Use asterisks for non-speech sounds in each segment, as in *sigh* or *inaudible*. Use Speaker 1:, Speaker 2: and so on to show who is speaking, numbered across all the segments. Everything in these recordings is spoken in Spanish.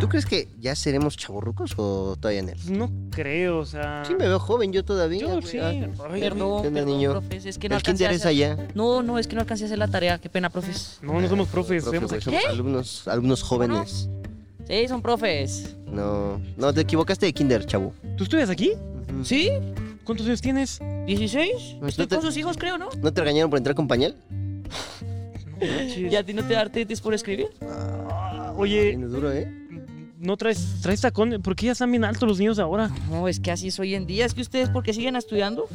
Speaker 1: ¿Tú crees que ya seremos chaburrucos o todavía en él?
Speaker 2: pues, No creo, o sea.
Speaker 1: Sí, me veo joven yo todavía.
Speaker 2: Yo
Speaker 1: güey.
Speaker 2: sí.
Speaker 1: Ah,
Speaker 2: Ay,
Speaker 1: ¿qué
Speaker 3: Perdón,
Speaker 1: onda,
Speaker 3: perdón,
Speaker 1: niño?
Speaker 3: profes, es que no
Speaker 1: el
Speaker 3: alcancé a
Speaker 1: kinder es
Speaker 3: hacer-
Speaker 1: allá.
Speaker 3: No, no, es que no alcancé a hacer la tarea, qué pena, profes.
Speaker 2: No, no somos profes,
Speaker 1: Profe,
Speaker 2: vemos
Speaker 1: güey,
Speaker 2: aquí.
Speaker 1: somos
Speaker 3: ¿Qué?
Speaker 1: alumnos, alumnos jóvenes.
Speaker 3: Sí, son profes.
Speaker 1: No, no, te equivocaste de kinder, chavo.
Speaker 2: ¿Tú estudias aquí?
Speaker 1: Ujú.
Speaker 3: ¿Sí?
Speaker 2: ¿Cuántos años tienes?
Speaker 3: ¿16?
Speaker 1: No, este
Speaker 3: Estoy
Speaker 1: no te-
Speaker 3: con sus hijos, creo, ¿no?
Speaker 1: ¿No te regañaron por entrar con pañal?
Speaker 2: No manches.
Speaker 3: ¿Y a ti no te da artritis por escribir?
Speaker 2: Ah, Oye,
Speaker 1: Viene duro, ¿eh?
Speaker 2: ¿no traes, traes tacón? ¿Por qué ya están bien altos los niños ahora?
Speaker 3: No, es que así es hoy en día. Es que ustedes, ¿por qué siguen estudiando?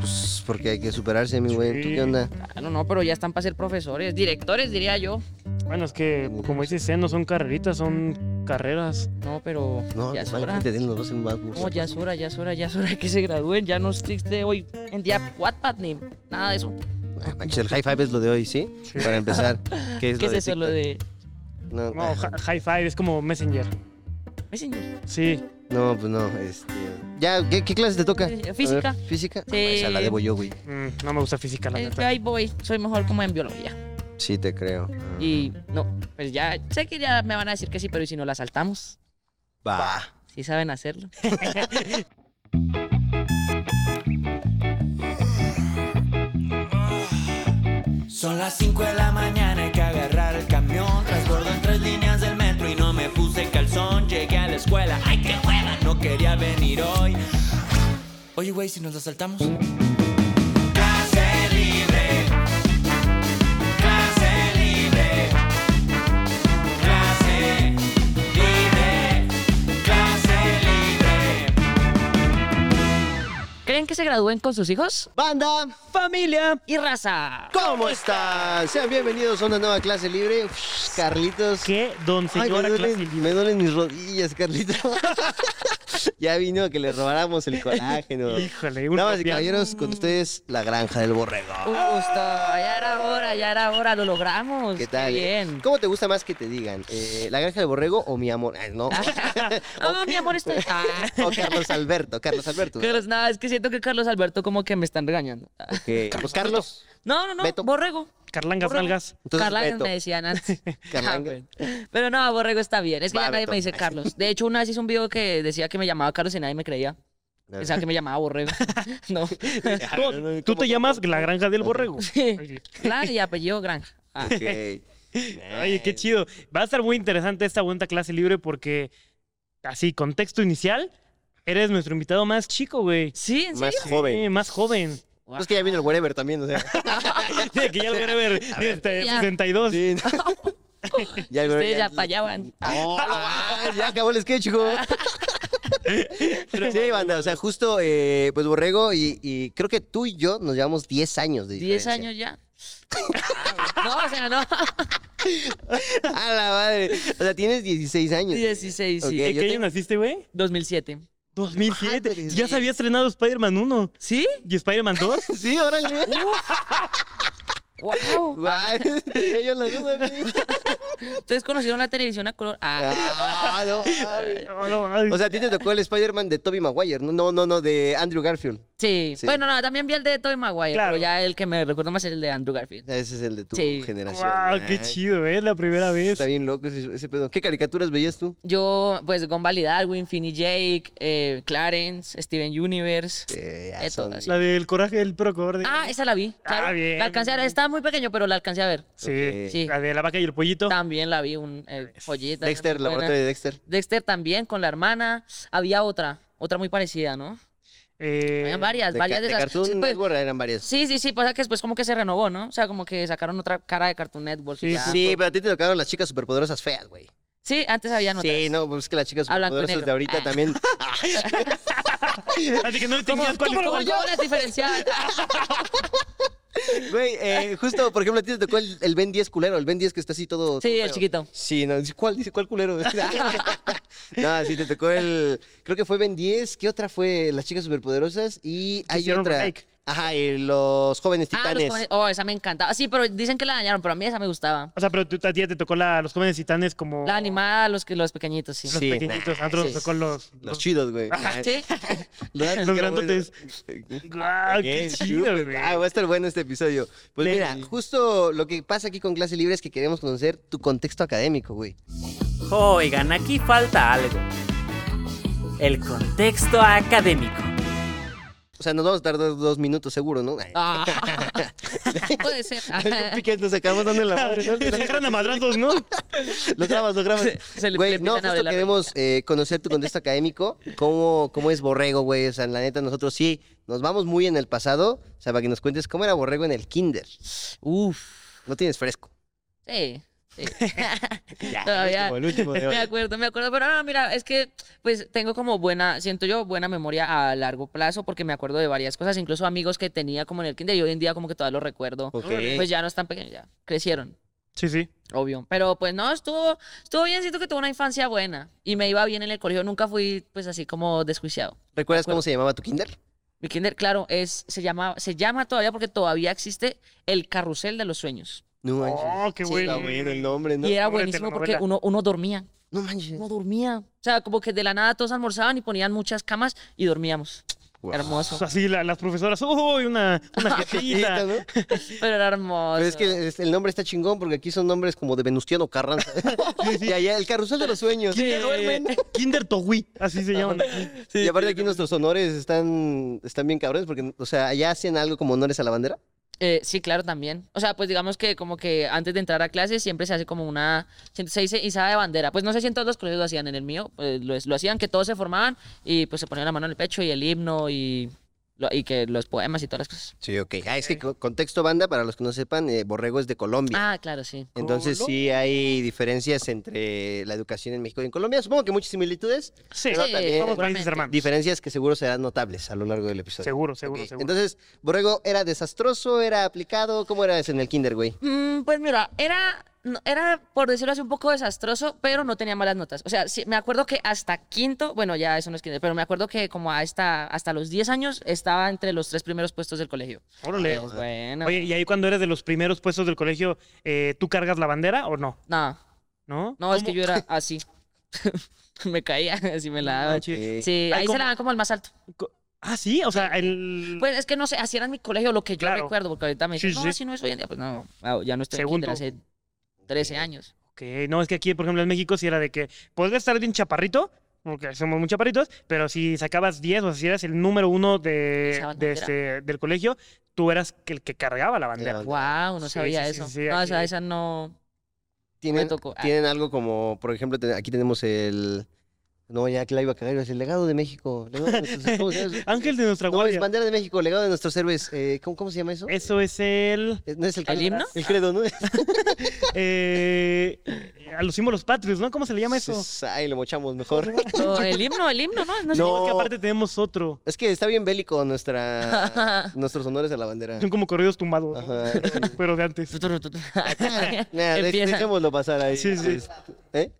Speaker 1: Pues porque hay que superarse, mi güey. ¿Tú
Speaker 2: Sí.
Speaker 1: qué onda?
Speaker 3: Ah, no, no, pero ya están para ser profesores, directores, diría yo.
Speaker 2: Bueno, es que, como dices, Zen, no son carreritas, son carreras.
Speaker 3: No, pero
Speaker 1: No, pues,
Speaker 3: ya es
Speaker 1: vale,
Speaker 3: hora.
Speaker 1: gente, den los dos en más burro.
Speaker 3: No, ya es hora, ya es hora, ya es hora que se gradúen. Ya no existe hoy en día Wattpad ni nada de eso.
Speaker 1: Ah, manches, el high five es lo de hoy, ¿sí?
Speaker 2: Sí.
Speaker 1: Para
Speaker 3: *laughs*
Speaker 1: empezar. ¿Qué es
Speaker 3: ¿Qué
Speaker 1: lo
Speaker 3: es
Speaker 1: de
Speaker 3: eso lo
Speaker 1: TikTok?
Speaker 3: de
Speaker 1: No,
Speaker 2: No,
Speaker 1: ah,
Speaker 2: hi- high five es como messenger.
Speaker 3: Messenger?
Speaker 2: Sí.
Speaker 1: no, pues no, este... Ya, ¿qué, qué clase te toca?
Speaker 3: Eh, física.
Speaker 1: A ver, ¿Física? Ah,
Speaker 3: Sí.
Speaker 1: esa la debo yo, güey.
Speaker 2: Mm, no me gusta física, la
Speaker 3: Es que
Speaker 2: neta.
Speaker 3: este, ahí voy, soy mejor como en biología.
Speaker 1: Sí, te creo. Ah.
Speaker 3: Y no, pues ya sé que ya me van a decir que sí, pero ¿y si no la saltamos?
Speaker 1: Va.
Speaker 3: Sí saben hacerlo.
Speaker 4: Son las 5 de la mañana, hay que agarrar el camión. Transbordo en tres líneas del metro y no me puse calzón. Llegué a la escuela, ¡ay qué hueva! No quería venir hoy. Oye, güey, si nos la saltamos. Clase libre. Clase libre. Clase libre. Clase libre.
Speaker 3: ¿Creen que se gradúen con sus hijos?
Speaker 1: Banda,
Speaker 2: ¡Familia!
Speaker 3: Y raza.
Speaker 1: ¿cómo están? Sean bienvenidos a una nueva clase libre. Uf, Carlitos.
Speaker 2: ¿Qué don
Speaker 1: Ay, me,
Speaker 2: señora clase
Speaker 1: duelen,
Speaker 2: libre?
Speaker 1: me duelen mis rodillas, Carlitos. *laughs* ya vino a que le robáramos el colágeno.
Speaker 2: Híjole, un
Speaker 1: Damas y
Speaker 2: papián.
Speaker 1: caballeros, con ustedes, La Granja del Borrego.
Speaker 3: Un gusto, ya era hora, ya era hora, lo logramos.
Speaker 1: ¿Qué tal?
Speaker 3: Bien.
Speaker 1: ¿Cómo te gusta más que te digan? eh, ¿La granja del borrego o mi amor? Ay,
Speaker 2: *laughs*
Speaker 1: no.
Speaker 3: Ah, mi
Speaker 1: *laughs*
Speaker 3: amor, estoy. Ah.
Speaker 1: o Carlos Alberto, Carlos Alberto.
Speaker 3: Carlos, nada, es que siento que Carlos Alberto como que me están regañando. Ah.
Speaker 1: Ok, Pues Carlos.
Speaker 3: No, no, no,
Speaker 1: Beto.
Speaker 3: Borrego.
Speaker 2: Carlangas,
Speaker 3: Borrego.
Speaker 2: nalgas.
Speaker 1: Entonces,
Speaker 3: Carlangas
Speaker 1: Beto.
Speaker 3: me
Speaker 1: *laughs*
Speaker 3: decían antes. Ah,
Speaker 1: Carlangas.
Speaker 3: bueno. Pero no, Borrego está bien. Es que
Speaker 1: Va,
Speaker 3: ya nadie
Speaker 1: Beto.
Speaker 3: me dice Carlos. De hecho, una vez hice un video que decía que me llamaba Carlos y nadie me creía.
Speaker 1: No.
Speaker 3: Pensaba que me llamaba Borrego. *laughs*
Speaker 1: *laughs*
Speaker 3: No.
Speaker 1: Ah,
Speaker 2: Tú,
Speaker 1: no, no,
Speaker 2: tú
Speaker 1: ¿cómo?
Speaker 2: te llamas la granja del borrego.
Speaker 3: Sí. Claro, y apellido Granja.
Speaker 2: *laughs*
Speaker 3: Ah.
Speaker 1: Ok.
Speaker 2: Oye, qué chido. Va a estar muy interesante esta buena clase libre porque, así, contexto inicial, eres nuestro invitado más chico, güey.
Speaker 3: Sí, en
Speaker 1: Más
Speaker 3: serio.
Speaker 1: joven.
Speaker 2: Eh,
Speaker 1: *laughs*
Speaker 2: más joven.
Speaker 3: Guau.
Speaker 1: Es que ya vino el wherever también,
Speaker 3: *laughs*
Speaker 1: o sea.
Speaker 2: Sí, *laughs* que ya lo van a ver. este,
Speaker 3: Ya.
Speaker 2: 62.
Speaker 1: Sí. *laughs* ya el
Speaker 3: Ustedes
Speaker 1: wherever-
Speaker 3: ya fallaban. *laughs*
Speaker 1: No, ah, ya acabó el sketch, hijo. Sí, banda, o sea, justo, eh, pues Borrego y, y creo que tú y yo nos llevamos 10 años de
Speaker 3: 10
Speaker 1: diferencia.
Speaker 3: años ya. Ah, No, o sea, no.
Speaker 1: *laughs* A la madre. O sea, tienes 16 años.
Speaker 3: 16, sí.
Speaker 1: Ok.
Speaker 2: ¿En
Speaker 1: yo
Speaker 2: qué año
Speaker 1: tengo-
Speaker 2: naciste, güey?
Speaker 3: 2007.
Speaker 2: 2007.
Speaker 1: Madre,
Speaker 2: ya
Speaker 1: sí.
Speaker 2: se había estrenado Spider-Man 1
Speaker 3: ¿Sí?
Speaker 2: y Spider-Man 2.
Speaker 1: *laughs* Sí, órale.
Speaker 3: *laughs* ¡Wow!
Speaker 1: Guay. *laughs* Ellos las dos, güey.
Speaker 3: Ustedes conocieron la televisión a color. Ah,
Speaker 1: Ah, no, ay.
Speaker 2: *laughs* No, no, ay.
Speaker 1: O sea, a ti te tocó el Spider-Man de Tobey Maguire, ¿no? No, no, no, de Andrew Garfield.
Speaker 3: sí.
Speaker 1: sí.
Speaker 3: Bueno, no, también vi el de Tobey Maguire,
Speaker 2: Claro.
Speaker 3: pero ya el que me recuerdo más es el de Andrew Garfield.
Speaker 1: Ese es el de tu
Speaker 3: Sí.
Speaker 1: generación.
Speaker 2: Guau,
Speaker 1: Ay,
Speaker 2: qué chido, ¿eh? La primera vez.
Speaker 1: Está bien loco ese, ese pedo. ¿Qué caricaturas veías tú?
Speaker 3: Yo, pues, Gumball y Darwin, Finn y Jake, eh, Clarence, Steven Universe.
Speaker 1: Eh, ya
Speaker 3: De
Speaker 1: son-
Speaker 3: todas.
Speaker 2: La del coraje del procorde.
Speaker 3: Ah, esa la vi. Claro.
Speaker 2: Ah, bien.
Speaker 3: La alcancé a ver. Estaba muy pequeño, pero la alcancé a ver.
Speaker 2: sí.
Speaker 1: ok.
Speaker 3: Sí.
Speaker 2: La de la vaca y el pollito.
Speaker 3: También la vi, un eh,
Speaker 2: Pues,
Speaker 3: joyita.
Speaker 1: Dexter, la
Speaker 3: Buena.
Speaker 1: parte de Dexter.
Speaker 3: Dexter también, con la hermana. Había otra, otra muy parecida, ¿no?
Speaker 2: Eh,
Speaker 3: Había varias,
Speaker 1: De,
Speaker 3: varias
Speaker 1: ca-
Speaker 3: de
Speaker 1: de
Speaker 3: esas.
Speaker 1: Cartoon
Speaker 3: Sí, pues,
Speaker 1: Network eran varias.
Speaker 3: Sí, sí, sí, pasa que después como que se renovó, ¿no? O sea, como que sacaron otra cara de Cartoon Network. y
Speaker 2: Sí,
Speaker 3: ya.
Speaker 2: sí.
Speaker 1: Sí, pero a ti te tocaron las chicas superpoderosas feas, güey.
Speaker 3: Sí, antes habían otras.
Speaker 1: Sí, no, pues es que las chicas
Speaker 3: A blanco y
Speaker 1: superpoderosas de
Speaker 3: negro.
Speaker 1: ahorita
Speaker 3: Ah.
Speaker 1: también.
Speaker 3: *laughs*
Speaker 2: Así que no le
Speaker 3: ¿Cómo,
Speaker 2: tenías cuál
Speaker 3: cómo,
Speaker 2: es
Speaker 3: cómo
Speaker 2: cuál.
Speaker 1: *laughs*
Speaker 3: las diferenciaban?
Speaker 1: Güey, eh, justo, por ejemplo, a ti te tocó el, el Ben 10 culero, el Ben 10 que está así todo. todo
Speaker 3: Sí, el
Speaker 1: feo.
Speaker 3: chiquito.
Speaker 1: Sí, no, dice, ¿cuál dice cuál
Speaker 3: *laughs*
Speaker 1: culero? *laughs* no, sí, te tocó el. Creo que fue Ben 10. ¿Qué otra fue? Las chicas superpoderosas. Y hay
Speaker 2: hicieron
Speaker 1: otra.
Speaker 2: remake.
Speaker 1: Ajá, y los jóvenes
Speaker 3: Ah, los
Speaker 1: titanes.
Speaker 3: jóvenes- oh, esa me encantaba. Sí, pero dicen que la dañaron, pero a mí esa me gustaba.
Speaker 2: O sea, pero tú, a ti ya te tocó la, los jóvenes titanes como
Speaker 3: La animada, los, que, los pequeñitos, sí.
Speaker 2: los
Speaker 1: Sí,
Speaker 2: pequeñitos.
Speaker 1: nah,
Speaker 2: a nosotros
Speaker 3: sí.
Speaker 2: nos tocó los...
Speaker 1: Los chidos, güey. Ajá.
Speaker 3: *laughs* Sí.
Speaker 1: Los datos
Speaker 2: Los
Speaker 1: que eran *laughs*
Speaker 2: grandotes.
Speaker 1: buenos.
Speaker 3: Ah,
Speaker 2: ¡Guau, qué
Speaker 1: Bien,
Speaker 2: chido,
Speaker 1: súper.
Speaker 2: güey!
Speaker 1: Ah, va a estar bueno este episodio. Pues
Speaker 2: Le-
Speaker 1: mira, justo lo que pasa aquí con clase libre es que queremos conocer tu contexto académico, güey.
Speaker 5: Oigan, aquí falta algo. El contexto académico.
Speaker 1: O sea, nos vamos a tardar dos minutos seguro, ¿no? *laughs*
Speaker 3: Ah, puede ser.
Speaker 1: Piquet, nos acabamos dando la madre. ¿no?
Speaker 2: *laughs* Se agarran a madrazos, ¿no?
Speaker 1: Lo grabas, lo grabas.
Speaker 3: *laughs* *laughs* Se le- le
Speaker 1: Güey, no,
Speaker 3: empiezan a
Speaker 1: justo
Speaker 3: velar.
Speaker 1: queremos eh, conocer tu contexto académico, cómo, cómo es Borrego, güey. O sea, la neta, nosotros sí nos vamos muy en el pasado, o sea, para que nos cuentes cómo era Borrego en el kinder.
Speaker 3: Uf.
Speaker 1: No tienes fresco.
Speaker 3: Sí. sí.
Speaker 1: *laughs*
Speaker 3: Todavía.
Speaker 1: el último
Speaker 3: *laughs*
Speaker 1: de
Speaker 3: Me acuerdo, me acuerdo, pero no, mira, es que pues tengo como buena, siento yo, buena memoria a largo plazo porque me acuerdo de varias cosas, incluso amigos que tenía como en el kinder y hoy en día como que todavía los recuerdo.
Speaker 1: Ok.
Speaker 3: Pues ya no están pequeños, ya crecieron,
Speaker 2: Sí, sí.
Speaker 3: obvio. Pero pues no, estuvo, estuvo bien, siento que tuve una infancia buena y me iba bien en el colegio, nunca fui pues así como desjuiciado.
Speaker 1: ¿Recuerdas cómo se llamaba tu kinder?
Speaker 3: Mi kinder, claro, es, se, llama, se llama todavía porque todavía existe el carrusel de los sueños.
Speaker 1: No manches.
Speaker 2: ¡Oh, qué
Speaker 3: Sí,
Speaker 2: bueno!
Speaker 1: Está bueno el nombre, ¿no?
Speaker 3: y era
Speaker 2: Pobre
Speaker 3: buenísimo porque
Speaker 2: telenovela.
Speaker 3: uno, uno dormía.
Speaker 1: No manches.
Speaker 3: No dormía. O sea, como que de la nada todos almorzaban y ponían muchas camas y dormíamos.
Speaker 1: Wow.
Speaker 2: O
Speaker 1: *laughs*
Speaker 3: Hermoso.
Speaker 2: sea, sí, Pues, la- las profesoras, ¡uy! Una, una
Speaker 1: Chiquita,
Speaker 2: jetita.
Speaker 1: ¿no?
Speaker 3: Pero era hermoso.
Speaker 1: Pero es que es- el nombre está chingón porque aquí son nombres como de Venustiano
Speaker 2: *laughs*
Speaker 1: Carranza. y allá, el carrusel de los sueños.
Speaker 2: Kinder, Kinder Togui, así se llaman aquí.
Speaker 1: y aparte aquí nuestros honores están, están bien cabrones porque, o sea, allá hacen algo como honores a la bandera.
Speaker 3: Eh, sí, claro, también. O sea, pues digamos que como que antes de entrar a clases siempre se hace como una... Se dice izada de bandera. Pues no sé si en todos los colegios lo hacían. En el mío pues, lo, lo hacían, que todos se formaban y pues se ponían la mano en el pecho y el himno y, lo- y que los poemas y todas las cosas.
Speaker 1: Sí, ok. Ah, es que co- contexto banda, para los que no sepan, eh, Borrego es de Colombia.
Speaker 3: Ah, claro, sí.
Speaker 1: Entonces sí hay diferencias entre la educación en México y en Colombia. Supongo que muchas similitudes,
Speaker 2: Sí,
Speaker 1: Pero también-
Speaker 2: somos países
Speaker 3: seguramente.
Speaker 2: hermanos.
Speaker 1: diferencias que seguro serán notables a lo largo del episodio.
Speaker 2: Seguro, seguro,
Speaker 1: Ok,
Speaker 2: seguro.
Speaker 1: Entonces, Borrego era desastroso, era aplicado, ¿cómo eras en el kinder, güey?
Speaker 3: Mm, pues mira, era, no- era, por decirlo así, un poco desastroso, pero no tenía malas notas. O sea, sí, me acuerdo que hasta quinto, bueno, ya eso no es quinto, pero me acuerdo que como hasta, hasta los 10 años estaba entre los tres primeros puestos del colegio.
Speaker 2: Órale.
Speaker 3: Pues, bueno.
Speaker 2: Oye, y ahí cuando eres de los primeros puestos del colegio, eh, ¿tú cargas la bandera o no?
Speaker 3: No,
Speaker 2: ¿No?
Speaker 3: no, es que
Speaker 2: ¿Cómo?
Speaker 3: yo era así. *laughs* me caía, así me la
Speaker 2: No
Speaker 3: daban.
Speaker 2: manches.
Speaker 1: Eh,
Speaker 3: Sí,
Speaker 2: Ay,
Speaker 3: ahí se
Speaker 2: ¿cómo?
Speaker 3: la dan como al más alto.
Speaker 2: Ah, sí, o sea, el...
Speaker 3: Pues es que no sé, así era en mi colegio lo que yo
Speaker 2: Claro.
Speaker 3: recuerdo, porque ahorita me
Speaker 2: Sí,
Speaker 3: dicen,
Speaker 2: sí,
Speaker 3: no,
Speaker 2: sí.
Speaker 3: así no es hoy en día. Pues no, wow, ya no estoy en
Speaker 2: Según
Speaker 3: kinder
Speaker 2: tú.
Speaker 3: hace 13 años.
Speaker 2: Ok, no, es que aquí, por ejemplo, en México sí era de que podrías estar bien chaparrito, porque somos muy chaparritos, pero si sacabas 10 o si eras el número uno de,
Speaker 3: Esa
Speaker 2: de
Speaker 3: bandera.
Speaker 2: este- del colegio, tú eras que- el que cargaba la bandera.
Speaker 1: bandera.
Speaker 3: Wow, no
Speaker 2: Sí,
Speaker 3: sabía
Speaker 2: sí, sí,
Speaker 3: eso.
Speaker 2: sí,
Speaker 3: no, esa,
Speaker 2: aquí-
Speaker 3: esa no.
Speaker 1: ¿Tienen,
Speaker 3: me tocó. Ah.
Speaker 1: tienen algo como, por ejemplo, te- aquí tenemos el... No, ya que la iba a cagar, es el legado de México. legado de
Speaker 2: *laughs*
Speaker 1: nuestros- ¿cómo se llama?
Speaker 2: Ángel de nuestra
Speaker 1: No, es
Speaker 2: guardia.
Speaker 1: bandera de México, legado de nuestros héroes. Eh, ¿cómo, cómo se llama eso?
Speaker 2: Eso es el...
Speaker 1: Eh, ¿No es el,
Speaker 3: ¿El himno?
Speaker 1: El credo, ¿no?
Speaker 2: eh, a los símbolos patrios, ¿no? ¿Cómo se le llama eso?
Speaker 1: Es- *laughs* Ay, lo mochamos mejor.
Speaker 3: No, el himno, el himno, ¿no? No, sé.
Speaker 2: Es que
Speaker 1: No,
Speaker 2: aparte tenemos otro.
Speaker 1: es que está bien bélico
Speaker 3: *laughs*
Speaker 1: nuestra, nuestros honores a la
Speaker 2: *laughs*
Speaker 1: bandera.
Speaker 2: Son como corridos tumbados, ¿no?
Speaker 1: Ajá.
Speaker 2: pero de antes.
Speaker 3: *laughs*
Speaker 1: Nah, de-
Speaker 3: Empieza.
Speaker 1: dejémoslo pasar ahí.
Speaker 2: Sí, sí.
Speaker 1: ¿Eh?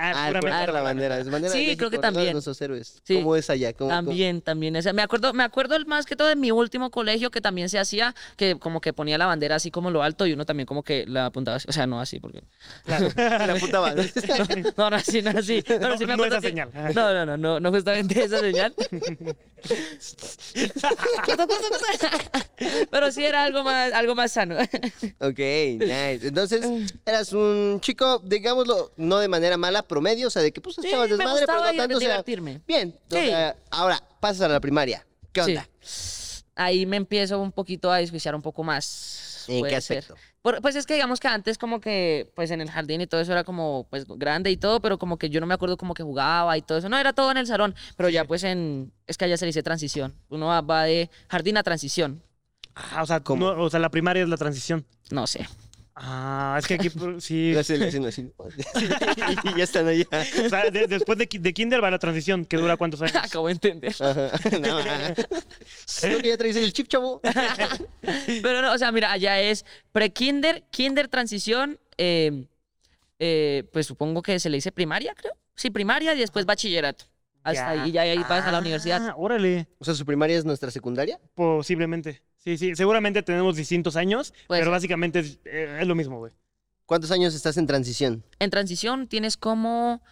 Speaker 2: Ah,
Speaker 1: Ah, el
Speaker 2: puramente-
Speaker 1: juramento a la bandera. es bandera de
Speaker 3: Sí,
Speaker 1: México,
Speaker 3: creo que
Speaker 1: legado de
Speaker 3: también.
Speaker 1: nuestros héroes.
Speaker 3: Sí.
Speaker 1: ¿Cómo es allá? ¿Cómo- cómo-
Speaker 3: También, también. O sea, me acuerdo, me acuerdo más que todo de mi último colegio que también se hacía, que como que ponía la bandera así como lo alto y uno también como que la apuntaba así. O sea, no así, porque.
Speaker 1: *laughs* La puta
Speaker 3: *laughs*
Speaker 1: bandera.
Speaker 3: No, no así, no así. No,
Speaker 2: No,
Speaker 3: sí me
Speaker 2: no
Speaker 3: acuerdo
Speaker 2: esa
Speaker 3: que-
Speaker 2: señal.
Speaker 3: *laughs* No, no, no, no, no justamente esa señal. *laughs* Pero sí era algo más, algo más sano.
Speaker 1: Ok, nice. Entonces, eras un chico, digámoslo, no de manera mala, promedio, o sea, de que pues
Speaker 3: Sí,
Speaker 1: estabas
Speaker 3: me
Speaker 1: desmadre, pero
Speaker 3: gustaba
Speaker 1: no tanto, o sea,
Speaker 3: divertirme.
Speaker 1: bien. O
Speaker 3: Sí.
Speaker 1: sea, ahora, pasas a la primaria. ¿Qué
Speaker 3: Sí.
Speaker 1: onda?
Speaker 3: Ahí me empiezo un poquito a desjuiciar un poco más.
Speaker 1: ¿En qué
Speaker 3: puede ser.
Speaker 1: aspecto?
Speaker 3: Por- pues es que digamos que antes como que pues en el jardín y todo eso era como pues grande y todo, pero como que yo no me acuerdo como que jugaba y todo eso. No, era todo en el salón, pero ya pues en... Es que allá se le dice transición. Uno va, va de jardín a transición.
Speaker 2: Ah, o sea,
Speaker 1: ¿Cómo?
Speaker 2: no, o sea, la primaria es la transición.
Speaker 3: No sé. *laughs*
Speaker 2: Ah, es que aquí
Speaker 1: *laughs*
Speaker 2: por- sí.
Speaker 1: Yo así le hacen así. y ya están allá.
Speaker 2: O sea, de- después de, ki- de kinder va la transición, que dura cuántos años.
Speaker 3: Acabo de entender.
Speaker 1: Ajá. No, ajá. Creo que ya traes el chip, chavo.
Speaker 3: Pero no, o sea, mira, allá es pre-kinder, kinder transición, em, eh, eh, pues supongo que se le dice primaria, creo. Sí, primaria y después bachillerato. *laughs* Hasta ahí, ya ahí vas a la universidad.
Speaker 2: Ah, órale.
Speaker 1: O sea, su primaria es nuestra secundaria.
Speaker 2: Posiblemente. Sí, sí. Seguramente tenemos distintos años,
Speaker 3: Puede
Speaker 2: pero
Speaker 3: ser.
Speaker 2: básicamente es, eh, es lo mismo, güey.
Speaker 1: ¿Cuántos años estás en transición?
Speaker 3: En transición tienes como, ah,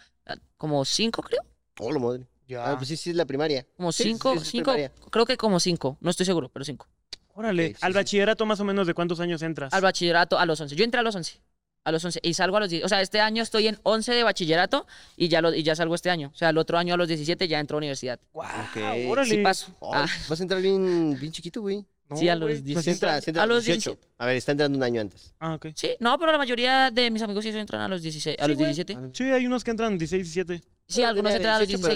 Speaker 3: como cinco, creo.
Speaker 1: Oh, lo madre. Ah, pues sí, sí, es la primaria.
Speaker 3: Como
Speaker 1: Sí,
Speaker 3: cinco,
Speaker 1: sí, sí,
Speaker 3: cinco,
Speaker 1: primaria.
Speaker 3: creo que como cinco. No estoy seguro, pero cinco.
Speaker 2: Órale.
Speaker 1: Ok, sí,
Speaker 2: Al
Speaker 1: sí.
Speaker 2: bachillerato más o menos de cuántos años entras.
Speaker 3: Al bachillerato a los 11. Yo entré a los 11. A los 11 y salgo a los 10. O sea, este año estoy en 11 de bachillerato y ya, lo, y ya salgo este año. O sea, el otro año a los 17 ya entro a universidad.
Speaker 2: Ah,
Speaker 1: Ok.
Speaker 2: órale.
Speaker 3: Sí paso.
Speaker 1: Oh,
Speaker 3: Ah,
Speaker 1: Vas a entrar bien, bien chiquito, güey.
Speaker 2: No,
Speaker 3: sí, a
Speaker 2: güey,
Speaker 3: los
Speaker 2: pues
Speaker 3: 17.
Speaker 1: entra- sí entra
Speaker 3: a los 17.
Speaker 1: A ver, está entrando un año antes.
Speaker 2: Ah, ok.
Speaker 3: Sí, no, pero la mayoría de mis amigos sí entran a los 16, a
Speaker 2: Sí,
Speaker 3: los
Speaker 2: güey.
Speaker 3: 17.
Speaker 2: Sí, hay unos que entran 16, 17.
Speaker 3: Sí, algunos entran a los
Speaker 1: 18, Ah,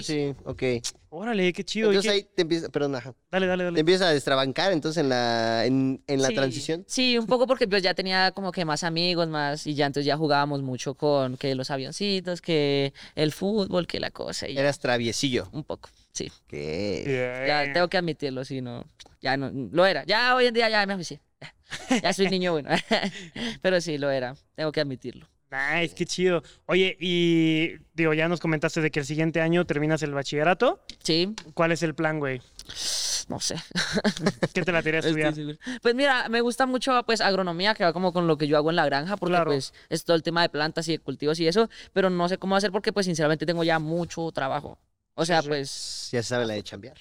Speaker 1: pero
Speaker 3: 16.
Speaker 1: Sí, ok.
Speaker 2: Órale, qué chido. ¿y
Speaker 1: Entonces
Speaker 2: qué-
Speaker 1: ahí te empieza, perdón, ajá.
Speaker 2: Dale, dale,
Speaker 1: Te
Speaker 2: dale.
Speaker 1: empiezas a destrabancar entonces en la, en, en la
Speaker 3: Sí.
Speaker 1: transición.
Speaker 3: Sí, un poco porque pues ya tenía como que más amigos, más y ya entonces ya jugábamos mucho con que los avioncitos, que el fútbol, que la cosa y ya,
Speaker 1: Eras traviesillo.
Speaker 3: un poco. Sí,
Speaker 1: ¿Qué?
Speaker 2: Yeah.
Speaker 3: ya tengo que admitirlo, sí, no, ya no lo era. Ya hoy en día ya me oficié. Ya soy niño bueno. *laughs* Pero sí lo era, tengo que admitirlo.
Speaker 2: Nice, qué chido. Oye, y digo, ya nos comentaste de que el siguiente año terminas el bachillerato.
Speaker 3: Sí,
Speaker 2: ¿Cuál es el plan, güey?
Speaker 3: no sé.
Speaker 2: ¿Qué te la a
Speaker 3: *laughs* Estoy
Speaker 2: estudiar?
Speaker 3: seguro. Pues mira, me gusta mucho pues agronomía, que va como con lo que yo hago en la granja, porque
Speaker 2: Claro.
Speaker 3: pues es todo el tema de plantas y de cultivos y eso, pero no sé cómo hacer porque pues sinceramente tengo ya mucho trabajo. O sea,
Speaker 2: sí.
Speaker 3: pues
Speaker 1: Ya se sabe la de chambear.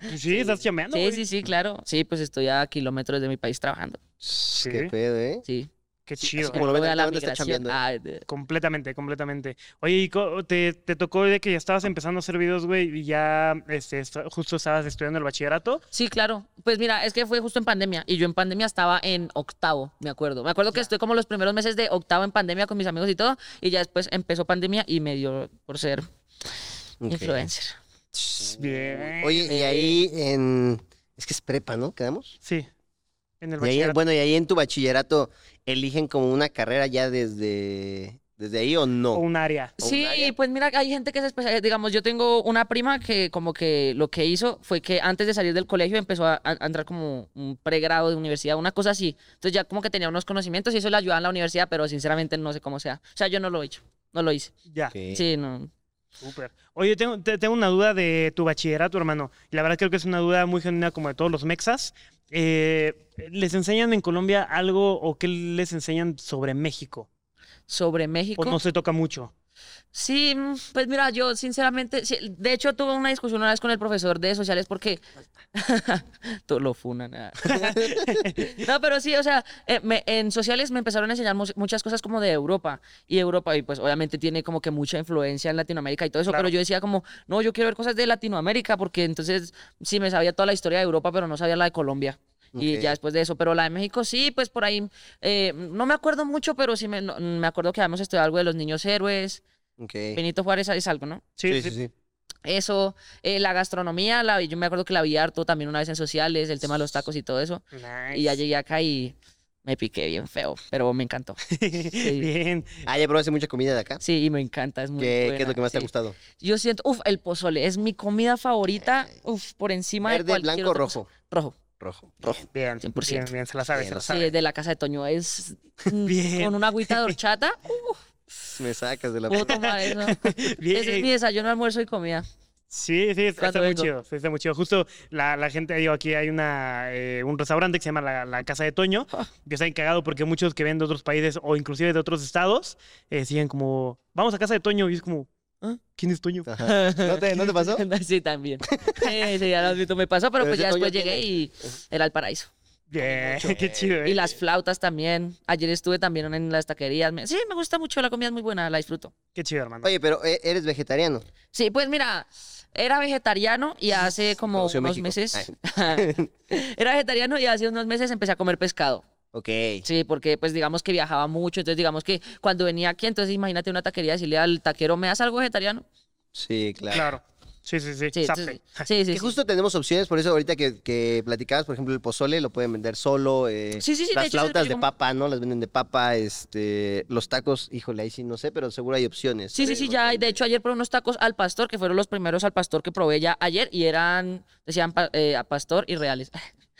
Speaker 2: Pues Sí, estás chameando,
Speaker 3: sí,
Speaker 2: güey.
Speaker 3: sí, sí, claro. Sí, pues estoy a kilómetros de mi país trabajando.
Speaker 2: Sí.
Speaker 1: Qué pedo, ¿eh?
Speaker 3: Sí.
Speaker 2: Qué chido.
Speaker 1: como lo
Speaker 3: Voy
Speaker 1: ven,
Speaker 3: a
Speaker 1: la banda está chambeando, ¿eh?
Speaker 3: Ah, de-
Speaker 2: Completamente, completamente. Oye, ¿y co- te, te tocó de que ya estabas empezando a hacer videos, güey, y ya este, esta- justo estabas estudiando el bachillerato?
Speaker 3: Sí, claro. Pues mira, es que fue justo en pandemia y yo en pandemia estaba en octavo, me acuerdo. Me acuerdo que estoy como los primeros meses de octavo en pandemia con mis amigos y todo y ya después empezó pandemia y me dio por ser
Speaker 1: Ok.
Speaker 3: influencer.
Speaker 2: Bien.
Speaker 1: Oye, y ahí en... Es que es prepa, ¿no? ¿Quedamos?
Speaker 2: Sí, en
Speaker 1: Y ahí-
Speaker 2: el bachillerato.
Speaker 1: bueno, y ahí en tu bachillerato eligen como una carrera ya desde, desde ahí o no.
Speaker 2: o un área.
Speaker 1: o un
Speaker 3: Sí,
Speaker 1: área.
Speaker 3: pues mira, hay gente que se especializa. Digamos, yo tengo una prima que como que lo que hizo fue que antes de salir del colegio empezó a, a- a entrar como un pregrado de universidad, una cosa así. Entonces ya como que tenía unos conocimientos y eso le ayudaba en la universidad, pero sinceramente no sé cómo sea. O sea, yo no lo he hecho, no lo hice.
Speaker 2: Ya,
Speaker 1: Ok.
Speaker 3: Sí, no.
Speaker 2: súper. Oye, tengo, te- tengo una duda de tu bachillerato, hermano. Y la verdad creo que es una duda muy genuina como de todos los mexas. Eh, ¿Les enseñan en Colombia algo o qué les enseñan sobre México?
Speaker 3: Sobre México.
Speaker 2: ¿O Pues no se toca mucho?
Speaker 3: Sí, mm, pues mira, yo sinceramente, sí, de hecho tuve una discusión una vez con el profesor de sociales porque *laughs* todo lo funan. ah. *laughs* no, pero sí, o sea, eh, me- en sociales me empezaron a enseñar mu- muchas cosas como de Europa y Europa y pues obviamente tiene como que mucha influencia en Latinoamérica y todo eso,
Speaker 2: Claro.
Speaker 3: pero yo decía como, no, yo quiero ver cosas de Latinoamérica porque entonces sí me sabía toda la historia de Europa, pero no sabía la de Colombia. Y
Speaker 1: Ok.
Speaker 3: ya después de eso, pero la de México sí, pues por ahí, eh, no me acuerdo mucho, pero sí me, no- me acuerdo que habíamos estudiado algo de los niños héroes,
Speaker 1: Ok.
Speaker 3: Eh, Benito Juárez es algo, ¿no?
Speaker 1: Sí, sí, sí.
Speaker 3: Eso, eh, la gastronomía, la, vi- yo me acuerdo que la vi harto también una vez en sociales, el tema de los tacos y todo eso. Y ya
Speaker 2: *laughs* Nice.
Speaker 3: llegué acá y me piqué bien feo, pero me encantó.
Speaker 2: Bien.
Speaker 1: Ah, ya probaste mucha comida de acá.
Speaker 3: Sí, y me encanta, es muy
Speaker 1: ¿Qué,
Speaker 3: buena,
Speaker 1: qué es lo que más te ha
Speaker 3: sí.
Speaker 1: gustado?
Speaker 3: Yo siento, uff, el pozole, es mi comida favorita, uff, por encima de
Speaker 1: Verde,
Speaker 3: cualquier
Speaker 1: blanco,
Speaker 3: otra cosa.
Speaker 1: rojo.
Speaker 3: Rojo,
Speaker 1: Rojo. *laughs*
Speaker 2: Bien,
Speaker 3: 100%.
Speaker 2: bien, bien, se la sabe,
Speaker 1: Bien,
Speaker 2: se la
Speaker 1: sí,
Speaker 3: sí,
Speaker 2: sabe.
Speaker 3: de la casa de
Speaker 1: *laughs*
Speaker 3: Toño, es mm,
Speaker 2: Bien.
Speaker 3: con una agüita de horchata, uf,
Speaker 1: Me sacas de la...
Speaker 3: puedo tomar eso.
Speaker 2: *laughs* Bien.
Speaker 3: Ese es mi desayuno, almuerzo y comida.
Speaker 2: Sí, sí, está,
Speaker 3: Cuando
Speaker 2: está muy
Speaker 3: vengo.
Speaker 2: chido, sí, está muy chido. Justo la, la gente, digo, aquí hay una, eh, un restaurante que se llama la, La Casa de Toño.
Speaker 3: Ah.
Speaker 2: Yo está cagado porque muchos que ven de otros países o inclusive de otros estados eh, siguen como, vamos a Casa de Toño y es como, ¿Ah? ¿quién es Toño?
Speaker 1: *laughs* Ajá. ¿No te, ¿No te
Speaker 3: *laughs*
Speaker 1: pasó?
Speaker 3: sí, también. Sí, sí, ya lo admito, me pasó, pero,
Speaker 1: Pero
Speaker 3: pues
Speaker 1: ese
Speaker 3: ya
Speaker 1: Toño
Speaker 3: después llegué y era el paraíso.
Speaker 2: Bien, *laughs* qué chido.
Speaker 3: Y
Speaker 2: ¿eh?
Speaker 3: las flautas también. Ayer estuve también en las taquerías. Me- Sí, me gusta mucho, la comida es muy buena, la disfruto.
Speaker 2: Qué chido, hermano.
Speaker 1: Oye, pero eh, eres vegetariano.
Speaker 3: Sí, pues mira, era vegetariano y hace como unos
Speaker 1: Conoció México.
Speaker 3: meses. *laughs* era vegetariano y hace unos meses empecé a comer pescado.
Speaker 1: Ok.
Speaker 3: Sí, porque pues digamos que viajaba mucho, entonces digamos que cuando venía aquí, entonces imagínate una taquería decirle al taquero, ¿me das algo vegetariano?
Speaker 1: Sí, claro.
Speaker 2: Claro. Sí, sí, sí.
Speaker 3: Sí,
Speaker 2: Zapte.
Speaker 3: entonces- sí, sí.
Speaker 1: Que
Speaker 3: sí.
Speaker 1: justo tenemos opciones, por eso ahorita que, que platicabas, por ejemplo, el pozole lo pueden vender solo. eh,
Speaker 3: Sí, sí, sí, de
Speaker 1: Las
Speaker 3: hecho, es lo que
Speaker 1: flautas
Speaker 3: yo
Speaker 1: de
Speaker 3: como.
Speaker 1: papa, ¿no? Las venden de papa. este Los tacos, híjole, ahí sí no sé, pero seguro hay opciones.
Speaker 3: Sí, sí, sí, ya. y De hecho, ayer probé unos tacos al pastor, que fueron los primeros al pastor que probé ya ayer, y eran, decían pa- eh, a pastor y reales.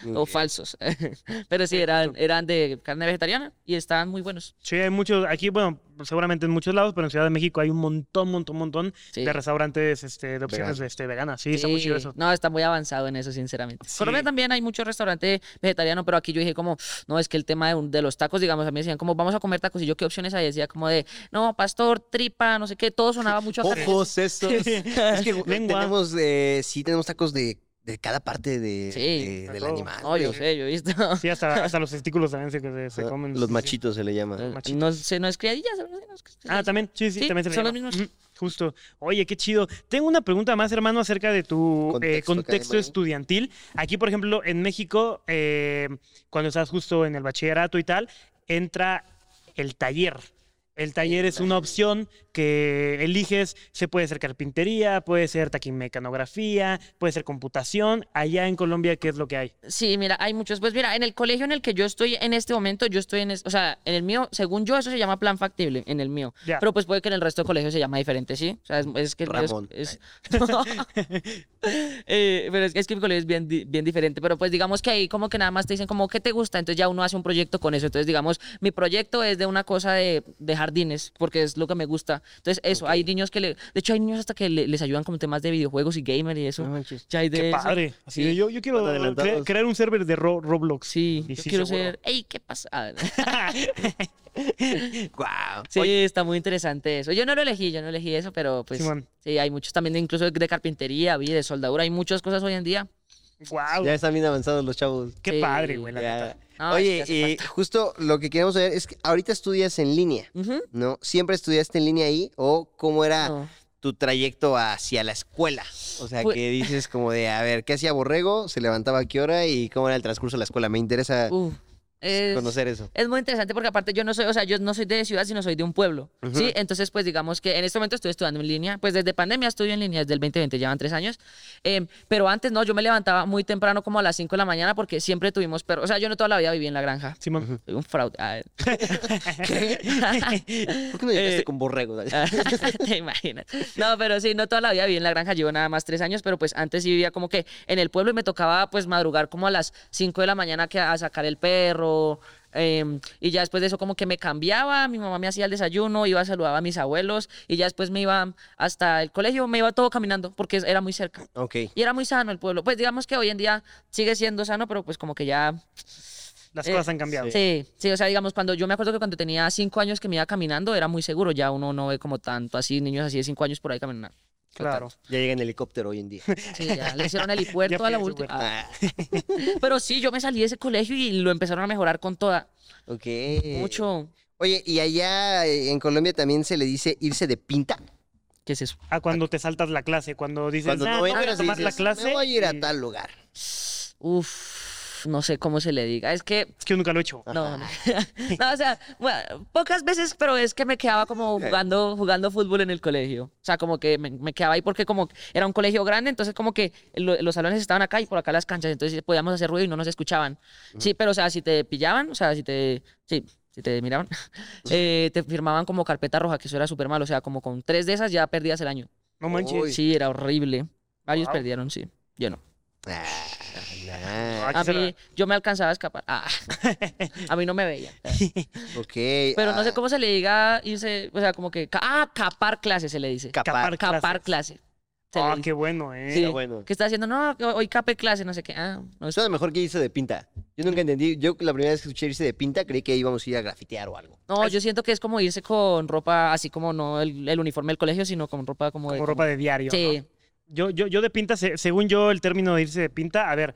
Speaker 3: *laughs* o
Speaker 1: Ok.
Speaker 3: falsos. *laughs* Pero sí, eran, eran de carne vegetariana y estaban muy buenos.
Speaker 2: *laughs* Sí, hay muchos, aquí, bueno, seguramente en muchos lados, pero en Ciudad de México hay un montón, montón, montón
Speaker 3: Sí.
Speaker 2: de restaurantes este, de opciones
Speaker 1: Veganas.
Speaker 2: este, veganas. Sí, está muy chido
Speaker 3: Sí,
Speaker 2: eso.
Speaker 3: No, está muy avanzado en eso, sinceramente.
Speaker 2: Sí.
Speaker 3: Colombia también hay muchos restaurantes vegetarianos, pero aquí yo dije como, no, es que el tema de, un- de los tacos, digamos, a mí me decían como, vamos a comer tacos, y yo qué opciones hay, decía como de, no, pastor, tripa, no sé qué, todo sonaba mucho a carne.
Speaker 1: Ojos
Speaker 3: *laughs*
Speaker 1: esos. es que güey,
Speaker 2: Lengua.
Speaker 1: tenemos, eh, sí, tenemos tacos de, de cada parte de,
Speaker 3: Sí.
Speaker 1: de-
Speaker 2: De
Speaker 1: del
Speaker 2: todo.
Speaker 1: animal.
Speaker 3: No, yo
Speaker 1: güey.
Speaker 3: sé, yo he visto.
Speaker 1: *laughs*
Speaker 2: Sí, hasta, hasta los testículos también se, se- se
Speaker 1: Ah,
Speaker 2: comen.
Speaker 1: Los
Speaker 2: sí, sí.
Speaker 1: machitos se le
Speaker 3: *laughs*
Speaker 1: llama.
Speaker 2: Machito.
Speaker 3: No sé, no es criadillas. no sé, no es-
Speaker 2: Ah, también, sí, sí,
Speaker 3: Sí,
Speaker 2: también se le
Speaker 3: son los
Speaker 2: llama.
Speaker 3: mismos.
Speaker 2: Ujú, Justo. Oye, qué chido. Tengo una pregunta más, hermano, acerca de tu eh,
Speaker 1: Contexto
Speaker 2: contexto,
Speaker 1: académico.
Speaker 2: estudiantil. Aquí, por ejemplo, en México, eh, cuando estás justo en el bachillerato y tal, entra el taller. El taller es una opción que eliges, se puede ser carpintería, puede ser taquimecanografía, puede ser computación. Allá en Colombia, ¿qué es lo que hay?
Speaker 3: Sí, mira, hay muchos. Pues mira, en el colegio en el que yo estoy en este momento, yo estoy en, es- o sea, en el mío, según yo, eso se llama plan factible, en el mío.
Speaker 2: Ya.
Speaker 3: Pero pues puede que en el resto de colegios se llama diferente, ¿sí? O sea, es, es que el mío es-
Speaker 1: Ramón.
Speaker 3: es- *laughs* Eh, pero es, que- es que mi colegio es bien, di- bien diferente. Pero pues digamos que ahí como que nada más te dicen como, ¿qué te gusta? Entonces ya uno hace un proyecto con eso. Entonces digamos, mi proyecto es de una cosa de, de jardines, porque es lo que me gusta. Entonces eso, hay niños que le... De hecho, hay niños hasta que le- les ayudan con temas de videojuegos y gamer y eso. Ya hay de
Speaker 2: Qué
Speaker 3: eso.
Speaker 2: padre. Así
Speaker 3: Sí.
Speaker 2: de, yo, yo quiero
Speaker 1: Están
Speaker 2: cre-
Speaker 1: adelantados.
Speaker 2: crear un server de Ro- Roblox.
Speaker 3: Sí,
Speaker 2: Y
Speaker 3: yo
Speaker 2: sí,
Speaker 3: quiero
Speaker 2: seguro.
Speaker 3: ser. ¡Ey, qué pasa! Ah,
Speaker 1: *laughs* Guau.
Speaker 3: sí, está muy interesante eso. Yo no lo elegí, yo no elegí eso, pero pues.
Speaker 2: Simón.
Speaker 3: Sí, hay muchos también, incluso de carpintería, vi, de soldadura, hay muchas cosas hoy en día.
Speaker 2: Guau.
Speaker 1: Ya están bien avanzados los chavos.
Speaker 2: Qué
Speaker 3: Sí.
Speaker 2: padre, güey, la
Speaker 1: Ya.
Speaker 2: neta.
Speaker 3: No,
Speaker 1: Oye,
Speaker 3: es que hace
Speaker 1: eh, justo lo que queríamos saber es que ahorita estudias en línea,
Speaker 3: Ujú.
Speaker 1: ¿no? ¿Siempre estudiaste en línea ahí o cómo era
Speaker 3: No.
Speaker 1: tu trayecto hacia la escuela? O sea,
Speaker 3: Pues-
Speaker 1: que dices como de, a ver, ¿qué hacía Borrego? ¿Se levantaba a qué hora? ¿Y cómo era el transcurso de la escuela? Me interesa
Speaker 3: Uf, es-
Speaker 1: conocer eso.
Speaker 3: Es muy interesante porque aparte yo no soy, o sea, yo no soy de ciudad, sino soy de un pueblo, ¿sí? Entonces, pues digamos que en este momento estoy estudiando en línea, pues desde pandemia estudio en línea, desde el 2020, llevan tres años, Eh, pero antes no, yo me levantaba muy temprano como a las 5 de la mañana porque siempre tuvimos perros, o sea, yo no toda la vida viví en la granja,
Speaker 2: Simón.
Speaker 3: soy un fraude. Ah, eh.
Speaker 1: ¿Por qué no llegaste
Speaker 3: Eh,
Speaker 1: con Borrego?
Speaker 3: *laughs* Te imaginas. No, pero sí, no toda la vida viví en la granja, llevo nada más tres años, pero pues antes sí vivía como que en el pueblo y me tocaba pues madrugar como a las 5 de la mañana que a sacar el perro. em, y ya después de eso como que me cambiaba, mi mamá me hacía el desayuno, iba, saludaba a mis abuelos y ya después me iba hasta el colegio, me iba todo caminando porque era muy cerca.
Speaker 1: *laughs* Ok.
Speaker 3: Y era muy sano el pueblo. Pues digamos que hoy en día sigue siendo sano, pero pues como que ya
Speaker 2: Las
Speaker 3: eh,
Speaker 2: cosas han cambiado.
Speaker 3: Sí, sí, o sea, digamos, cuando yo me acuerdo que cuando tenía cinco años que me iba caminando, era muy seguro, ya uno no ve como tanto así, niños así de cinco años por ahí caminando.
Speaker 2: Claro.
Speaker 1: Ya llega en helicóptero hoy en
Speaker 3: *laughs*
Speaker 1: día.
Speaker 3: Sí, ya
Speaker 2: *laughs*
Speaker 3: le hicieron helipuerto
Speaker 2: Ya
Speaker 3: a la
Speaker 2: fui a
Speaker 3: última.
Speaker 2: Uber.
Speaker 3: Ah. Pero sí, yo me salí de ese colegio y lo empezaron a mejorar con toda.
Speaker 1: Ok.
Speaker 3: Mucho.
Speaker 1: Oye, ¿y allá eh, en Colombia también se le dice irse de pinta?
Speaker 3: ¿Qué es eso?
Speaker 2: A cuando te saltas la clase, cuando dices,
Speaker 1: Cuando
Speaker 2: "Nah,
Speaker 1: no
Speaker 2: voy a
Speaker 1: entras y
Speaker 2: tomar
Speaker 1: dices,
Speaker 2: la clase.
Speaker 1: me voy a ir a
Speaker 2: y-
Speaker 1: tal lugar.
Speaker 3: Uf, no sé cómo se le diga. Es que
Speaker 2: Es que yo nunca lo he hecho.
Speaker 3: No, no. No, o sea, bueno, pocas veces, pero es que me quedaba como jugando, jugando fútbol en el colegio. O sea, como que me, me quedaba ahí porque como era un colegio grande, entonces como que lo- los salones estaban acá y por acá las canchas, entonces podíamos hacer ruido y no nos escuchaban. Sí, pero o sea, si te pillaban, o sea, si te... Sí, si te miraban, *laughs* eh, te firmaban como carpeta roja, que eso era súper malo. O sea, como con tres de esas ya perdías el año.
Speaker 2: No manches.
Speaker 1: Uy.
Speaker 3: Sí, era horrible. Varios
Speaker 2: Wow.
Speaker 3: perdieron, sí. Yo no.
Speaker 1: Ah, nah,
Speaker 2: Ah,
Speaker 3: A
Speaker 2: qué
Speaker 3: mí, yo me alcanzaba a escapar. Ah, *laughs* a mí no me veían.
Speaker 1: ok.
Speaker 3: Pero no sé
Speaker 1: ah,
Speaker 3: cómo se le diga irse, o sea, como que, ca- ah, capar clase se le dice.
Speaker 1: Capar.
Speaker 2: Capar.
Speaker 3: Capar clase. Se le
Speaker 2: Ah,
Speaker 3: dice.
Speaker 2: qué bueno, ¿eh?
Speaker 3: Sí.
Speaker 1: bueno.
Speaker 3: ¿Qué está haciendo? No, que hoy capé clase, no sé qué. Ah, no sé.
Speaker 1: Suena mejor que irse de pinta. Yo nunca entendí. Yo la primera vez que escuché irse de pinta creí que íbamos a ir a grafitear o algo.
Speaker 3: No, yo siento que es como irse con ropa, así como no el, el uniforme del colegio, sino con ropa como de...
Speaker 2: Como ropa de diario. ¿no?
Speaker 3: Sí,
Speaker 2: Yo, yo, yo de pinta, se- según yo, el término de irse de pinta, a ver,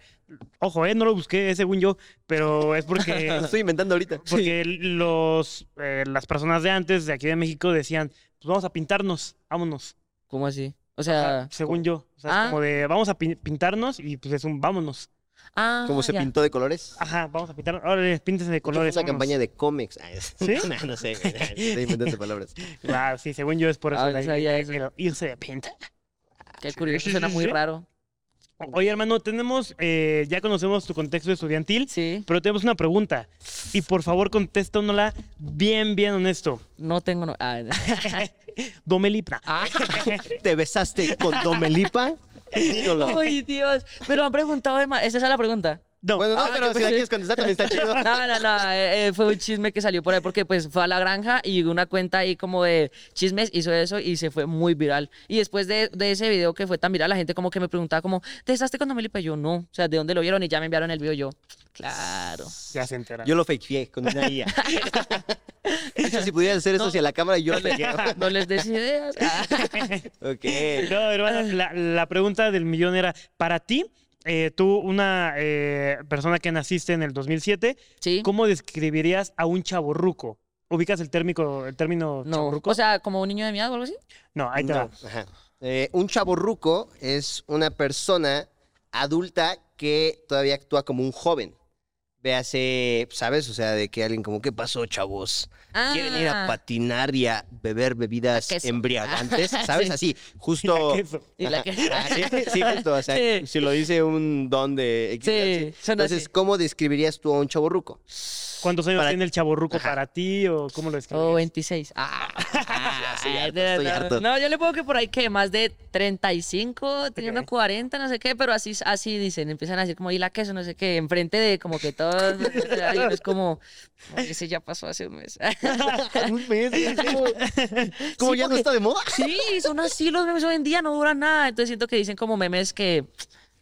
Speaker 2: ojo, ¿eh? No lo busqué, es según yo, pero es porque,
Speaker 1: Lo *laughs* estoy inventando ahorita.
Speaker 2: porque los, eh, las personas de antes, de aquí de México, decían, pues vamos a pintarnos, vámonos.
Speaker 3: ¿cómo así?
Speaker 2: O
Speaker 3: O
Speaker 2: sea,
Speaker 3: sea...
Speaker 2: según yo. O sea,
Speaker 3: Ah.
Speaker 2: es como de, vamos a pin- pintarnos y pues es un vámonos.
Speaker 3: Ah,
Speaker 1: Como se
Speaker 3: ya.
Speaker 1: pintó de colores.
Speaker 2: Ajá, vamos a pintarnos. Ahora píntense de
Speaker 1: Colores.
Speaker 2: Ah,
Speaker 1: Es una
Speaker 2: colores. vámonos.
Speaker 1: campaña de cómics. Ah, es-
Speaker 2: ¿Sí?
Speaker 1: *laughs* no, no sé.
Speaker 2: *laughs*
Speaker 1: güey, Estoy inventando palabras.
Speaker 2: Claro, sí, según yo es por eso.
Speaker 3: Ah, no
Speaker 2: la-
Speaker 3: sabía
Speaker 2: el-
Speaker 3: eso.
Speaker 2: el irse de pinta.
Speaker 3: Qué curioso,
Speaker 2: sí,
Speaker 3: suena
Speaker 2: sí,
Speaker 3: muy
Speaker 2: sí.
Speaker 3: raro.
Speaker 2: Oye, hermano, tenemos, eh, ya conocemos tu contexto estudiantil,
Speaker 3: Sí,
Speaker 2: pero tenemos una pregunta. Y por favor, contéstanosla bien, bien honesto. *laughs*
Speaker 3: no tengo... No... Ah, *laughs* no.
Speaker 2: Domelipna.
Speaker 3: Ah.
Speaker 1: ¿Te besaste con Domelipa? Dígalo.
Speaker 3: Ay, Dios. Me lo han preguntado de más. Esa es la pregunta.
Speaker 2: No.
Speaker 1: Bueno, no,
Speaker 3: Ah,
Speaker 1: pero
Speaker 3: yo
Speaker 1: si la
Speaker 3: pensé-
Speaker 1: quieres contestar también está
Speaker 2: *laughs*
Speaker 1: chido.
Speaker 3: No, no, no, eh, eh, fue un chisme que salió por ahí porque pues fue a la granja y una cuenta ahí como de chismes hizo eso y se fue muy viral. Y después de, de ese video que fue tan viral, la gente como que me preguntaba como, ¿te besaste con Domelipa? Y Yo no, o sea, ¿de dónde lo vieron? Y ya me enviaron el video yo. Claro.
Speaker 2: Ya se enteraron.
Speaker 1: Yo lo fakeé con una
Speaker 2: *laughs*
Speaker 1: IA. De hecho, si pudiera hacer eso hacia la cámara,
Speaker 2: *laughs*
Speaker 1: yo lo fakeé.
Speaker 3: No les des ideas.
Speaker 1: ok.
Speaker 2: No, hermana, la, la pregunta del millón era, para ti, eh, tú, una eh, persona que naciste en el 2007,
Speaker 3: Sí.
Speaker 2: ¿cómo describirías a un chaborruco? ¿Ubicas el término, el término
Speaker 3: No,
Speaker 2: chavorruco?
Speaker 3: o sea, como un niño de mi edad o algo así.
Speaker 2: no, ahí te
Speaker 1: No,
Speaker 2: va.
Speaker 1: ajá. Eh, un chaborruco es una persona adulta que todavía actúa como un joven. Véase, ¿sabes? O sea, de que alguien como, ¿qué pasó, chavos? Quieren ir a
Speaker 3: Ah.
Speaker 1: patinar y a beber bebidas
Speaker 3: A queso. *laughs*
Speaker 1: embriagantes, ¿sabes?
Speaker 3: Sí.
Speaker 1: Así, justo...
Speaker 2: Eso.
Speaker 3: Y la que-
Speaker 1: Ah, sí, sí, justo, o sea,
Speaker 3: Sí.
Speaker 1: si lo dice un don de...
Speaker 3: Sí, son así.
Speaker 1: Entonces, ¿cómo describirías tú a un
Speaker 3: *laughs*
Speaker 1: chaborruco?
Speaker 2: ¿Cuántos años
Speaker 1: Para-
Speaker 2: tiene el chaborruco
Speaker 1: Ajá.
Speaker 2: para ti o cómo lo describes?
Speaker 3: Oh, 26. Ah,
Speaker 1: estoy
Speaker 3: ay,
Speaker 1: harto,
Speaker 3: de
Speaker 1: estoy
Speaker 3: verdad.
Speaker 1: harto.
Speaker 3: No, yo le pongo que por ahí que más de 35, teniendo 40, no sé qué, pero así, así dicen, empiezan a decir como, y la queso, no sé qué, enfrente de como que todos. o sea, y uno es como, "Ay, ese ya pasó hace un mes.
Speaker 1: *laughs*
Speaker 3: *laughs*
Speaker 1: un mes, ¿cómo, cómo
Speaker 3: Sí,
Speaker 1: ya no
Speaker 3: porque-
Speaker 1: está de moda?
Speaker 3: sí, son así los memes hoy en día, no duran nada. Entonces siento que dicen como memes que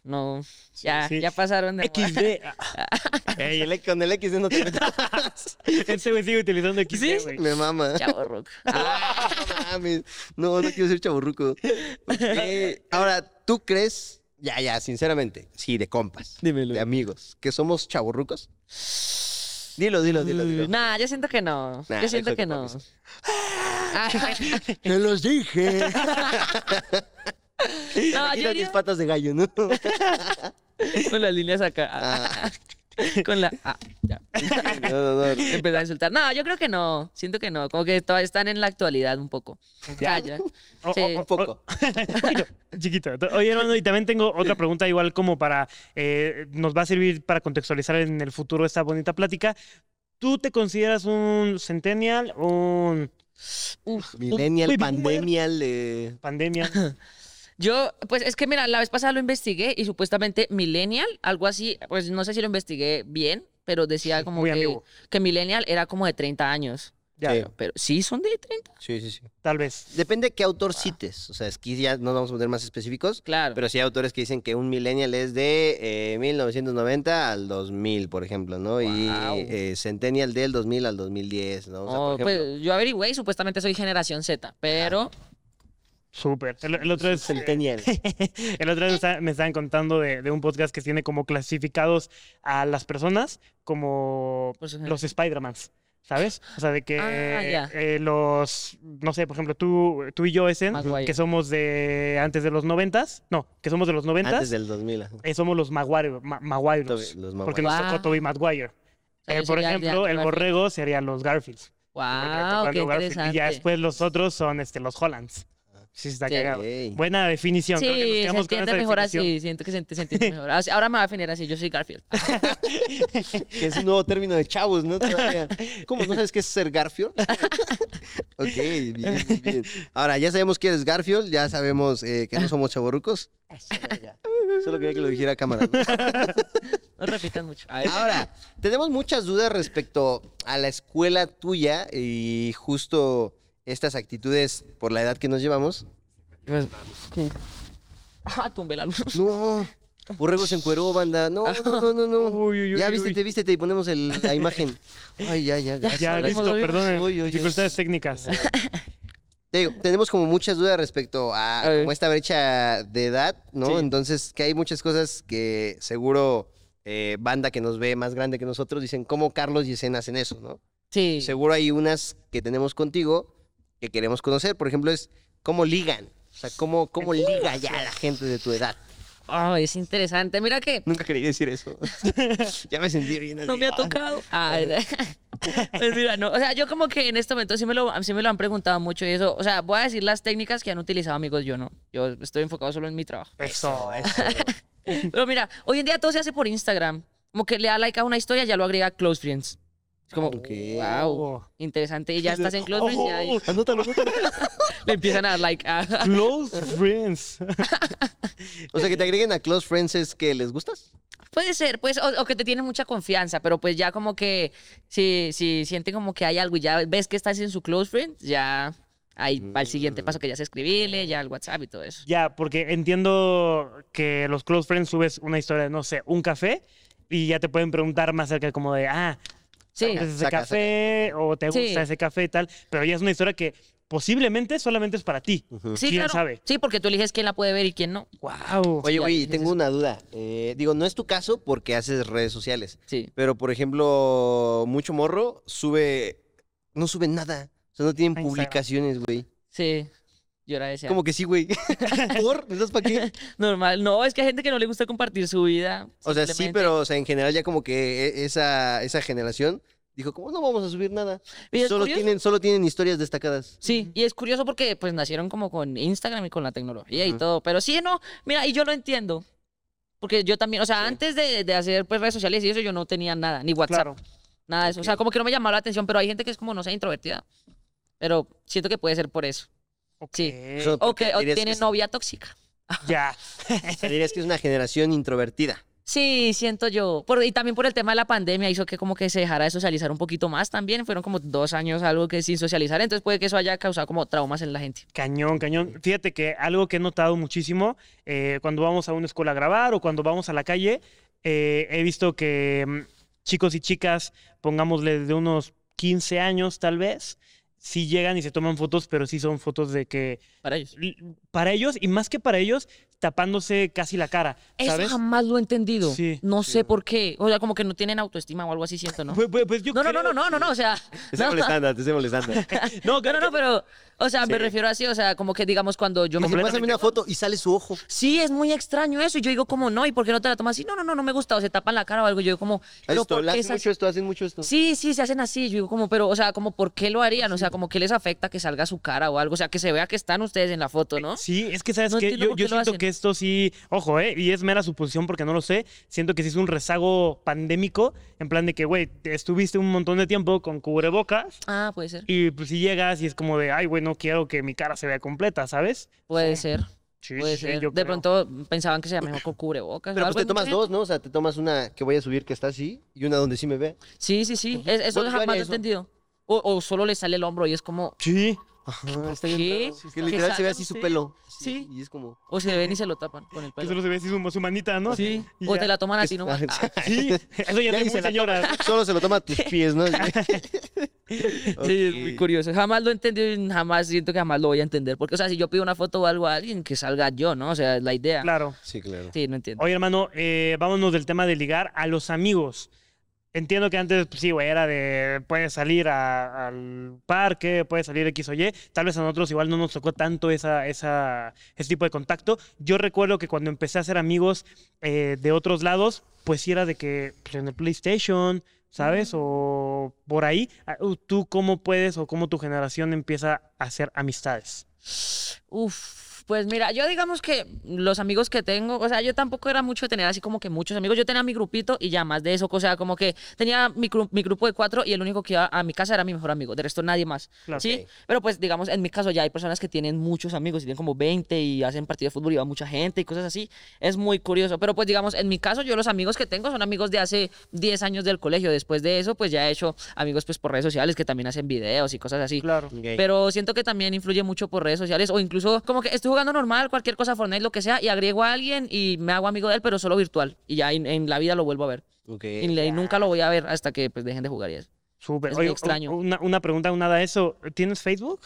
Speaker 3: no, ya,
Speaker 2: sí.
Speaker 3: ya pasaron de moda. *laughs*
Speaker 2: XD.
Speaker 1: Ey, el- con el X no te metas. *laughs*
Speaker 2: Este güey sigue utilizando XD,
Speaker 3: Sí.
Speaker 2: güey.
Speaker 1: Me mama.
Speaker 3: Chavo Rock.
Speaker 1: Ah, *laughs* no mames. No, no quiero ser chaburruco. Eh, Ahora, ¿tú crees? Ya, ya, sinceramente. Sí, de compas.
Speaker 3: Dímelo.
Speaker 1: De amigos. ¿Que somos chaburrucos. Dilo, dilo, dilo, dilo.
Speaker 3: Nah, yo siento que no.
Speaker 1: Nah,
Speaker 3: Mm, yo siento
Speaker 1: hijo de
Speaker 3: que
Speaker 1: tu
Speaker 3: no.
Speaker 1: papi.
Speaker 3: *laughs* Ah.
Speaker 1: Te los dije. *laughs*
Speaker 3: No,
Speaker 1: Imagino
Speaker 3: yo
Speaker 1: diez
Speaker 3: diría
Speaker 1: patas de gallo,
Speaker 3: *laughs*
Speaker 1: ¿no?
Speaker 3: con las líneas *laughs* acá.
Speaker 1: Ah.
Speaker 3: Con la. ah, ya.
Speaker 1: No, no, no.
Speaker 3: Empezar a insultar. No, yo creo que no. Siento que no. Como que todavía están en la actualidad un poco. Ya, ya.
Speaker 2: O-
Speaker 3: Sí.
Speaker 2: o-
Speaker 1: Un poco.
Speaker 3: *laughs*
Speaker 2: Poquito, chiquito. Oye, hermano, y también tengo otra pregunta igual como para, eh, nos va a servir para contextualizar en el futuro esta bonita plática. ¿Tú te consideras un centennial, un
Speaker 1: Millennial,
Speaker 2: Uy, boomer.
Speaker 1: pandemial. eh,
Speaker 3: *laughs*
Speaker 2: pandemia?
Speaker 3: Yo, pues es que mira, la vez pasada lo investigué y supuestamente Millennial, algo así, pues no sé si lo investigué bien, pero decía como
Speaker 2: muy
Speaker 3: que,
Speaker 2: ambiguo.
Speaker 3: que Millennial era como de 30 años.
Speaker 1: Ya.
Speaker 3: Pero, pero sí son de 30.
Speaker 1: Sí, sí, sí.
Speaker 2: Tal vez.
Speaker 1: Depende qué autor
Speaker 3: Ah.
Speaker 1: cites. O sea, es que ya no vamos a poner más específicos.
Speaker 3: Claro.
Speaker 1: Pero sí hay autores que dicen que un millennial es de eh, 1990 al 2000, por ejemplo, ¿no? Y
Speaker 3: Guau.
Speaker 1: eh, centennial del 2000 al 2010, ¿no? O sea,
Speaker 3: Oh,
Speaker 1: por ejemplo, Ah.
Speaker 3: pues yo averigüé y supuestamente soy generación Z, pero
Speaker 2: Súper. El, el otro
Speaker 3: pues,
Speaker 2: es,
Speaker 1: centennial.
Speaker 2: el otro día me, está- me estaban contando de, de un podcast que tiene como clasificados a las personas como
Speaker 3: Por su género.
Speaker 2: los Spider-Mans. ¿Sabes? O sea, de que
Speaker 3: Ah, ya.
Speaker 2: eh, los, no sé, por ejemplo, tú, tú y yo, Essen,
Speaker 3: Maguire.
Speaker 2: que somos de antes de los noventas, no, que somos de los
Speaker 1: Antes
Speaker 2: noventas,
Speaker 1: del 2000. ajá.
Speaker 2: eh, somos los Maguire, ma- Maguiros,
Speaker 1: Toby- los Maguire.
Speaker 2: porque nos
Speaker 3: Maguire.
Speaker 2: tocó Toby Maguire.
Speaker 3: Ah. sea,
Speaker 2: Eh,
Speaker 3: yo
Speaker 2: por
Speaker 3: sería de
Speaker 2: ejemplo, el
Speaker 3: Andrew Garfield.
Speaker 2: borrego serían los Garfields. porque me
Speaker 3: wow,
Speaker 2: tocó
Speaker 3: qué
Speaker 2: Andrew Garfield,
Speaker 3: interesante.
Speaker 2: Y ya después los otros son este, los Hollands. Sí, está
Speaker 3: Sí.
Speaker 2: cagado.
Speaker 1: Ok.
Speaker 2: Buena definición.
Speaker 3: Sí,
Speaker 2: creo que nos
Speaker 3: se
Speaker 2: quedamos con
Speaker 3: entiende
Speaker 2: esa
Speaker 3: mejor
Speaker 2: definición.
Speaker 3: así. Siento que se, se entiende mejor. Así- Ahora me va a definir así. Yo soy Garfield.
Speaker 1: Que es un nuevo término de chavos, ¿no? Todavía. ¿Cómo? ¿No sabes qué es ser
Speaker 3: *laughs*
Speaker 1: Garfield? ok, bien, bien, bien. Ahora, ya sabemos quién es Garfield, ya sabemos eh, que no somos chavorrucos. Solo quería que lo dijera a cámara. ¿no?
Speaker 3: No
Speaker 1: *laughs*
Speaker 3: repitan mucho.
Speaker 1: Ahora, tenemos muchas dudas respecto a la escuela tuya y justo estas actitudes por la edad que nos llevamos.
Speaker 3: Ah, tumbé la luz.
Speaker 1: No, Borrego se encueró, banda. No, no, no, no. no.
Speaker 2: *laughs* Uy, uy, uy,
Speaker 1: ya
Speaker 2: uy,
Speaker 1: vístete, vístete y ponemos el- la imagen. Ay, ya, ya. gracias.
Speaker 2: Ya,
Speaker 3: Hablemos
Speaker 2: listo,
Speaker 3: de-
Speaker 2: perdón.
Speaker 1: Uy, uy, uy.
Speaker 2: Dificultades
Speaker 1: *laughs*
Speaker 2: técnicas.
Speaker 1: Te digo, tenemos como muchas dudas respecto a
Speaker 3: A ver.
Speaker 1: como esta brecha de edad, ¿no?
Speaker 2: Sí.
Speaker 1: Entonces, que hay muchas cosas que seguro eh, banda que nos ve más grande que nosotros dicen, ¿cómo Carlos y Escena hacen eso, no?
Speaker 3: Sí.
Speaker 1: Seguro hay unas que tenemos contigo que queremos conocer. Por ejemplo, es cómo ligan. O sea, cómo, cómo liga ya la gente de tu edad. *laughs*
Speaker 3: Ah, es interesante. Mira que
Speaker 1: Nunca quería decir
Speaker 3: *laughs*
Speaker 1: eso. ya me sentí bien así.
Speaker 3: no me ha tocado. Ay, *laughs* pues mira, no. O sea, yo como que en este momento sí me, lo, sí me lo han preguntado mucho y eso. O sea, voy a decir las técnicas que han utilizado amigos. Yo no. Yo estoy enfocado solo en mi trabajo.
Speaker 2: Eso, eso.
Speaker 3: *laughs* Pero mira, hoy en día todo se hace por Instagram. Como que le da like a una historia, ya lo agrega a Close Friends. Es como,
Speaker 1: Ok.
Speaker 3: wow, interesante. Y ya estás en Close Friends, ya ahí
Speaker 1: Ah, Anótalo, anótalo.
Speaker 3: *laughs* le empiezan a dar like a...
Speaker 2: Close friends.
Speaker 1: O sea, que te agreguen a Close Friends es que les gustas.
Speaker 3: Puede ser, pues, o, o que te tienen mucha confianza, pero pues ya como que si, si sienten como que hay algo y ya ves que estás en su close friend, ya ahí va el siguiente paso que ya es escribirle, ya el WhatsApp y todo eso.
Speaker 2: Ya, porque entiendo que los close friends subes una historia de, no sé, un café y ya te pueden preguntar más acerca como de, ah,
Speaker 3: Sí.
Speaker 2: ¿te gusta ese
Speaker 1: Saca,
Speaker 2: café o te
Speaker 3: Sí.
Speaker 2: gusta ese café y tal, pero ya es una historia que posiblemente solamente es para ti.
Speaker 3: Sí,
Speaker 2: ¿Quién
Speaker 3: claro.
Speaker 2: sabe?
Speaker 3: Sí, porque tú eliges quién la puede ver y quién no.
Speaker 2: Wow.
Speaker 1: Oye,
Speaker 3: Ya,
Speaker 1: güey,
Speaker 3: tienes
Speaker 1: tengo
Speaker 3: eso.
Speaker 1: una duda. Eh, digo, no es tu caso porque haces redes sociales.
Speaker 3: Sí.
Speaker 1: Pero, por ejemplo, mucho morro sube. No sube nada. O sea, no tienen
Speaker 2: A Instagram.
Speaker 1: publicaciones, güey.
Speaker 3: Sí. Yo era ese.
Speaker 1: Como que sí,
Speaker 3: *laughs*
Speaker 1: güey. *laughs* ¿Por? ¿No para qué?
Speaker 3: Normal. No, es que hay gente que no le gusta compartir su vida.
Speaker 1: O sea, sí,
Speaker 3: simplemente.
Speaker 1: pero o sea, en general ya como que e- esa, esa generación dijo, como no vamos a subir nada.
Speaker 3: Y es
Speaker 1: Solo
Speaker 3: curioso.
Speaker 1: tienen, solo tienen historias
Speaker 3: *laughs*
Speaker 1: destacadas.
Speaker 3: Sí, y es curioso porque pues nacieron como con Instagram y con la tecnología y todo, pero sí, no, mira, y yo lo entiendo. Porque yo también, o sea, antes de, de hacer pues redes sociales y eso, yo no tenía nada, ni WhatsApp,
Speaker 2: Claro.
Speaker 3: nada de eso. O sea, como que no me llamaba la atención, pero hay gente que es como, no sé, introvertida. Pero siento que puede ser por eso. Sí.
Speaker 1: Eso-
Speaker 3: O
Speaker 1: porque
Speaker 3: que o
Speaker 1: dirías
Speaker 3: tiene
Speaker 1: que es-
Speaker 3: novia tóxica.
Speaker 2: Ya.
Speaker 1: O sea, dirías que es una generación introvertida.
Speaker 3: Sí, siento yo. Por- y también por el tema de la pandemia hizo que como que se dejara de socializar un poquito más también. Fueron como dos años algo que sin socializar, entonces puede que eso haya causado como traumas en la gente.
Speaker 2: Cañón, cañón. Fíjate que algo que he notado muchísimo eh, cuando vamos a una escuela a grabar o cuando vamos a la calle, eh, he visto que mm, chicos y chicas, pongámosle de unos 15 años tal vez, sí llegan y se toman fotos, pero sí son fotos de que
Speaker 3: Para ellos.
Speaker 2: l- para ellos y más que para ellos, tapándose casi la cara,
Speaker 3: Eso
Speaker 2: ¿sabes?
Speaker 3: jamás lo he entendido.
Speaker 2: Sí.
Speaker 3: no sé por qué. O sea, como que no tienen autoestima o algo así, siento, ¿no?
Speaker 2: Pues- pues- pues yo
Speaker 3: No, no, no,
Speaker 2: creo-
Speaker 3: no, no, no, no, o sea.
Speaker 1: Te estoy
Speaker 3: No, no,
Speaker 1: molestando, te estoy molestando.
Speaker 2: No, que-
Speaker 3: *laughs* no, no, pero. O sea, me
Speaker 1: Sí.
Speaker 3: refiero así, o sea, como que digamos cuando yo me.
Speaker 1: Dice, Pásame una foto y sale su ojo.
Speaker 3: Sí, es muy extraño eso. Y yo digo, como no, ¿y por qué no te la tomas así? No, no, no, no me gusta. O se tapan la cara o algo. Yo digo, como. ¿pero
Speaker 1: Esto,
Speaker 3: por
Speaker 1: le
Speaker 3: qué
Speaker 1: hacen
Speaker 3: es así?
Speaker 1: mucho esto, hacen mucho esto.
Speaker 3: Sí, sí, se hacen así. Yo digo, como, pero, o sea, como, ¿por qué lo harían? O sea, como que les afecta que salga su cara o algo. O sea, que se vea que están ustedes en la foto, ¿no?
Speaker 2: Sí, es que sabes
Speaker 3: No
Speaker 2: que
Speaker 3: entiendo
Speaker 2: yo,
Speaker 3: por
Speaker 2: yo
Speaker 3: qué lo
Speaker 2: siento
Speaker 3: hacen.
Speaker 2: que esto sí, ojo, eh, y es mera suposición porque no lo sé, siento que sí es un rezago pandémico, en plan de que, güey, te estuviste un montón de tiempo con cubrebocas
Speaker 3: Ah, puede ser.
Speaker 2: y pues si llegas y es como de, ay, güey, no quiero que mi cara se vea completa, ¿sabes?
Speaker 3: Puede ser.
Speaker 2: Sí,
Speaker 3: Puede
Speaker 2: sí,
Speaker 3: ser.
Speaker 2: yo
Speaker 3: De
Speaker 2: creo.
Speaker 3: pronto pensaban que se mejor con cubrebocas. o
Speaker 1: Pero pues
Speaker 3: algo,
Speaker 1: te
Speaker 3: hay
Speaker 1: tomas
Speaker 3: mucha
Speaker 1: dos, ¿no? O sea, te tomas una que voy a subir que está así y una donde sí me ve.
Speaker 3: Sí, sí, sí. Es- eso
Speaker 1: Bueno, yo
Speaker 3: jamás
Speaker 1: haría
Speaker 3: lo he
Speaker 1: eso.
Speaker 3: entendido. O, o solo le sale el hombro y es como,
Speaker 2: Sí.
Speaker 1: Ajá, está
Speaker 3: ¿qué?
Speaker 1: raro. Que literal se ve
Speaker 3: salgan
Speaker 1: así su
Speaker 3: ustedes.
Speaker 1: pelo.
Speaker 3: Sí.
Speaker 1: Y es como...
Speaker 3: O se ven y se lo tapan con el
Speaker 2: Que
Speaker 3: pelo.
Speaker 2: solo se ve así su, su manita, ¿no?
Speaker 3: Sí.
Speaker 2: Y
Speaker 3: O
Speaker 2: ya.
Speaker 3: te la
Speaker 1: *laughs*
Speaker 3: toman así, ¿no? *laughs*
Speaker 2: Sí, eso ya,
Speaker 1: Ya
Speaker 2: es de
Speaker 1: ni
Speaker 2: muy
Speaker 1: se la
Speaker 2: señora.
Speaker 1: Ah, Solo se lo toma a tus pies, ¿no?
Speaker 3: Ah.
Speaker 2: *laughs*
Speaker 3: Sí, es muy curioso. Jamás lo he entendido y jamás siento que jamás lo voy a entender. Porque, o sea, si yo pido una foto o algo a alguien, que salga yo, ¿no? O sea, es la idea.
Speaker 2: Claro.
Speaker 1: Sí, claro.
Speaker 3: Sí, no entiendo.
Speaker 2: Oye, hermano, eh, vámonos del tema de ligar a los amigos. Entiendo que antes, pues, sí, güey, era de puedes salir a- al parque, puedes salir X o Y. Tal vez a nosotros igual no nos tocó tanto esa, esa, ese tipo de contacto. Yo recuerdo que cuando empecé a hacer amigos eh, de otros lados, pues sí era de que pues, en el PlayStation, ¿sabes? O por ahí. Ah, ¿Tú cómo puedes o cómo tu generación empieza a hacer amistades?
Speaker 3: Uf, pues mira, yo digamos que los amigos que tengo, o sea, yo tampoco era mucho de tener así como que muchos amigos. Yo tenía mi grupito y ya más de eso, o sea, como que tenía mi, gru- mi grupo de cuatro y el único que iba a mi casa era mi mejor amigo. De resto, nadie más.
Speaker 2: Claro.
Speaker 3: Sí, pero pues digamos, en mi caso ya hay personas que tienen muchos amigos y tienen como 20 y hacen partido de fútbol y va mucha gente y cosas así. Es muy curioso. Pero pues digamos, en mi caso, yo los amigos que tengo son amigos de hace 10 años del colegio. Después de eso, pues ya he hecho amigos pues por redes sociales que también hacen videos y cosas así.
Speaker 2: Claro.
Speaker 3: Pero siento que también influye mucho por redes sociales o incluso como que estoy jugando normal, cualquier cosa, Fortnite, lo que sea, y agrego a alguien y me hago amigo de él, pero solo virtual. Y ya en, en la vida lo vuelvo a ver. Y, le- y nunca lo voy a ver hasta que pues, dejen de jugar y eso.
Speaker 2: Súper.
Speaker 3: Es muy
Speaker 2: Oye,
Speaker 3: extraño.
Speaker 2: Una, una pregunta, nada de eso. ¿Tienes Facebook?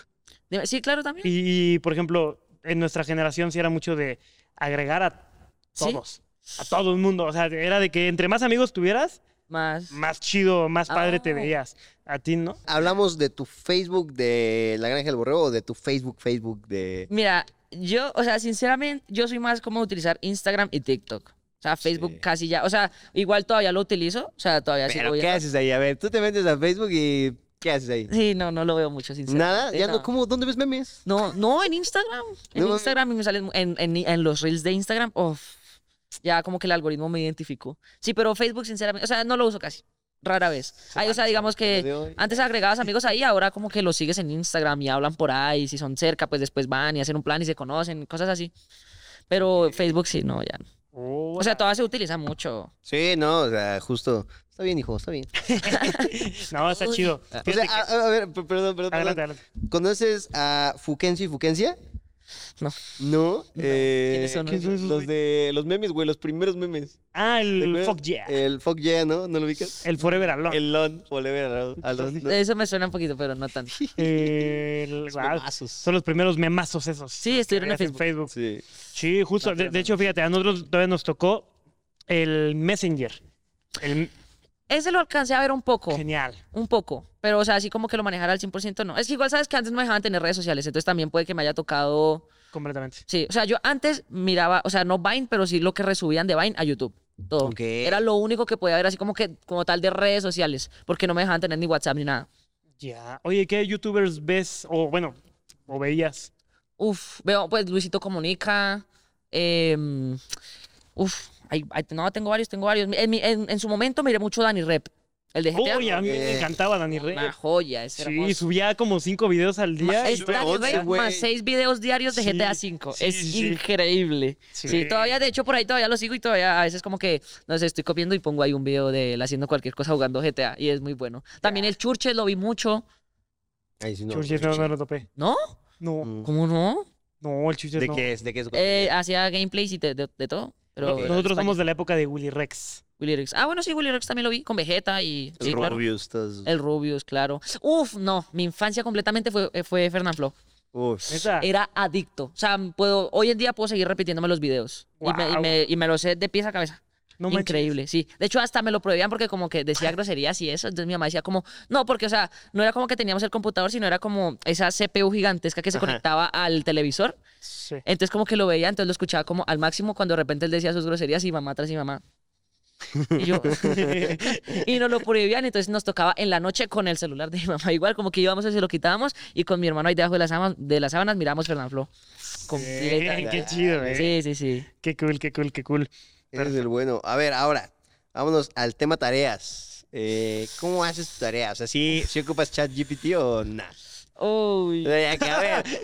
Speaker 3: Dime- Sí, claro, también.
Speaker 2: Y, por ejemplo, en nuestra generación sí era mucho de agregar a
Speaker 3: Sí.
Speaker 2: todos. A todo el mundo. O sea, era de que entre más amigos tuvieras,
Speaker 3: Más.
Speaker 2: más chido, más padre te
Speaker 3: Ah.
Speaker 2: veías. A ti, ¿no?
Speaker 1: Hablamos de tu Facebook de La Granja del Borrego o de tu Facebook, Facebook de...
Speaker 3: Mira, yo, o sea, sinceramente, yo soy más como de utilizar Instagram y TikTok. O sea, Facebook
Speaker 1: Sí.
Speaker 3: casi ya. O sea, igual todavía lo utilizo. O sea, todavía sí
Speaker 1: Pero,
Speaker 3: voy a-
Speaker 1: ¿qué haces ahí? A ver, tú te metes a Facebook y... ¿Qué haces
Speaker 2: *laughs*
Speaker 1: ahí?
Speaker 3: Sí, no, no lo veo mucho, sinceramente.
Speaker 1: Nada, ya no,
Speaker 3: no.
Speaker 1: ¿cómo? ¿Dónde ves memes?
Speaker 3: No, no, en Instagram. En
Speaker 1: No,
Speaker 3: Instagram y me salen en, en- en los reels de Instagram. Uf, ya como que el algoritmo me identificó. Sí, pero Facebook, sinceramente, o sea, no lo uso casi. Rara vez. Ahí, o sea, digamos
Speaker 1: ah, de
Speaker 3: que
Speaker 1: hoy.
Speaker 3: antes agregabas amigos ahí, ahora como que los sigues en Instagram y hablan por ahí. Si son cerca, pues después van y hacen un plan y se conocen, cosas así. Pero Facebook sí, no, ya. no. O sea, todavía se utiliza mucho.
Speaker 1: Sí, no, o sea, justo. Está bien, hijo, está bien.
Speaker 2: no, está chido.
Speaker 1: O sea,
Speaker 2: Fíjate que-
Speaker 3: ah,
Speaker 1: a, a- a ver, p- perdón, perdón.
Speaker 2: adelante,
Speaker 1: perdón.
Speaker 2: adelante.
Speaker 1: ¿Conoces a Fuquencio y Fuquencia?
Speaker 3: No.
Speaker 1: No. eh,
Speaker 3: ¿Quiénes son
Speaker 1: ¿quiénes
Speaker 2: esos,
Speaker 1: Los de los memes, güey, los primeros memes.
Speaker 2: Ah,
Speaker 1: ¿Te
Speaker 2: el
Speaker 1: acuerdas?
Speaker 2: fuck yeah.
Speaker 1: El fuck yeah, ¿no? ¿No lo ubicas?
Speaker 2: El Forever Alone. El,
Speaker 1: eh, El lon, volver a los.
Speaker 3: Eso me suena un poquito, pero no
Speaker 1: *laughs*
Speaker 3: tanto.
Speaker 2: guau, Son los primeros memazos esos.
Speaker 3: Sí, estuvieron en
Speaker 2: que habías
Speaker 3: Facebook.
Speaker 1: Sí.
Speaker 2: Sí, justo. De, de hecho, fíjate, a nosotros todavía nos tocó el Messenger. El-
Speaker 3: Ese lo alcancé a ver un poco.
Speaker 2: Genial.
Speaker 3: Un poco, pero o sea, así como que lo manejara al 100% no. Es que igual sabes que antes no me dejaban tener redes sociales, entonces también puede que me haya tocado...
Speaker 2: Completamente.
Speaker 3: Sí, o sea, yo antes miraba, o sea, no Vine, pero sí lo que resubían de Vine a YouTube. Todo.
Speaker 1: Ok.
Speaker 3: Era lo único que podía ver así como que como tal de redes sociales, porque no me dejaban tener ni WhatsApp ni nada.
Speaker 2: Ya. Oye, ¿qué youtubers ves? O bueno, o veías.
Speaker 3: Uf, veo pues Luisito Comunica. em, uf, hay- hay- no, tengo varios, tengo varios. En, mi- en- en su momento miré mucho Dani Rep, el de GTA.
Speaker 2: Oye, a mí me
Speaker 1: Eh,
Speaker 2: encantaba Dani Rey.
Speaker 3: una joya, ese
Speaker 2: Sí,
Speaker 3: hermoso.
Speaker 2: subía como cinco videos al día.
Speaker 3: Ma- es
Speaker 1: pero
Speaker 3: Dani
Speaker 1: once,
Speaker 3: Rep más
Speaker 1: güey.
Speaker 3: seis videos diarios de
Speaker 2: Sí,
Speaker 3: GTA V.
Speaker 2: sí,
Speaker 3: es
Speaker 2: sí.
Speaker 3: increíble.
Speaker 2: Sí.
Speaker 3: Sí. todavía, de hecho, por ahí todavía lo sigo y todavía a veces como que, no sé, estoy copiando y pongo ahí un video de él haciendo cualquier cosa jugando GTA y es muy bueno. También el Churches lo vi mucho,
Speaker 1: Ahí sí no.
Speaker 2: Churches, no, no lo topé.
Speaker 3: ¿no?
Speaker 2: No,
Speaker 1: Mm.
Speaker 3: ¿Cómo no?
Speaker 2: no, el Churches
Speaker 1: ¿De
Speaker 2: no.
Speaker 1: qué es? ¿De qué es?
Speaker 3: Eh, hacía gameplays y de, de- de todo. Pero
Speaker 1: Ok.
Speaker 3: era
Speaker 2: Nosotros
Speaker 3: España.
Speaker 2: somos de la época de Willy Rex.
Speaker 3: Willy Rex. Ah, bueno, sí, Willy Rex también lo vi con Vegeta y... sí, claro. Eh,
Speaker 1: Rubius, todos-
Speaker 3: El Rubius, claro. Uf, no, mi infancia completamente fue, eh, fue Fernán Flo.
Speaker 1: Uf.
Speaker 2: Neta.
Speaker 3: Era adicto. O sea, puedo, hoy en día puedo seguir repitiéndome los videos. Y, me, y
Speaker 2: Guau.
Speaker 3: me- y me los sé de pies a cabeza.
Speaker 2: No manches.
Speaker 3: Increíble, sí. De hecho, hasta me lo prohibían porque como que decía groserías y eso. Entonces mi mamá decía como, no, porque, o sea, no era como que teníamos el computador, sino era como esa CPU gigantesca que se
Speaker 1: Ajá.
Speaker 3: conectaba al televisor.
Speaker 2: Sí.
Speaker 3: Entonces como que lo veía, entonces lo escuchaba como al máximo cuando de repente él decía sus groserías y mamá tras y mamá. Y yo, *laughs* y nos lo prohibían, entonces nos tocaba en la noche con el celular de mi mamá. Igual como que íbamos y se lo quitábamos y con mi hermano ahí debajo de las, sábanas- de las sábanas miramos Fernanfloo.
Speaker 2: Bien, qué chido, eh.
Speaker 3: Sí, sí, sí.
Speaker 2: Qué cool, qué cool, qué cool.
Speaker 1: Eres el bueno. A ver, ahora, vámonos al tema tareas. Eh, ¿Cómo haces tu tarea? O sea, ¿sí, sí ocupas ChatGPT o nada?
Speaker 3: Uy.
Speaker 1: A ver,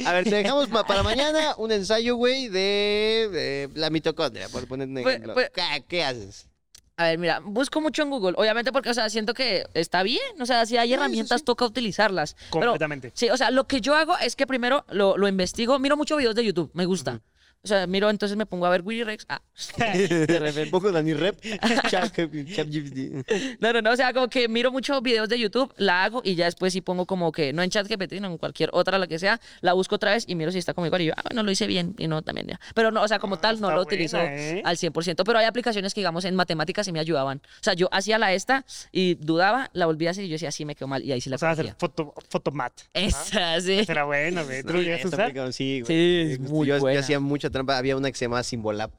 Speaker 1: a ver, te dejamos ma- para mañana un ensayo, güey, de, de la mitocondria, por poner un
Speaker 3: Pues-
Speaker 1: ejemplo.
Speaker 3: pues-
Speaker 1: ¿Qué, qué haces?
Speaker 3: A ver, mira, busco mucho en Google, obviamente porque, o sea, siento que está bien, o sea, si hay herramientas, toca utilizarlas. Pero,
Speaker 2: Completamente.
Speaker 3: sí, o sea, lo que yo hago es que primero lo, lo investigo, miro muchos videos de YouTube, me gusta. O sea, miro, entonces me pongo a ver Willy Rex. Ah, *laughs* *laughs* de repente.
Speaker 1: Pongo Dani Rep, Chat- ChatGPT.
Speaker 3: No, no, no, o sea, como que miro muchos videos de YouTube, la hago y ya después sí pongo como que, no en chat GPT, sino en cualquier otra, la que sea, la busco otra vez y miro si está como igual y yo, ah, bueno, lo hice bien y no, también ya. Pero no, o sea, como tal, no
Speaker 2: Ah, está
Speaker 3: lo utilizo
Speaker 2: buena, ¿eh?
Speaker 3: al 100%, pero hay aplicaciones que, digamos, en matemáticas sí me ayudaban. O sea, yo hacía la esta y dudaba, la volvía a hacer y yo decía, sí, me quedó mal y ahí sí la
Speaker 2: O sea, hacer
Speaker 3: cogía.
Speaker 2: foto, fotomat.
Speaker 3: Esa, sí.
Speaker 2: Será bueno,
Speaker 3: *laughs*
Speaker 2: güey. ¿Tú lo llegas a
Speaker 1: Esta
Speaker 2: usar?
Speaker 1: aplicación, Sí, güey.
Speaker 3: Sí, es
Speaker 1: Yo-
Speaker 3: muy
Speaker 1: yo,
Speaker 3: buena.
Speaker 1: hacía mucha trampa. Había una que se llamaba Simbolab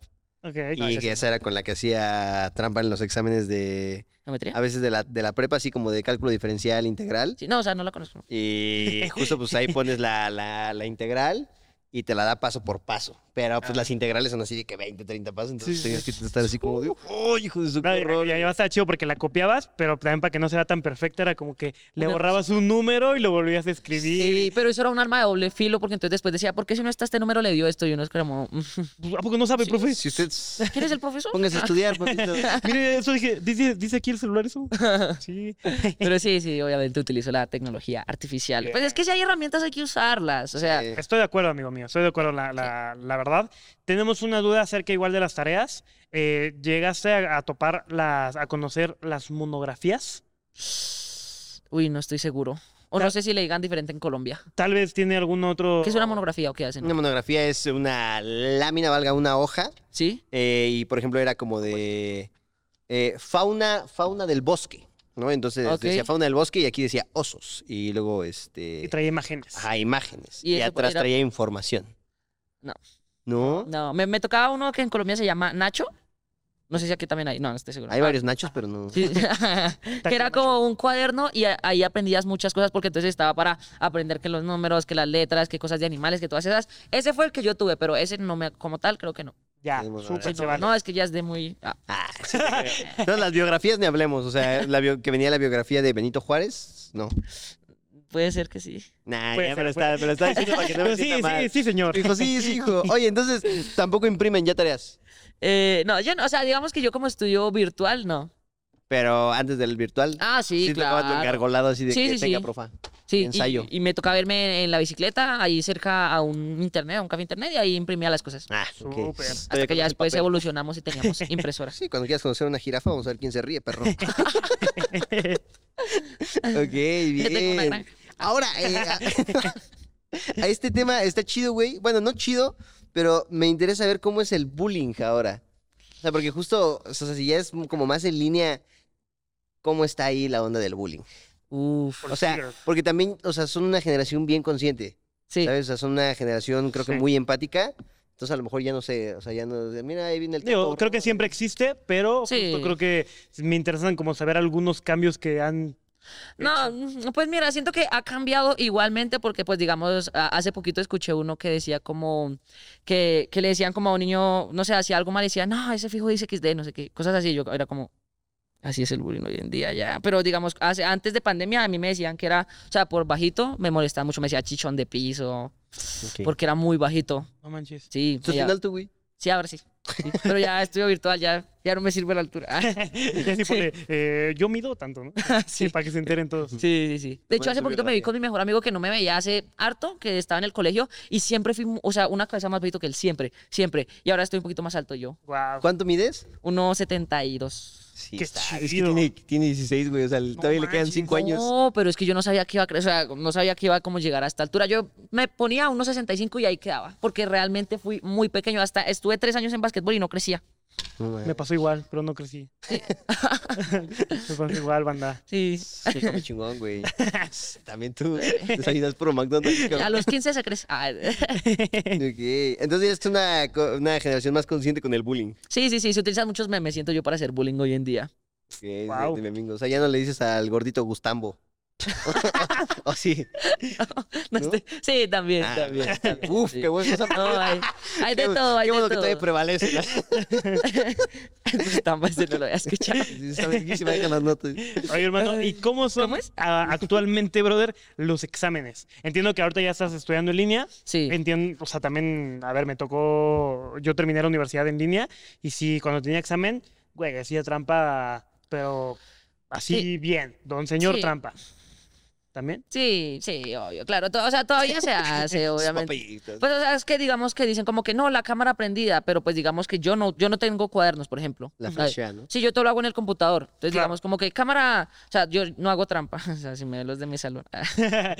Speaker 2: Ok.
Speaker 1: y que esa era con la que hacía trampa en los exámenes de,
Speaker 3: ¿Geometría?
Speaker 1: a veces de la, de la prepa, así como de cálculo diferencial, integral.
Speaker 3: Sí, no, o sea, no la conozco.
Speaker 2: *laughs*
Speaker 1: Y justo pues ahí pones la, la, la integral y te la da paso por paso. Pero pues las integrales son así de que 20, 30 pasos, entonces
Speaker 2: Ah. Sí,
Speaker 1: tenías que estar así como de, ¡oh, hijo de su
Speaker 2: No,
Speaker 1: qué
Speaker 2: y-
Speaker 1: horror!
Speaker 2: y ahí va a estar chido porque la copiabas, pero también para que no sea tan perfecta era como que le
Speaker 3: Una-
Speaker 2: borrabas un número y lo volvías a escribir.
Speaker 3: Sí, pero eso era un arma de doble filo porque entonces después decía, ¿por qué si no está este número le dio esto? Y uno es como, mm,
Speaker 2: Pues, ¿A poco no sabe, profe?
Speaker 1: Si usted
Speaker 3: ¿quién es el profesor?
Speaker 1: *laughs* póngase a estudiar,
Speaker 2: *laughs*
Speaker 1: papito.
Speaker 2: Mire, eso dije, dice, dice aquí el celular
Speaker 3: *laughs*
Speaker 2: eso. Sí.
Speaker 3: Pero sí, sí, obviamente utilizo la tecnología artificial. Pues es que si hay herramientas hay que usarlas. O sea,
Speaker 1: Eh,
Speaker 2: Estoy de acuerdo, amigo mío. Estoy de acuerdo, la, la- la verdad. Tenemos una duda acerca igual de las tareas. Eh, ¿Llegaste a, a topar las, a conocer las monografías?
Speaker 3: uy, no estoy seguro. O no sé si le digan diferente en Colombia.
Speaker 2: Tal vez tiene algún otro.
Speaker 3: ¿Qué es una monografía o qué hacen?
Speaker 1: Una monografía es una lámina, valga una hoja,
Speaker 3: ¿Sí?
Speaker 1: eh, y por ejemplo era como de eh, fauna, fauna del bosque, ¿no? Entonces
Speaker 3: Ok.
Speaker 1: decía fauna del bosque y aquí decía osos, y luego
Speaker 2: Y
Speaker 1: este...
Speaker 2: traía imágenes.
Speaker 1: Ajá, imágenes.
Speaker 3: ¿Y
Speaker 1: Y,
Speaker 3: eso
Speaker 1: atrás
Speaker 3: era-
Speaker 1: traía información.
Speaker 3: No.
Speaker 1: ¿No?
Speaker 3: No, me, me tocaba uno que en Colombia se llama Nacho. No sé si aquí también hay. No, no estoy seguro.
Speaker 1: Hay
Speaker 3: Ah,
Speaker 1: varios nachos, pero no...
Speaker 3: sí. *laughs* que era como un cuaderno y a- ahí aprendías muchas cosas porque entonces estaba para aprender que los números, que las letras, que cosas de animales, que todas esas. Ese fue el que yo tuve, pero ese no me como tal creo que no.
Speaker 2: Ya,
Speaker 1: Tenemos
Speaker 2: súper,
Speaker 1: varias.
Speaker 2: se
Speaker 3: No,
Speaker 2: vale.
Speaker 3: no, es que ya es de muy ah,
Speaker 1: Ah, sí, creo. no, las biografías ni hablemos. O sea, la bio- que venía la biografía de Benito Juárez, no.
Speaker 3: puede ser que sí.
Speaker 1: Nah,
Speaker 2: Puede
Speaker 1: ya
Speaker 2: ser,
Speaker 1: me lo está, me lo está diciendo para que no
Speaker 2: Pero
Speaker 1: me
Speaker 2: *laughs* sí,
Speaker 1: sienta
Speaker 2: sí,
Speaker 1: mal.
Speaker 2: sí, señor.
Speaker 1: Dijo, sí, sí, hijo. Oye, entonces, tampoco imprimen ya tareas.
Speaker 3: Eh, no, yo no, o sea, digamos que yo como estudio virtual, no.
Speaker 1: Pero antes del virtual.
Speaker 3: Ah, sí,
Speaker 1: sí tocaba tu
Speaker 3: claro.
Speaker 1: engargolado así de
Speaker 3: Sí,
Speaker 1: que
Speaker 3: sí,
Speaker 1: tenga
Speaker 3: sí.
Speaker 1: profa.
Speaker 3: Sí, y-
Speaker 1: ensayo.
Speaker 3: Y, me toca verme en la bicicleta, ahí cerca a un internet, a un café internet, y ahí imprimía las cosas.
Speaker 1: Ah, ok.
Speaker 2: Súper.
Speaker 1: Todavía
Speaker 3: Hasta que
Speaker 1: con
Speaker 3: ya
Speaker 1: el
Speaker 3: después
Speaker 1: papel.
Speaker 3: evolucionamos y teníamos
Speaker 1: *laughs*
Speaker 3: impresoras.
Speaker 1: Sí, cuando quieras conocer una jirafa, vamos a ver quién se ríe,
Speaker 3: *laughs*
Speaker 1: perro. ok,
Speaker 3: Yo tengo una
Speaker 1: bien.
Speaker 3: granja.
Speaker 1: Ahora, eh, a, *laughs* a este tema está chido, güey. Bueno, no chido, pero me interesa ver cómo es el bullying ahora. O sea, porque justo, o sea, si ya es como más en línea, ¿cómo está ahí la onda del bullying?
Speaker 3: Uf,
Speaker 1: O sea, porque también, o sea, son una generación bien consciente.
Speaker 3: sí.
Speaker 1: ¿Sabes? O sea, son una generación, creo que
Speaker 2: Sí.
Speaker 1: muy empática. Entonces, a lo mejor ya no sé, o sea, ya no. Mira, ahí viene el.
Speaker 2: Digo,
Speaker 1: tato".
Speaker 2: creo que siempre existe, pero justo
Speaker 3: Sí.
Speaker 2: creo que me interesan como saber algunos cambios que han...
Speaker 3: No, mm, pues mira, siento que ha cambiado igualmente porque, pues digamos, a- hace poquito escuché uno que decía como que, que le decían como a un niño, no sé, hacía algo mal, y decía, no, ese fijo dice XD, no sé qué, cosas así. Yo era como, así es el bullying hoy en día ya. Pero digamos, hace- antes de pandemia a mí me decían que era, o sea, por bajito me molestaba mucho, me decía chichón de piso,
Speaker 1: Ok.
Speaker 3: porque era muy bajito.
Speaker 2: No
Speaker 3: *laughs*
Speaker 2: manches. *laughs*
Speaker 3: Sí,
Speaker 1: Entonces,
Speaker 3: ya-
Speaker 1: en alto, güey.
Speaker 3: sí, ahora sí. Sí, Pero ya estudio virtual, ya, ya no me sirve la altura.
Speaker 2: Y así pone, eh, yo mido tanto,
Speaker 3: *laughs*
Speaker 2: ¿no?
Speaker 3: Ah, Sí.
Speaker 2: Para que se enteren todos.
Speaker 3: *laughs* Sí, sí, sí. De hecho,
Speaker 1: Buena
Speaker 3: hace
Speaker 1: su
Speaker 3: poquito me vi
Speaker 1: biografía.
Speaker 3: con mi mejor amigo que no me veía hace harto, que estaba en el colegio, y siempre fui, mu- o sea, una cabeza más bajito que él, siempre, siempre. Y ahora estoy un poquito más alto yo,
Speaker 2: Guau.
Speaker 1: ¿Cuánto mides?
Speaker 3: Unos 72.
Speaker 1: Sí,
Speaker 2: Qué
Speaker 1: Es que
Speaker 2: chido.
Speaker 1: tiene, tiene 16, güey. O sea, todavía le quedan
Speaker 2: manches,
Speaker 1: 5 años.
Speaker 3: No, pero es que yo no sabía que iba a crecer, o sea, no sabía que iba a como llegar a esta altura. Yo me ponía a unos 65 y ahí quedaba, porque realmente fui muy pequeño. Hasta estuve tres años en básquetbol y no crecía.
Speaker 1: No, man.
Speaker 2: Me pasó igual, pero no
Speaker 3: *laughs*
Speaker 2: crecí. *laughs* me pasó igual, banda.
Speaker 3: Sí.
Speaker 1: Sí, come chingón,
Speaker 3: *laughs*
Speaker 1: güey. También tú desayunas puro McDonald's.
Speaker 3: A
Speaker 1: cabrón.
Speaker 3: los 15 se crece. Ah, *laughs*
Speaker 1: Ok. Entonces, es una, co- una generación más consciente con el bullying.
Speaker 3: Sí, sí, sí, se utilizan muchos memes, siento yo, para hacer bullying hoy en día. *laughs*
Speaker 1: Ok, de-
Speaker 2: Guau.
Speaker 1: de mi amigo. O sea, ya no le dices al gordito *laughs* Gustambo. o Oh, sí.
Speaker 3: No
Speaker 1: ¿No?
Speaker 3: sé. Sí, también,
Speaker 1: Ah,
Speaker 3: también.
Speaker 1: Uf,
Speaker 3: Sí.
Speaker 1: qué bueno. esa-
Speaker 3: No, hay, hay de
Speaker 1: qué-
Speaker 3: todo, hay
Speaker 1: Qué bueno
Speaker 3: de
Speaker 1: que
Speaker 3: todo.
Speaker 1: todavía prevalece. ¿no?
Speaker 3: *laughs* Entonces, tampoco se no lo había escuchado.
Speaker 1: Sí, Está verguísima, deja las notas.
Speaker 2: Oye, hermano, ¿y cómo son
Speaker 3: ¿Cómo es?
Speaker 2: a- actualmente, brother, los exámenes? Entiendo que ahorita ya estás estudiando en línea.
Speaker 3: Sí.
Speaker 2: Entiendo, o sea, también, a ver, me tocó, yo terminé la universidad en línea y sí, cuando tenía examen, güey, hacía trampa, pero así
Speaker 3: Sí.
Speaker 2: bien, don señor
Speaker 3: Sí.
Speaker 2: trampa. ¿También?
Speaker 3: Sí, sí, obvio, claro. to- o sea, todavía
Speaker 1: *laughs*
Speaker 3: se hace, obviamente.
Speaker 1: Papayitas.
Speaker 3: Pues, o sea, es que digamos que dicen como que no, la cámara prendida, pero pues digamos que yo no, yo no tengo cuadernos, por ejemplo.
Speaker 1: La
Speaker 3: Ay,
Speaker 1: flashea, ¿no?
Speaker 3: Sí, yo todo lo hago en el computador. Entonces,
Speaker 2: Claro.
Speaker 3: digamos, como que cámara. O sea, yo no hago trampa. *laughs* O sea, si me ven los de mi salón. ah, *laughs*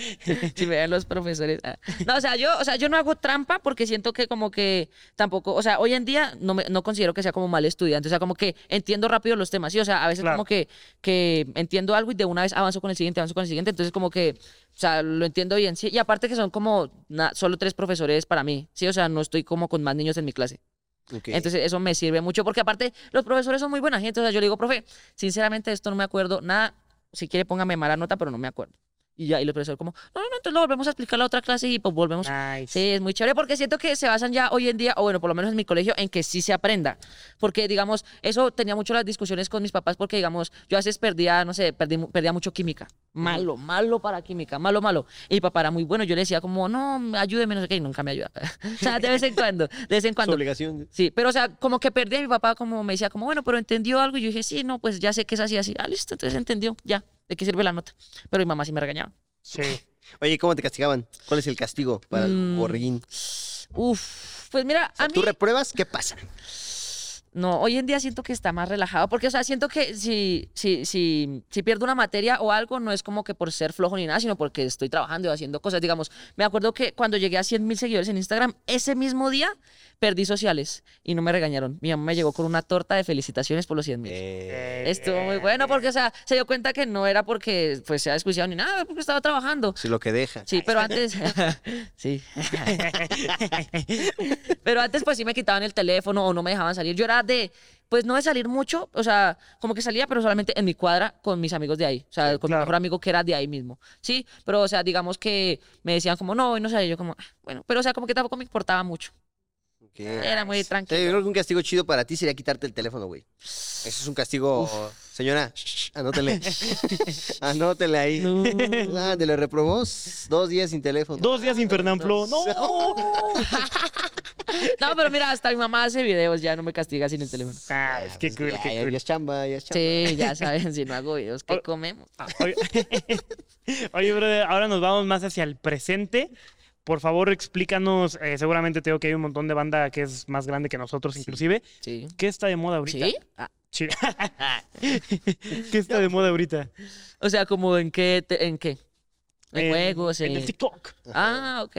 Speaker 3: si me ven los profesores. ah. No, o sea, yo, o sea, yo no hago trampa porque siento que, como que tampoco. O sea, hoy en día no, me, no considero que sea como mal estudiante. O sea, como que entiendo rápido los temas. Sí, o sea, a veces
Speaker 2: Claro.
Speaker 3: como que, que entiendo algo y de una vez avanzo con el siguiente, avanzo con el siguiente. Entonces, como que. O sea, lo entiendo bien, sí. Y aparte que son como na- solo tres profesores para mí, sí. O sea, no estoy como con más niños en mi clase.
Speaker 1: Ok.
Speaker 3: Entonces eso me sirve mucho porque aparte los profesores son muy buena gente. O sea, yo le digo, profe, sinceramente esto no me acuerdo nada. Si quiere póngame mala nota, pero no me acuerdo. Y ya, y el profesor como, no, no, no, entonces lo volvemos a explicar la otra clase y pues volvemos.
Speaker 2: Nice.
Speaker 3: Sí, es muy chévere porque siento que se basan ya hoy en día, o bueno, por lo menos en mi colegio, en que sí se aprenda. Porque, digamos, eso tenía mucho las discusiones con mis papás porque, digamos, yo a veces perdía, no sé, perdí mu- perdía mucho química. Malo, malo para química, malo, malo. Y mi papá era muy bueno, yo le decía como, no, ayúdeme, no sé qué, y nunca me ayuda. *laughs* o sea, de vez en cuando, de vez en
Speaker 1: Su
Speaker 3: cuando.
Speaker 1: obligación.
Speaker 3: Sí, pero o sea, como que perdí a mi papá, como me decía, como bueno, pero entendió algo. Y yo dije, sí, no, pues ya sé que es así, así. Ah, listo, entonces entendió, ya, ¿de qué sirve la nota? Pero mi mamá sí me regañaba.
Speaker 2: Sí.
Speaker 1: Oye, ¿cómo te castigaban? ¿Cuál es el castigo para el borriguín?
Speaker 3: Uf, pues mira, a Mm, mí.
Speaker 1: ¿Tú repruebas? ¿Qué pasa?
Speaker 3: No, hoy en día siento que está más relajado, porque, o sea, siento que si, si, si, si pierdo una materia o algo, no es como que por ser flojo ni nada, sino porque estoy trabajando y haciendo cosas. Digamos, me acuerdo que cuando llegué a 100 mil seguidores en Instagram, ese mismo día perdí sociales y no me regañaron. Mi mamá me llegó con una torta de felicitaciones por los 100 mil.
Speaker 1: Eh,
Speaker 3: Estuvo muy bueno porque, o sea, se dio cuenta que no era porque pues se ha descuidado ni nada, porque estaba trabajando.
Speaker 1: si lo que deja.
Speaker 3: Sí, pero antes. sí. pero antes, pues sí me quitaban el teléfono o no me dejaban salir. Yo era de. Pues no de salir mucho, o sea, como que salía, pero solamente en mi cuadra con mis amigos de ahí, o sea, con mi
Speaker 2: claro.
Speaker 3: mejor amigo que era de ahí mismo, ¿sí? Pero, o sea, digamos que me decían como, no, hoy no salí, yo como, "Ah, bueno, pero, o sea, como que tampoco me importaba mucho,
Speaker 1: Ok.
Speaker 3: era
Speaker 1: O
Speaker 3: muy
Speaker 1: sea, yo
Speaker 3: tranquilo.
Speaker 1: creo que un castigo chido para ti sería quitarte el teléfono, güey. Eso es un castigo. Señora, shh,
Speaker 3: *laughs*
Speaker 1: anótele. anótele ahí. Ah, te lo reprobó s- dos días sin teléfono.
Speaker 3: *laughs*
Speaker 2: Dos días sin Fernanfloo. ¡No!
Speaker 3: No, pero mira, hasta mi mamá hace videos, ya no me castiga sin el teléfono.
Speaker 2: Ah, es que
Speaker 3: pues,
Speaker 2: cool,
Speaker 1: pues, ya,
Speaker 2: qué
Speaker 1: ya-
Speaker 2: cool.
Speaker 1: ya es chamba, ya es chamba.
Speaker 3: Sí, ya saben, si no hago videos, ¿qué comemos?
Speaker 2: Ah, Oye, oye, *laughs* brother, ahora nos vamos más hacia el presente. Por favor, explícanos, eh, seguramente te digo que hay un montón de banda que es más grande que nosotros inclusive.
Speaker 3: Sí.
Speaker 2: ¿Qué está de moda ahorita?
Speaker 3: ¿Sí? Ah,
Speaker 2: Sí. ¿Qué está de moda ahorita?
Speaker 3: O sea, como en qué, te- en qué? En
Speaker 2: Eh,
Speaker 3: juegos,
Speaker 2: En
Speaker 3: en...
Speaker 2: el TikTok.
Speaker 3: Ah, ok.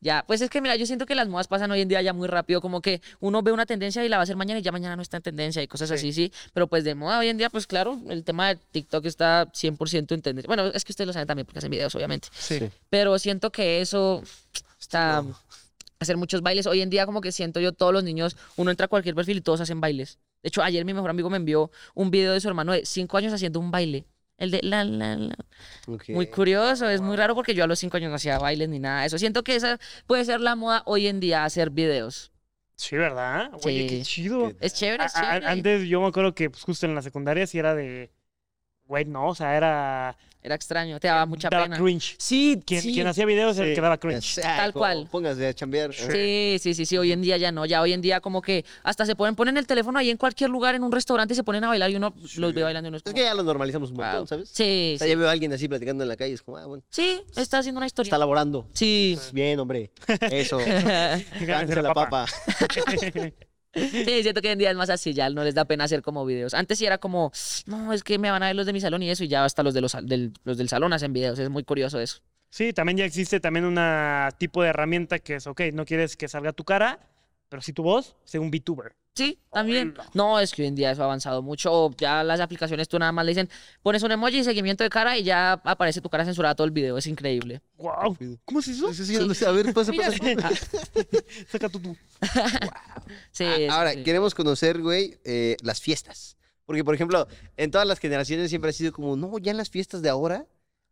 Speaker 3: Ya, pues es que mira, yo siento que las modas pasan hoy en día ya muy rápido, como que uno ve una tendencia y la va a hacer mañana y ya mañana no está en tendencia y cosas así, sí. Pero pues de moda hoy en día, pues claro, el tema de TikTok está 100% en tendencia. Bueno, es que ustedes lo saben también porque hacen videos, obviamente.
Speaker 1: Sí.
Speaker 3: Pero siento que eso está... Hacer muchos bailes. Hoy en día como que siento yo todos los niños, uno entra a cualquier perfil y todos hacen bailes. De hecho, ayer mi mejor amigo me envió un video de su hermano de 5 años haciendo un baile. El de la, la, la.
Speaker 1: Ok.
Speaker 3: Muy curioso, es muy raro porque yo a los cinco años no hacía bailes ni nada de eso. Siento que esa puede ser la moda hoy en día, hacer videos.
Speaker 2: Sí, ¿verdad? Oye, qué
Speaker 3: Sí.
Speaker 2: chido.
Speaker 3: Es chévere, es
Speaker 2: A- a-
Speaker 3: chévere.
Speaker 2: antes yo me acuerdo que pues, justo en la secundaria sí era de... Güey, no, o sea, era...
Speaker 3: Era extraño, te daba mucha
Speaker 2: daba
Speaker 3: pena.
Speaker 2: cringe.
Speaker 1: Sí,
Speaker 2: Quien,
Speaker 1: sí.
Speaker 2: quien hacía videos era el
Speaker 1: Sí.
Speaker 2: que daba
Speaker 1: O
Speaker 2: cringe.
Speaker 1: sea,
Speaker 3: Tal
Speaker 1: como
Speaker 3: cual.
Speaker 1: Póngase a chambear.
Speaker 3: Sí, sí, sí, sí, hoy en día ya no, ya hoy en día como que hasta se ponen, ponen el teléfono ahí en cualquier lugar, en un restaurante y se ponen a bailar y uno los ve bailando y uno es
Speaker 1: Es
Speaker 3: como,
Speaker 1: que ya lo normalizamos un montón,
Speaker 3: "Wow".
Speaker 1: ¿sabes?
Speaker 3: Sí,
Speaker 1: O sea,
Speaker 3: sí,
Speaker 1: ya veo a alguien así platicando en la calle, es como, ah, bueno,
Speaker 3: sí, está haciendo una historia.
Speaker 1: está laborando. *laughs*
Speaker 3: Sí.
Speaker 1: Bien, hombre.
Speaker 3: *laughs*
Speaker 1: Eso.
Speaker 2: Gánese
Speaker 1: Gánese la papa.
Speaker 3: Sí, siento que hoy en día es más así, ya no les da pena hacer como videos. Antes sí era como, no, es que me van a ver los de mi salón y eso, y ya hasta los, de los, sal- del, los del salón hacen videos, es muy curioso eso.
Speaker 2: *laughs* Sí, también ya existe también una tipo de herramienta que es, ok, no quieres que salga tu cara, pero sí tu voz, sea un VTuber.
Speaker 3: Sí, también.
Speaker 2: Horrible.
Speaker 3: No, es que hoy en día eso ha avanzado mucho. o Ya las aplicaciones tú nada más le dicen, pones un emoji y seguimiento de cara y ya aparece tu cara censurada todo el video. Es increíble.
Speaker 2: ¡Wow! *laughs* ¿Cómo se hizo?
Speaker 1: Sí, sí, sí, A ver, pasa, pasa.
Speaker 2: Saca tú tú.
Speaker 3: Sí,
Speaker 1: Ah,
Speaker 3: sí,
Speaker 1: Ahora,
Speaker 3: sí.
Speaker 1: queremos conocer, güey, eh, las fiestas. Porque, por ejemplo, en todas las generaciones siempre ha sido como, no, ya en las fiestas de ahora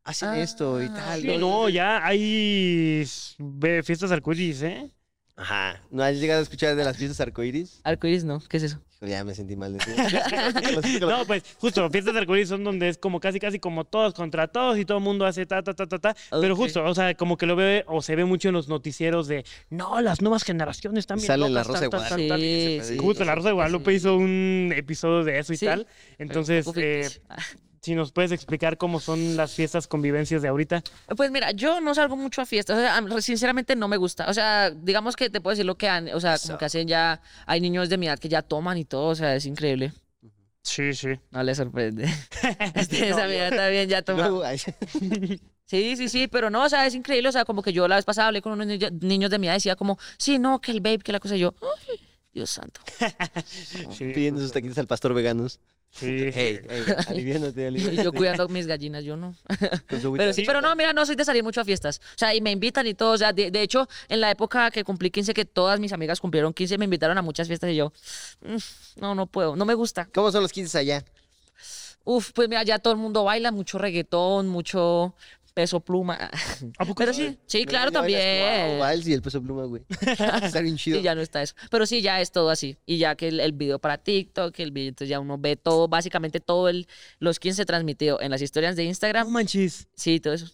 Speaker 1: hacen
Speaker 3: Ah,
Speaker 1: esto y tal.
Speaker 2: Sí, no, ya hay s- ve- fiestas arcoíris, ¿eh?
Speaker 1: Ajá. ¿No has llegado a escuchar de las fiestas arcoíris?
Speaker 3: Arcoiris, no. ¿Qué es eso?
Speaker 1: Hijo, Ya me sentí mal.
Speaker 3: *laughs*
Speaker 2: No, pues justo, fiestas arcoíris son donde es como casi, casi como todos contra todos y todo el mundo hace ta, ta, ta, ta, ta. Pero
Speaker 3: Ok.
Speaker 2: justo, o sea, como que lo ve o se ve mucho en los noticieros de, no, las nuevas generaciones también.
Speaker 1: Sale la Rosa de
Speaker 3: Sí,
Speaker 1: Guadalupe.
Speaker 3: sí.
Speaker 2: Justo, la Rosa de Guadalupe hizo un episodio de eso y
Speaker 3: Sí.
Speaker 2: tal. Entonces,
Speaker 3: Un poco
Speaker 2: eh,
Speaker 3: ficticio.
Speaker 2: si nos puedes explicar cómo son las fiestas convivencias de ahorita.
Speaker 3: Pues mira, yo no salgo mucho a fiestas, o sea, am- sinceramente no me gusta. O sea, digamos que te puedo decir lo que han, o sea, como que hacen ya, hay niños de mi edad que ya toman y todo, o sea, es increíble.
Speaker 2: Sí, sí.
Speaker 3: No les sorprende. *laughs* Ustedes a mi edad también ya toman.
Speaker 1: Luego, ay,
Speaker 3: Sí, sí, sí, pero no, o sea, es increíble, o sea, como que yo la vez pasada hablé con unos niño- niños de mi edad decía como, sí, no, que el babe, que la cosa, y yo, "Ay, Dios santo.
Speaker 2: Sí,
Speaker 1: *laughs* pidiendo sus taquitos al pastor veganos.
Speaker 2: sí.
Speaker 1: Hey, hey, aliviándote,
Speaker 3: Y
Speaker 1: aliviándote.
Speaker 3: yo cuidando mis gallinas, yo no.
Speaker 1: Con su agüita.
Speaker 3: Pero sí, pero no, mira, no soy de salir mucho a fiestas. O sea, y me invitan y todo. O sea, de, de hecho, en la época que cumplí 15, que todas mis amigas cumplieron 15, me invitaron a muchas fiestas y yo, "Mm, no, no puedo, no me gusta.
Speaker 1: ¿Cómo son los 15 allá?
Speaker 3: Uf, pues mira, ya todo el mundo baila, mucho reggaetón, mucho peso pluma. *laughs*
Speaker 2: ¿A poco
Speaker 3: Pero
Speaker 2: sí?
Speaker 3: sí, sí,
Speaker 1: No,
Speaker 3: claro,
Speaker 1: ya bailas como,
Speaker 3: también.
Speaker 1: "Wow, vals y el peso pluma,
Speaker 3: *laughs*
Speaker 1: güey. Está bien chido.
Speaker 3: Y ya no está eso. Pero sí, ya es todo así. Y ya que el, el video para TikTok, el video, entonces ya uno ve todo, básicamente todo el, los 15 transmitido en las historias de
Speaker 2: No
Speaker 3: Instagram.
Speaker 2: manches.
Speaker 3: Sí, todo eso.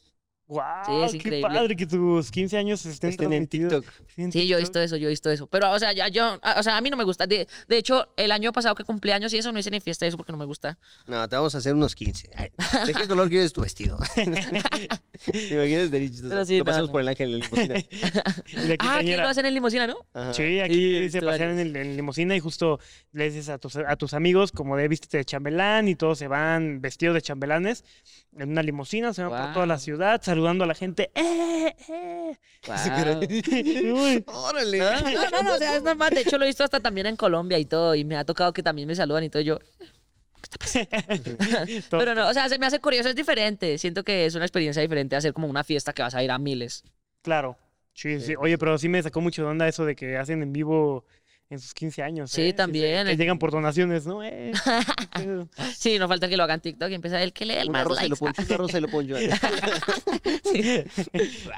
Speaker 2: ¡Wow!
Speaker 3: es
Speaker 2: ¡Qué
Speaker 3: increíble.
Speaker 2: padre que tus 15 años estén,
Speaker 1: Estén en
Speaker 2: transmitidos.
Speaker 1: TikTok.
Speaker 2: en
Speaker 3: Sí, yo
Speaker 2: TikTok.
Speaker 3: he visto eso, yo he visto eso. Pero, o sea, ya yo, a- o sea, a mí no me gusta. De, de hecho, el año pasado que cumplí años y eso no hice ni fiesta de eso porque no me gusta. Ah,
Speaker 1: No, te vamos a hacer unos 15. Ay, ¿De qué color quieres tu
Speaker 3: *laughs*
Speaker 1: vestido? ¿Te imaginas de
Speaker 3: Pero
Speaker 1: Lo
Speaker 3: sí, no,
Speaker 1: pasamos
Speaker 3: no.
Speaker 1: por el ángel en la
Speaker 3: *laughs*
Speaker 1: limusina.
Speaker 2: Y la
Speaker 3: Ah, que
Speaker 2: quinceañera.
Speaker 3: lo hacen en limusina, ¿no?
Speaker 1: Ajá.
Speaker 2: Sí,
Speaker 3: Y
Speaker 2: aquí se
Speaker 3: tú
Speaker 2: pasean en, en limusina y justo le dices a tus, a tus amigos como de vístete de chambelán y todos se van vestidos de chambelanes en una limusina, se van por toda la
Speaker 3: Guau.
Speaker 2: ciudad saludando a la gente. ¡Eh, eh!
Speaker 3: Guau.
Speaker 2: Uy,
Speaker 1: Órale.
Speaker 3: Ah, No, no, no, o sea, es normal. De hecho, lo he visto hasta también en Colombia y todo. Y me ha tocado que también me saludan y todo. y Yo. ¿qué está pasando?
Speaker 2: Todo.
Speaker 3: Pero no, o sea, se me hace curioso, es diferente. Siento que es una experiencia diferente hacer como una fiesta que vas a ir a miles.
Speaker 2: Claro. Sí, sí. Oye, pero sí me sacó mucho de onda eso de que hacen en vivo en sus 15 años.
Speaker 3: Sí,
Speaker 2: ¿eh? se-
Speaker 3: también,
Speaker 2: que
Speaker 3: el-
Speaker 2: llegan por donaciones, ¿no? Eh, qué
Speaker 3: *laughs*
Speaker 2: pedo.
Speaker 3: Sí, no falta el que lo hagan TikTok y empieza el que le dé el
Speaker 1: Una
Speaker 3: más
Speaker 1: rosa, y lo
Speaker 3: likes.
Speaker 1: poncho, una rosa y lo poncho.
Speaker 3: *laughs* Sí.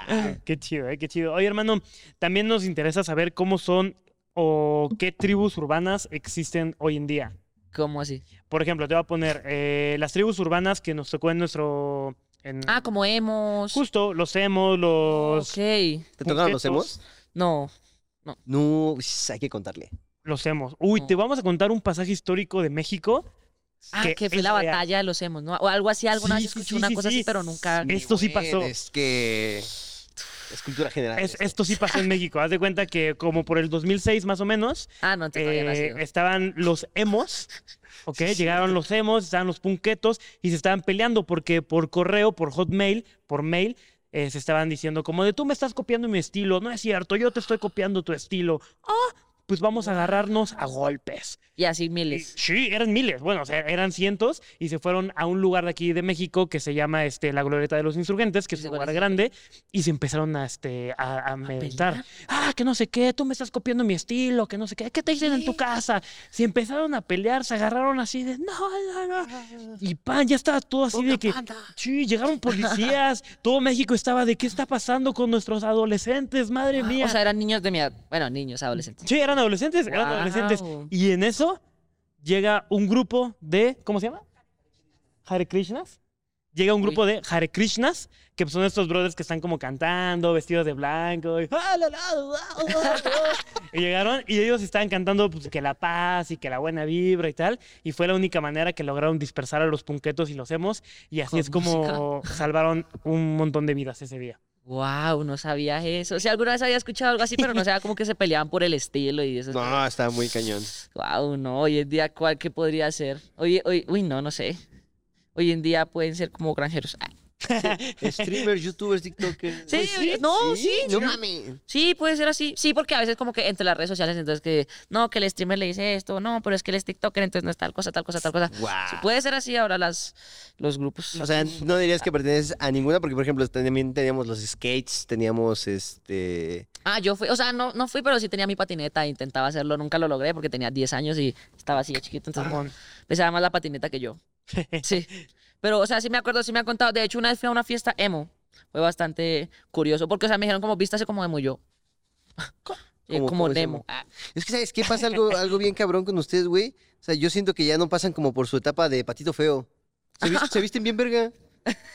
Speaker 3: Ah.
Speaker 2: Qué chido, ¿eh? qué chido. Oye, hermano, también nos interesa saber cómo son o qué tribus urbanas existen hoy en día.
Speaker 3: ¿Cómo así?
Speaker 2: Por ejemplo, te voy a poner eh, las tribus urbanas que nos tocó en nuestro... en-
Speaker 3: Ah, como hemos.
Speaker 2: Justo, los emos, los...
Speaker 3: Ok.
Speaker 1: ¿Te tocaron los
Speaker 2: punquetos.
Speaker 1: hemos?
Speaker 3: No. No.
Speaker 1: No, ush, hay que contarle.
Speaker 2: Los hemos. Uy, te vamos a contar un pasaje histórico de México.
Speaker 3: Oh. Ah, que fue
Speaker 2: es
Speaker 3: la
Speaker 2: real.
Speaker 3: batalla de los hemos, ¿no? O algo así, alguna
Speaker 2: Sí,
Speaker 3: vez
Speaker 2: sí,
Speaker 3: escuché
Speaker 2: sí,
Speaker 3: una
Speaker 2: sí,
Speaker 3: cosa
Speaker 2: sí.
Speaker 3: así, pero nunca.
Speaker 2: Sí. Esto
Speaker 1: Güey,
Speaker 2: pasó.
Speaker 1: Es que. Es cultura general.
Speaker 2: Es-
Speaker 1: esto.
Speaker 2: esto sí pasó en México. Haz de cuenta que como por el 2006 más o menos,
Speaker 3: Ah, no, antes no había
Speaker 2: eh,
Speaker 3: nacido.
Speaker 2: estaban los emos, ¿ok? Llegaron los emos, estaban los punquetos y se estaban peleando porque por correo, por hotmail, por mail, eh, se estaban diciendo como de tú me estás copiando mi estilo, no es cierto, yo te estoy copiando tu estilo. Ah, pues vamos a agarrarnos a golpes.
Speaker 3: Y así
Speaker 2: Y-
Speaker 3: miles.
Speaker 2: Sí, eran miles, bueno, o sea, eran cientos y se fueron a un lugar de aquí de México que se llama este, la Glorieta de los Insurgentes, que
Speaker 3: Sí,
Speaker 2: es
Speaker 3: sé
Speaker 2: un
Speaker 3: cuál
Speaker 2: lugar
Speaker 3: es.
Speaker 2: grande, y se empezaron a, este, a, a
Speaker 3: pelear?
Speaker 2: mentar. Ah, que no sé qué, tú me estás copiando mi estilo, que no sé qué, ¿qué te dicen en tu casa? Se empezaron a pelear, se agarraron así de, no, no, no. Y pan, ya estaba todo así de que, sí, llegaron policías, todo México estaba de, ¿qué está pasando con nuestros adolescentes? Madre mía.
Speaker 3: Ah, O sea, eran niños de mi edad. Bueno, niños, adolescentes.
Speaker 2: Sí, eran adolescentes, eran adolescentes.
Speaker 3: Guau.
Speaker 2: Y en eso llega un grupo de, ¿cómo se llama? Hare Krishnas. Llega un grupo de Hare Krishnas, que son estos brothers que están como cantando, vestidos de blanco. Y, "Ah, la, la, la, la,
Speaker 3: *laughs*
Speaker 2: la". Y llegaron y ellos estaban cantando pues, que la paz y que la buena vibra y tal. Y fue la única manera que lograron dispersar a los punquetos y los hemos. Y así
Speaker 3: Con
Speaker 2: es como salvaron un montón de vidas ese día.
Speaker 3: Wow, no sabía eso. O sea, alguna vez había escuchado algo así, pero no sabía como que se peleaban por el estilo
Speaker 2: *laughs*
Speaker 3: y eso.
Speaker 1: No, está muy
Speaker 3: *laughs*
Speaker 1: cañón.
Speaker 3: Wow, no, hoy en día, ¿cuál qué podría ser? Hoy, hoy, uy, no, no sé. Hoy en día pueden ser como granjeros. Ah,
Speaker 1: Streamers, youtubers, tiktokers.
Speaker 3: Sí,
Speaker 1: Pues
Speaker 3: oye, no, sí,
Speaker 1: No
Speaker 3: sí.
Speaker 1: mames.
Speaker 3: Sí, puede ser así. Sí, porque a veces como que entre las redes sociales, entonces que, no, que el streamer le dice esto, no, pero es que él es TikToker, entonces no es tal cosa, tal cosa, tal cosa.
Speaker 1: Guau.
Speaker 3: Sí, puede ser así ahora las, los grupos.
Speaker 1: O sea, no dirías que perteneces a ninguna, porque por ejemplo también teníamos los skates, teníamos este.
Speaker 3: Ah, yo fui, o sea, no, no fui, pero sí tenía mi patineta, intentaba hacerlo, nunca lo logré porque tenía 10 años y estaba así de chiquito, entonces
Speaker 2: Con-
Speaker 1: Ah.
Speaker 3: pesaba más la patineta que
Speaker 1: *laughs*
Speaker 3: yo. Sí. Pero, o sea, sí me acuerdo, sí me han contado. De hecho, una vez fui a una fiesta emo. Fue bastante curioso porque, o sea, me dijeron como, vístase como emo yo. *laughs* Eh,
Speaker 1: ¿Cómo-
Speaker 3: como
Speaker 1: cómo es
Speaker 3: demo.
Speaker 1: emo? Es que, ¿sabes qué? Pasa algo, algo bien cabrón con ustedes, güey. O sea, yo siento que ya no pasan como por su etapa de patito feo. Se, vis- se visten bien verga.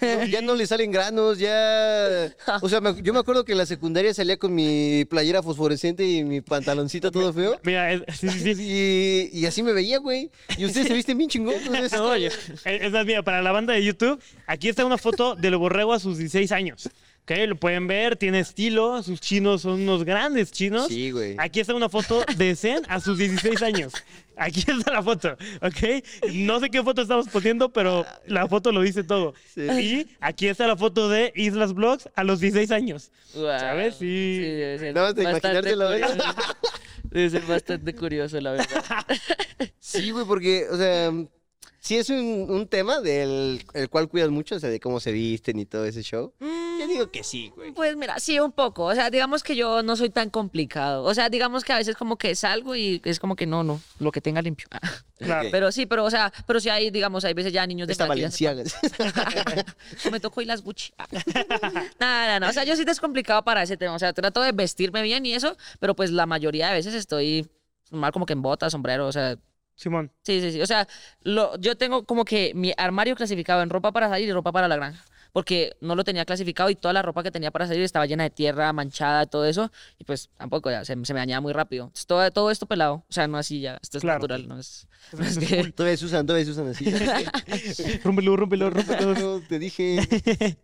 Speaker 1: No, ya no le salen granos, ya. O sea, me- yo me acuerdo que en la secundaria salía con mi playera fosforescente y mi pantaloncito todo
Speaker 2: *laughs*
Speaker 1: feo.
Speaker 2: Mira, es- sí, sí, sí.
Speaker 1: Y, y así me veía, güey. Y ustedes se visten bien chingón. entonces-
Speaker 2: *laughs* No, oye, es- es más, mira, para la banda de YouTube, aquí está una foto de lo borrego a sus 16 años. ¿ok? Lo pueden ver, tiene estilo, sus chinos son unos grandes chinos.
Speaker 1: Sí, güey.
Speaker 2: Aquí está una foto de Zen a sus 16 años. Aquí está la foto, ¿ok? No sé qué foto estamos poniendo, pero la foto lo dice todo.
Speaker 1: Sí.
Speaker 2: Y aquí está la foto de Islas Blogs a los 16 años.
Speaker 3: Guau.
Speaker 2: ¿Sabes? Sí.
Speaker 3: debe ser
Speaker 1: Nada más de
Speaker 3: bastante
Speaker 1: imaginártelo, ¿eh?
Speaker 3: curioso. *laughs* Debe ser bastante curioso, la verdad.
Speaker 1: Sí, güey, porque, o sea, sí es un, un tema del el cual cuidas mucho, o sea, de cómo se visten y todo ese show. Yo digo que sí, güey.
Speaker 3: *laughs* Pues mira, sí, un poco. O sea, digamos que yo no soy tan complicado. O sea, digamos que a veces como que salgo y es como que no, no, lo que tenga *laughs* limpio.
Speaker 2: Claro.
Speaker 1: Ok.
Speaker 3: Pero sí, pero o sea, pero sí hay, digamos, hay veces ya niños de
Speaker 1: Esta
Speaker 3: mi edad que ya se
Speaker 1: Valenciaga.
Speaker 3: *laughs* me tocó y las Gucci. *laughs* Nada, no, no, O sea, yo sí te es complicado para ese tema. O sea, trato de vestirme bien y eso, pero pues la mayoría de veces estoy mal como que en botas, sombrero, o sea,
Speaker 2: Simón.
Speaker 3: sí, sí, sí. O sea, lo, yo tengo como que mi armario clasificado en ropa para salir y ropa para la granja. Porque no lo tenía clasificado y toda la ropa que tenía para salir estaba llena de tierra, manchada, todo eso. Y pues tampoco, ya, se, se me dañaba muy rápido. Entonces, todo, todo esto pelado. O sea, no así ya. Esto es
Speaker 2: Claro.
Speaker 3: natural, no es, no es que-
Speaker 1: Todavía se usan, todavía se usan así.
Speaker 2: Rúmpelo, rúmpelo,
Speaker 1: *laughs*
Speaker 2: rúmpelo.
Speaker 1: No, te dije.
Speaker 3: *laughs*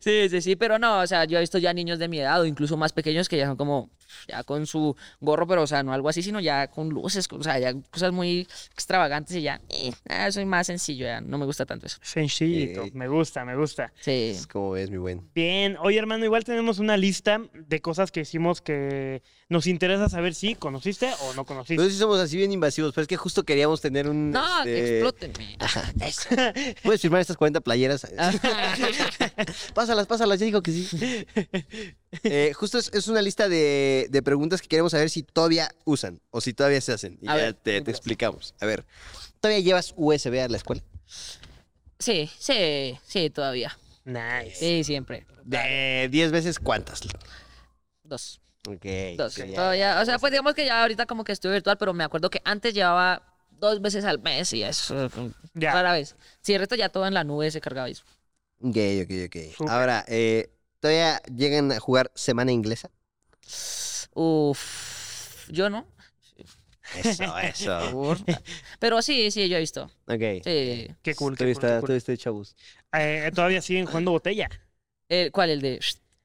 Speaker 3: Sí, sí, sí, pero no, o sea, yo he visto ya niños de mi edad o incluso más pequeños que ya son como, ya con su gorro, pero, o sea, no algo así, sino ya con luces, o sea, ya cosas muy extravagantes y ya, eh, ah, soy más sencillo, ya no me gusta tanto eso.
Speaker 2: Sencillito.
Speaker 1: Ey.
Speaker 2: Me gusta, me gusta.
Speaker 3: Sí.
Speaker 1: ¿Cómo ves, mi buen?
Speaker 2: Bien, oye hermano, igual tenemos una lista de cosas que hicimos que nos interesa saber si conociste o no conociste.
Speaker 1: Nosotros sí somos así bien invasivos, pero es que justo queríamos tener un...
Speaker 3: No, que
Speaker 1: este,
Speaker 2: *laughs*
Speaker 3: explótenme. *laughs*
Speaker 1: Puedes firmar estas 40 playeras.
Speaker 3: Ah.
Speaker 1: Pásalas, pásalas, ya digo que sí. *laughs* Eh, justo es, es una lista de, de preguntas que queremos saber si todavía usan o si todavía se hacen. Y
Speaker 3: A
Speaker 1: ya
Speaker 3: ver,
Speaker 1: te, te explicamos. A ver, ¿todavía llevas USB a la escuela?
Speaker 3: Sí, sí, sí, todavía.
Speaker 2: Nice.
Speaker 3: Sí, siempre.
Speaker 1: De 10 Eh, veces, ¿cuántas?
Speaker 3: Dos.
Speaker 1: Ok.
Speaker 3: Dos,
Speaker 1: ok, ya.
Speaker 3: todavía, o sea, pues digamos que ya ahorita como que estoy virtual, pero me acuerdo que antes llevaba dos veces al mes y eso,
Speaker 2: Ya.
Speaker 3: rara vez. Sí, el resto ya todo en la nube se cargaba eso.
Speaker 1: Ok, ok, ok.
Speaker 2: Súper.
Speaker 1: Ahora, eh, ¿todavía llegan a jugar semana inglesa?
Speaker 3: Uf. yo no.
Speaker 1: Eso,
Speaker 3: *laughs*
Speaker 1: eso.
Speaker 3: Pero sí, sí, yo he visto.
Speaker 1: Ok.
Speaker 3: Sí.
Speaker 2: Qué cool, qué cool,
Speaker 1: Tuviste,
Speaker 2: qué cool.
Speaker 1: tuviste chavos.
Speaker 2: Eh, Todavía siguen jugando botella.
Speaker 3: Eh, ¿Cuál? ¿El de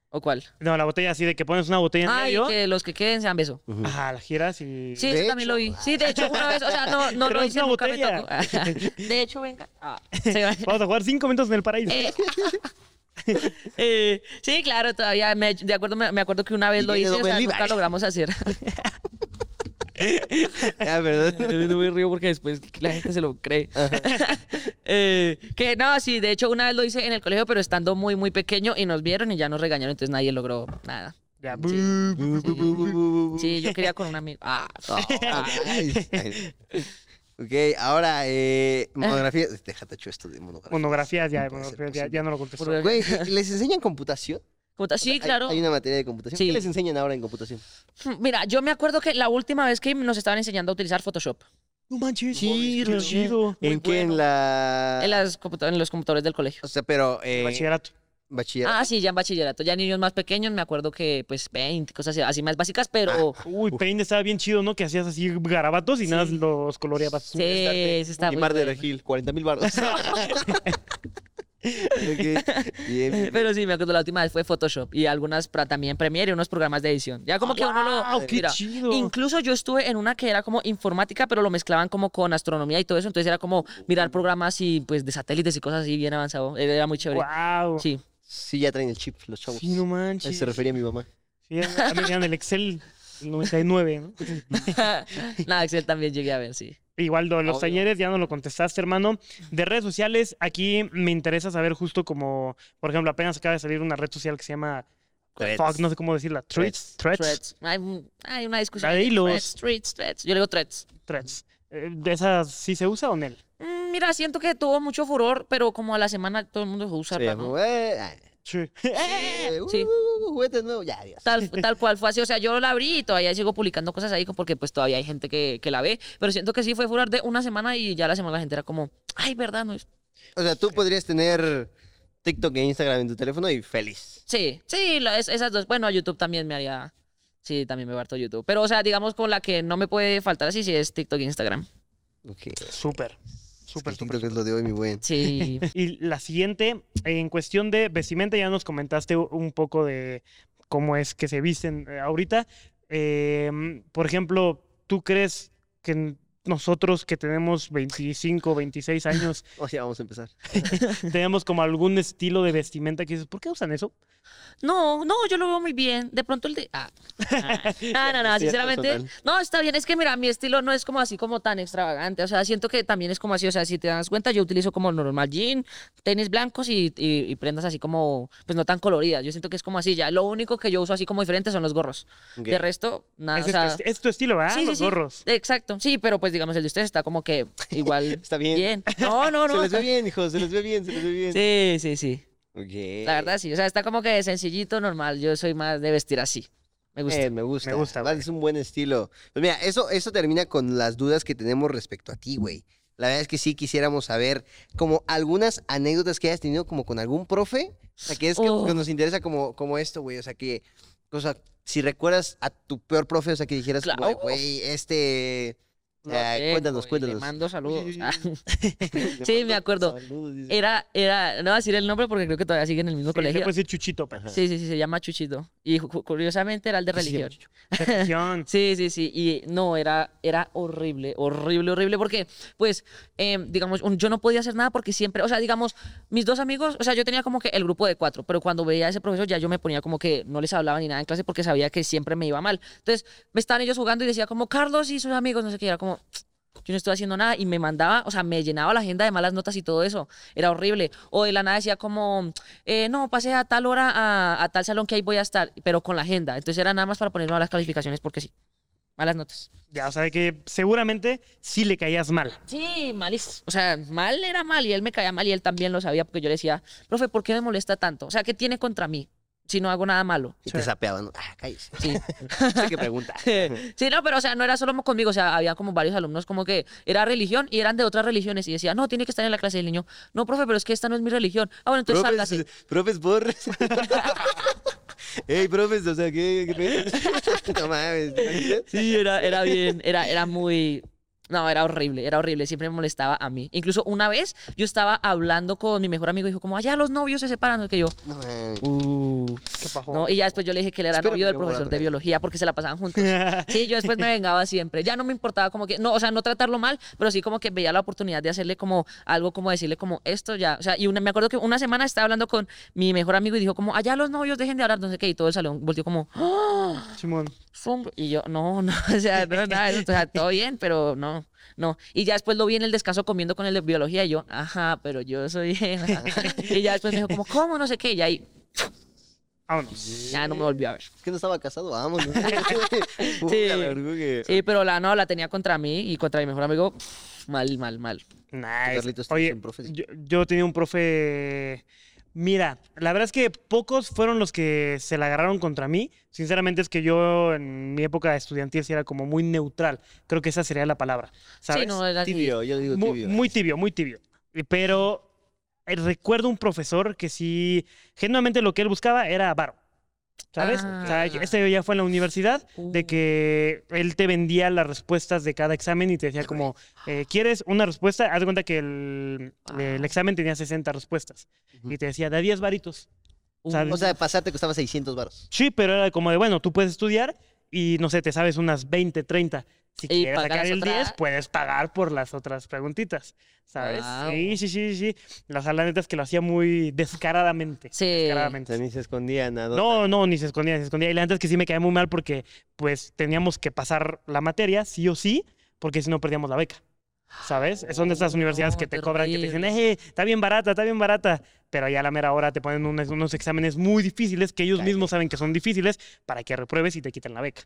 Speaker 3: o cuál?
Speaker 2: No, la botella así de que pones una botella en
Speaker 3: Ah, y
Speaker 2: medio.
Speaker 3: que los que queden sean beso.
Speaker 1: Ujú.
Speaker 2: Ajá, la giras y.
Speaker 3: Sí,
Speaker 1: De
Speaker 3: eso también lo vi. Sí, de hecho, una vez, o sea, no, no lo
Speaker 2: Traes
Speaker 3: hice,
Speaker 2: una
Speaker 3: nunca me tocó. *laughs*
Speaker 2: botella.
Speaker 3: De hecho, venga. Ah, se va.
Speaker 2: Vamos a jugar cinco minutos en el paraíso.
Speaker 3: Eh, *laughs* eh, sí, claro, todavía me, de acuerdo, me, me acuerdo que una vez
Speaker 1: Y
Speaker 3: lo
Speaker 1: viene
Speaker 3: hice, o sea,
Speaker 1: Don
Speaker 3: nunca
Speaker 1: Levi.
Speaker 3: logramos *laughs* hacer.
Speaker 1: Ah, perdón.
Speaker 3: no me río porque después la gente se lo cree. *laughs* Eh, que no, sí, de hecho una vez lo hice en el colegio, pero estando muy, muy pequeño y nos vieron y ya nos regañaron, entonces nadie logró nada.
Speaker 2: Ya,
Speaker 3: *laughs* Sí, yo quería con un amigo. *laughs* Ah, no.
Speaker 1: Ay, ay. Ok, ahora,
Speaker 3: Ah.
Speaker 1: eh, monografía. Déjate hecho esto de monografía.
Speaker 2: monografías, ya,
Speaker 1: No puede ser
Speaker 2: monografías, ya,
Speaker 1: posible.
Speaker 2: ya no lo contesto.
Speaker 3: Por-
Speaker 1: Güey, ¿les enseñan computación?
Speaker 3: Como ta- Sí,
Speaker 1: Hay-
Speaker 3: claro.
Speaker 1: Hay, una materia de computación.
Speaker 3: Sí.
Speaker 1: ¿Qué les enseñan ahora en computación?
Speaker 3: Mira, yo me acuerdo que la última vez que nos estaban enseñando a utilizar Photoshop
Speaker 2: No manches,
Speaker 1: Sí,
Speaker 2: qué
Speaker 1: lo-
Speaker 2: chido.
Speaker 1: ¿En qué? En la.
Speaker 3: en, las computa- en los computadores del colegio.
Speaker 1: O sea, pero. Eh,
Speaker 2: Bachillerato.
Speaker 1: bachillerato.
Speaker 3: Ah, sí, ya en bachillerato, ya niños más pequeños, me acuerdo que pues 20, cosas así, así más básicas, pero
Speaker 2: Uy, Paint estaba bien chido, ¿no? Que hacías así garabatos y nada más los coloreabas.
Speaker 3: sí, eso está
Speaker 1: y
Speaker 3: muy
Speaker 1: Mar de
Speaker 3: bueno.
Speaker 1: Regil, 40 mil barros. *laughs* Bien, bien.
Speaker 3: *laughs* Pero sí, me acuerdo la última vez fue Photoshop y algunas pra- también Premiere y unos programas de edición. Ya como que uno
Speaker 2: ¡Guau,
Speaker 3: lo
Speaker 2: qué chido!
Speaker 3: Incluso yo estuve en una que era como informática, pero lo mezclaban como con astronomía y todo eso, entonces era como mirar programas y pues de satélites y cosas así bien avanzado. eh, Era era muy chévere.
Speaker 2: Wow.
Speaker 3: Sí. *laughs*
Speaker 1: Sí, ya traen el chip los chavos.
Speaker 2: Sí, no
Speaker 1: A eso
Speaker 2: manches.
Speaker 1: se refería mi mamá.
Speaker 2: Sí, a mí me dan el Excel 99, ¿no?
Speaker 3: Nada, Excel también llegué a ver, sí.
Speaker 2: Igual lo de los
Speaker 1: Obvio.
Speaker 2: talleres ya no lo contestaste, hermano. De redes sociales, aquí me interesa saber justo como, por ejemplo, apenas acaba de salir una red social que se llama Fuck, no sé cómo decirla. Threads. Threads. Threads.
Speaker 3: Threads. Hay, un- hay una discusión.
Speaker 2: Ahí
Speaker 3: aquí.
Speaker 2: los-
Speaker 3: Threads, threads, threads. Yo le digo threads.
Speaker 2: Eh, ¿De esas sí se usa o no?
Speaker 3: Mm, Mira, siento que tuvo mucho furor, pero como a la semana todo el mundo usa.
Speaker 1: Sí, como, eh, ah,
Speaker 2: Sí.
Speaker 1: eh, uh,
Speaker 3: Sí.
Speaker 1: uh, uh, juguetes nuevos. Ya, adiós.
Speaker 3: Tal, tal cual fue así, o sea, yo la abrí y todavía sigo publicando cosas ahí porque pues todavía hay gente que, que la ve, pero siento que sí fue furor de una semana y ya la semana la gente era como, ay, verdad, no es...
Speaker 1: O sea, tú podrías tener TikTok e Instagram en tu teléfono y feliz.
Speaker 3: Sí, sí, la- es- esas dos, bueno, YouTube también me haría, sí, también me harto YouTube, pero o sea, digamos con la que no me puede faltar así, sí es TikTok e Instagram.
Speaker 1: Ok.
Speaker 2: Súper.
Speaker 1: Es que
Speaker 2: Súper,
Speaker 1: el
Speaker 2: súper.
Speaker 1: TikTok es lo de hoy, mi buen.
Speaker 3: Sí, *laughs*
Speaker 2: Y la siguiente, en cuestión de vestimenta, ya nos comentaste u- un poco de cómo es que se visten eh, ahorita. Eh, por ejemplo, ¿tú crees que n- nosotros que tenemos 25, 26 años,
Speaker 3: *laughs*
Speaker 1: O sea, vamos a empezar.
Speaker 2: tenemos como algún estilo de vestimenta que dices, ¿por qué usan eso?
Speaker 3: no, no, yo lo veo muy bien, de pronto el de...
Speaker 1: *laughs*
Speaker 3: Ah, ah, ah, no, no,
Speaker 1: Sí, es
Speaker 3: sinceramente,
Speaker 1: personal.
Speaker 3: no, está bien, es que mira, mi estilo no es como así como tan extravagante, o sea, siento que también es como así, o sea, si te das cuenta, yo utilizo como normal jean, tenis blancos y, y- y prendas así como, pues no tan coloridas, yo siento que es como así, ya, lo único que yo uso así como diferente son los gorros,
Speaker 1: Ok.
Speaker 3: de resto, nada,
Speaker 2: Ese
Speaker 3: Ah, o
Speaker 2: es,
Speaker 3: sea...
Speaker 2: tu est- es tu estilo, ¿verdad? Los gorros.
Speaker 3: Exacto, sí, pero pues digamos el de ustedes está como que igual
Speaker 1: *laughs* Está bien.
Speaker 3: bien. No,
Speaker 1: *laughs*
Speaker 3: no,
Speaker 1: Se
Speaker 3: no.
Speaker 1: les ve bien, hijo, se les ve bien, se les ve bien.
Speaker 3: Sí, sí, sí.
Speaker 1: Ok.
Speaker 3: La verdad sí, o sea, está como que sencillito, normal. Yo soy más de vestir así. Me gusta.
Speaker 1: Eh, me gusta.
Speaker 2: Me gusta,
Speaker 1: Vale,
Speaker 2: güey.
Speaker 1: Es un buen estilo. Pues mira, eso, eso termina con las dudas que tenemos respecto a ti, güey. La verdad es que sí quisiéramos saber como algunas anécdotas que hayas tenido como con algún profe. O sea, que es que
Speaker 3: Oh.
Speaker 1: que nos interesa como, como esto, güey. O sea, que, o sea, si recuerdas a tu peor profe, o sea, que dijeras, como,
Speaker 3: Claro.
Speaker 1: güey, este...
Speaker 3: Lo
Speaker 1: ah,
Speaker 3: tengo
Speaker 1: cuéntanos,
Speaker 3: y
Speaker 1: cuéntanos.
Speaker 3: Le mando saludos.
Speaker 1: Sí,
Speaker 3: Ah,
Speaker 1: *laughs*
Speaker 3: *laughs*
Speaker 1: Le
Speaker 3: Sí, me
Speaker 1: mando
Speaker 3: acuerdo. Eh,
Speaker 1: saludos, dice.
Speaker 3: Era, era, no voy a decir el nombre porque creo que todavía sigue en el mismo
Speaker 2: Sí, pues- le
Speaker 3: colegio.
Speaker 2: puedes decir chuchito, pero.
Speaker 3: Sí, sí, sí, se llama Chuchito. Y ju- curiosamente era el de
Speaker 1: Sí, se llama
Speaker 3: religión.
Speaker 1: Chucho.
Speaker 2: Religión.
Speaker 3: Sí, sí, sí. Y no, era, era horrible, horrible, horrible. Porque, pues, eh, digamos, un- yo no podía hacer nada porque siempre, o sea, digamos, mis dos amigos, o sea, yo tenía como que el grupo de cuatro, pero cuando veía a ese profesor ya yo me ponía como que no les hablaba ni nada en clase porque sabía que siempre me iba mal. Entonces, me estaban ellos jugando y decía como, Carlos y sus amigos, no sé qué, y era como... Yo no estoy haciendo nada y me mandaba, o sea, me llenaba la agenda de malas notas y todo eso. Era horrible. O de la nada decía como, eh, no, pasé a tal hora a, a tal salón que ahí voy a estar, pero con la agenda. Entonces era nada más para ponerme las calificaciones porque sí. Malas notas.
Speaker 2: Ya, o sea, que seguramente sí le caías mal.
Speaker 3: Sí, malísimo. O sea, mal era mal y él me caía mal y él también lo sabía porque yo le decía, profe, ¿por qué me molesta tanto? O sea, ¿qué tiene contra mí si no hago nada malo?
Speaker 1: Y te sapeaban. Ah,
Speaker 3: *laughs*
Speaker 1: cállese.
Speaker 3: Sí.
Speaker 1: Sé que pregunta.
Speaker 3: Sí, no, pero o sea, no era solo conmigo, o sea, había como varios alumnos como que era religión y eran de otras religiones y decía, no, tiene que estar en la clase del niño. No, profe, pero es que esta no es mi religión. Ah, bueno, entonces sálgase.
Speaker 1: profes, profes, borres. *laughs* Ey, profes, o sea, ¿qué? qué- *laughs* no mames. ¿te imaginas?
Speaker 3: Sí, era, era bien, era, era muy... No, era horrible, era horrible, siempre me molestaba a mí. Incluso una vez yo estaba hablando con mi mejor amigo y dijo como, allá los novios se separan, ¿no? que yo,
Speaker 1: No mames.
Speaker 3: uh,
Speaker 2: Qué pajo.
Speaker 3: no, y ya después yo le dije que él era
Speaker 1: Espero
Speaker 3: novio
Speaker 1: que
Speaker 3: del
Speaker 1: no vuelva a
Speaker 3: profesor de
Speaker 1: reír.
Speaker 3: biología porque se la pasaban juntos. Sí, yo después me vengaba siempre. Ya no me importaba como que, no, o sea, no tratarlo mal, pero sí como que veía la oportunidad de hacerle como algo, como decirle como esto ya. O sea, y una, me acuerdo que una semana estaba hablando con mi mejor amigo y dijo como, allá los novios dejen de hablar, no sé qué, y todo el salón volteó como, "Ah,
Speaker 2: *laughs* Simón.
Speaker 3: Zumba. Y yo, no, *laughs* no, o sea, no, nada, de eso, o sea, todo bien, pero no, no. Y ya después lo vi en el descanso comiendo con el de biología y yo, ajá, pero yo soy... *laughs* y ya después me dijo como, ¿cómo? No sé qué, y ahí
Speaker 2: Vámonos.
Speaker 3: ya no me volvió a ver.
Speaker 1: Es que no estaba casado, vamos. ¿no? *laughs*
Speaker 3: Sí.
Speaker 1: Puta, la verdad que-
Speaker 3: Sí, pero la no, la tenía contra mí y contra mi mejor amigo, pf, mal, mal, mal.
Speaker 2: Nice.
Speaker 1: Carlitos, tienes
Speaker 2: Oye,
Speaker 1: un profe?
Speaker 2: yo, yo tenía un profe. Mira, la verdad es que pocos fueron los que se la agarraron contra mí. Sinceramente es que yo en mi época estudiantil sí era como muy neutral. Creo que esa sería la palabra. ¿Sabes?
Speaker 3: Sí, no, era
Speaker 1: Tibio, yo digo
Speaker 2: Mu-
Speaker 1: tibio.
Speaker 2: Muy, tibio, muy tibio. Y- Pero eh, recuerdo un profesor que sí, genuinamente lo que él buscaba era varo. ¿Sabes? O sea,
Speaker 3: Ah.
Speaker 2: este ya fue en la universidad, de
Speaker 3: Uh.
Speaker 2: que él te vendía las respuestas de cada examen y te decía como, eh, ¿quieres una respuesta? Haz de cuenta que el, el
Speaker 3: Wow.
Speaker 2: examen tenía 60 respuestas.
Speaker 1: Ujú.
Speaker 2: Y te decía, da 10 varitos.
Speaker 3: Uh,
Speaker 2: ¿sabes?
Speaker 1: O sea, pasarte costaba 600 baros.
Speaker 2: Sí, pero era como de, bueno, tú puedes estudiar y no sé, te sabes unas 20, 30. Si
Speaker 3: Y
Speaker 2: quieres
Speaker 3: pagar
Speaker 2: sacar
Speaker 3: las
Speaker 2: el 10,
Speaker 3: otras.
Speaker 2: puedes pagar por las otras preguntitas, ¿sabes?
Speaker 3: Guau.
Speaker 2: Sí, sí, sí, sí. Las la neta es que lo hacía muy descaradamente.
Speaker 3: Sí.
Speaker 1: O sea,
Speaker 2: Descaradamente.
Speaker 1: ni se escondía nada.
Speaker 2: No, no, ni se escondía, ni se escondía. Y la neta es que sí me caía muy mal porque pues teníamos que pasar la materia, sí o sí, porque si no perdíamos la beca. ¿Sabes? Son de estas
Speaker 3: Oh,
Speaker 2: universidades que te cobran, que te dicen, eh,
Speaker 3: terrible.
Speaker 2: está bien barata, está bien barata. Pero ya a la mera hora te ponen unos, unos exámenes muy difíciles que ellos mismos saben que son difíciles para que repruebes y te quiten la beca.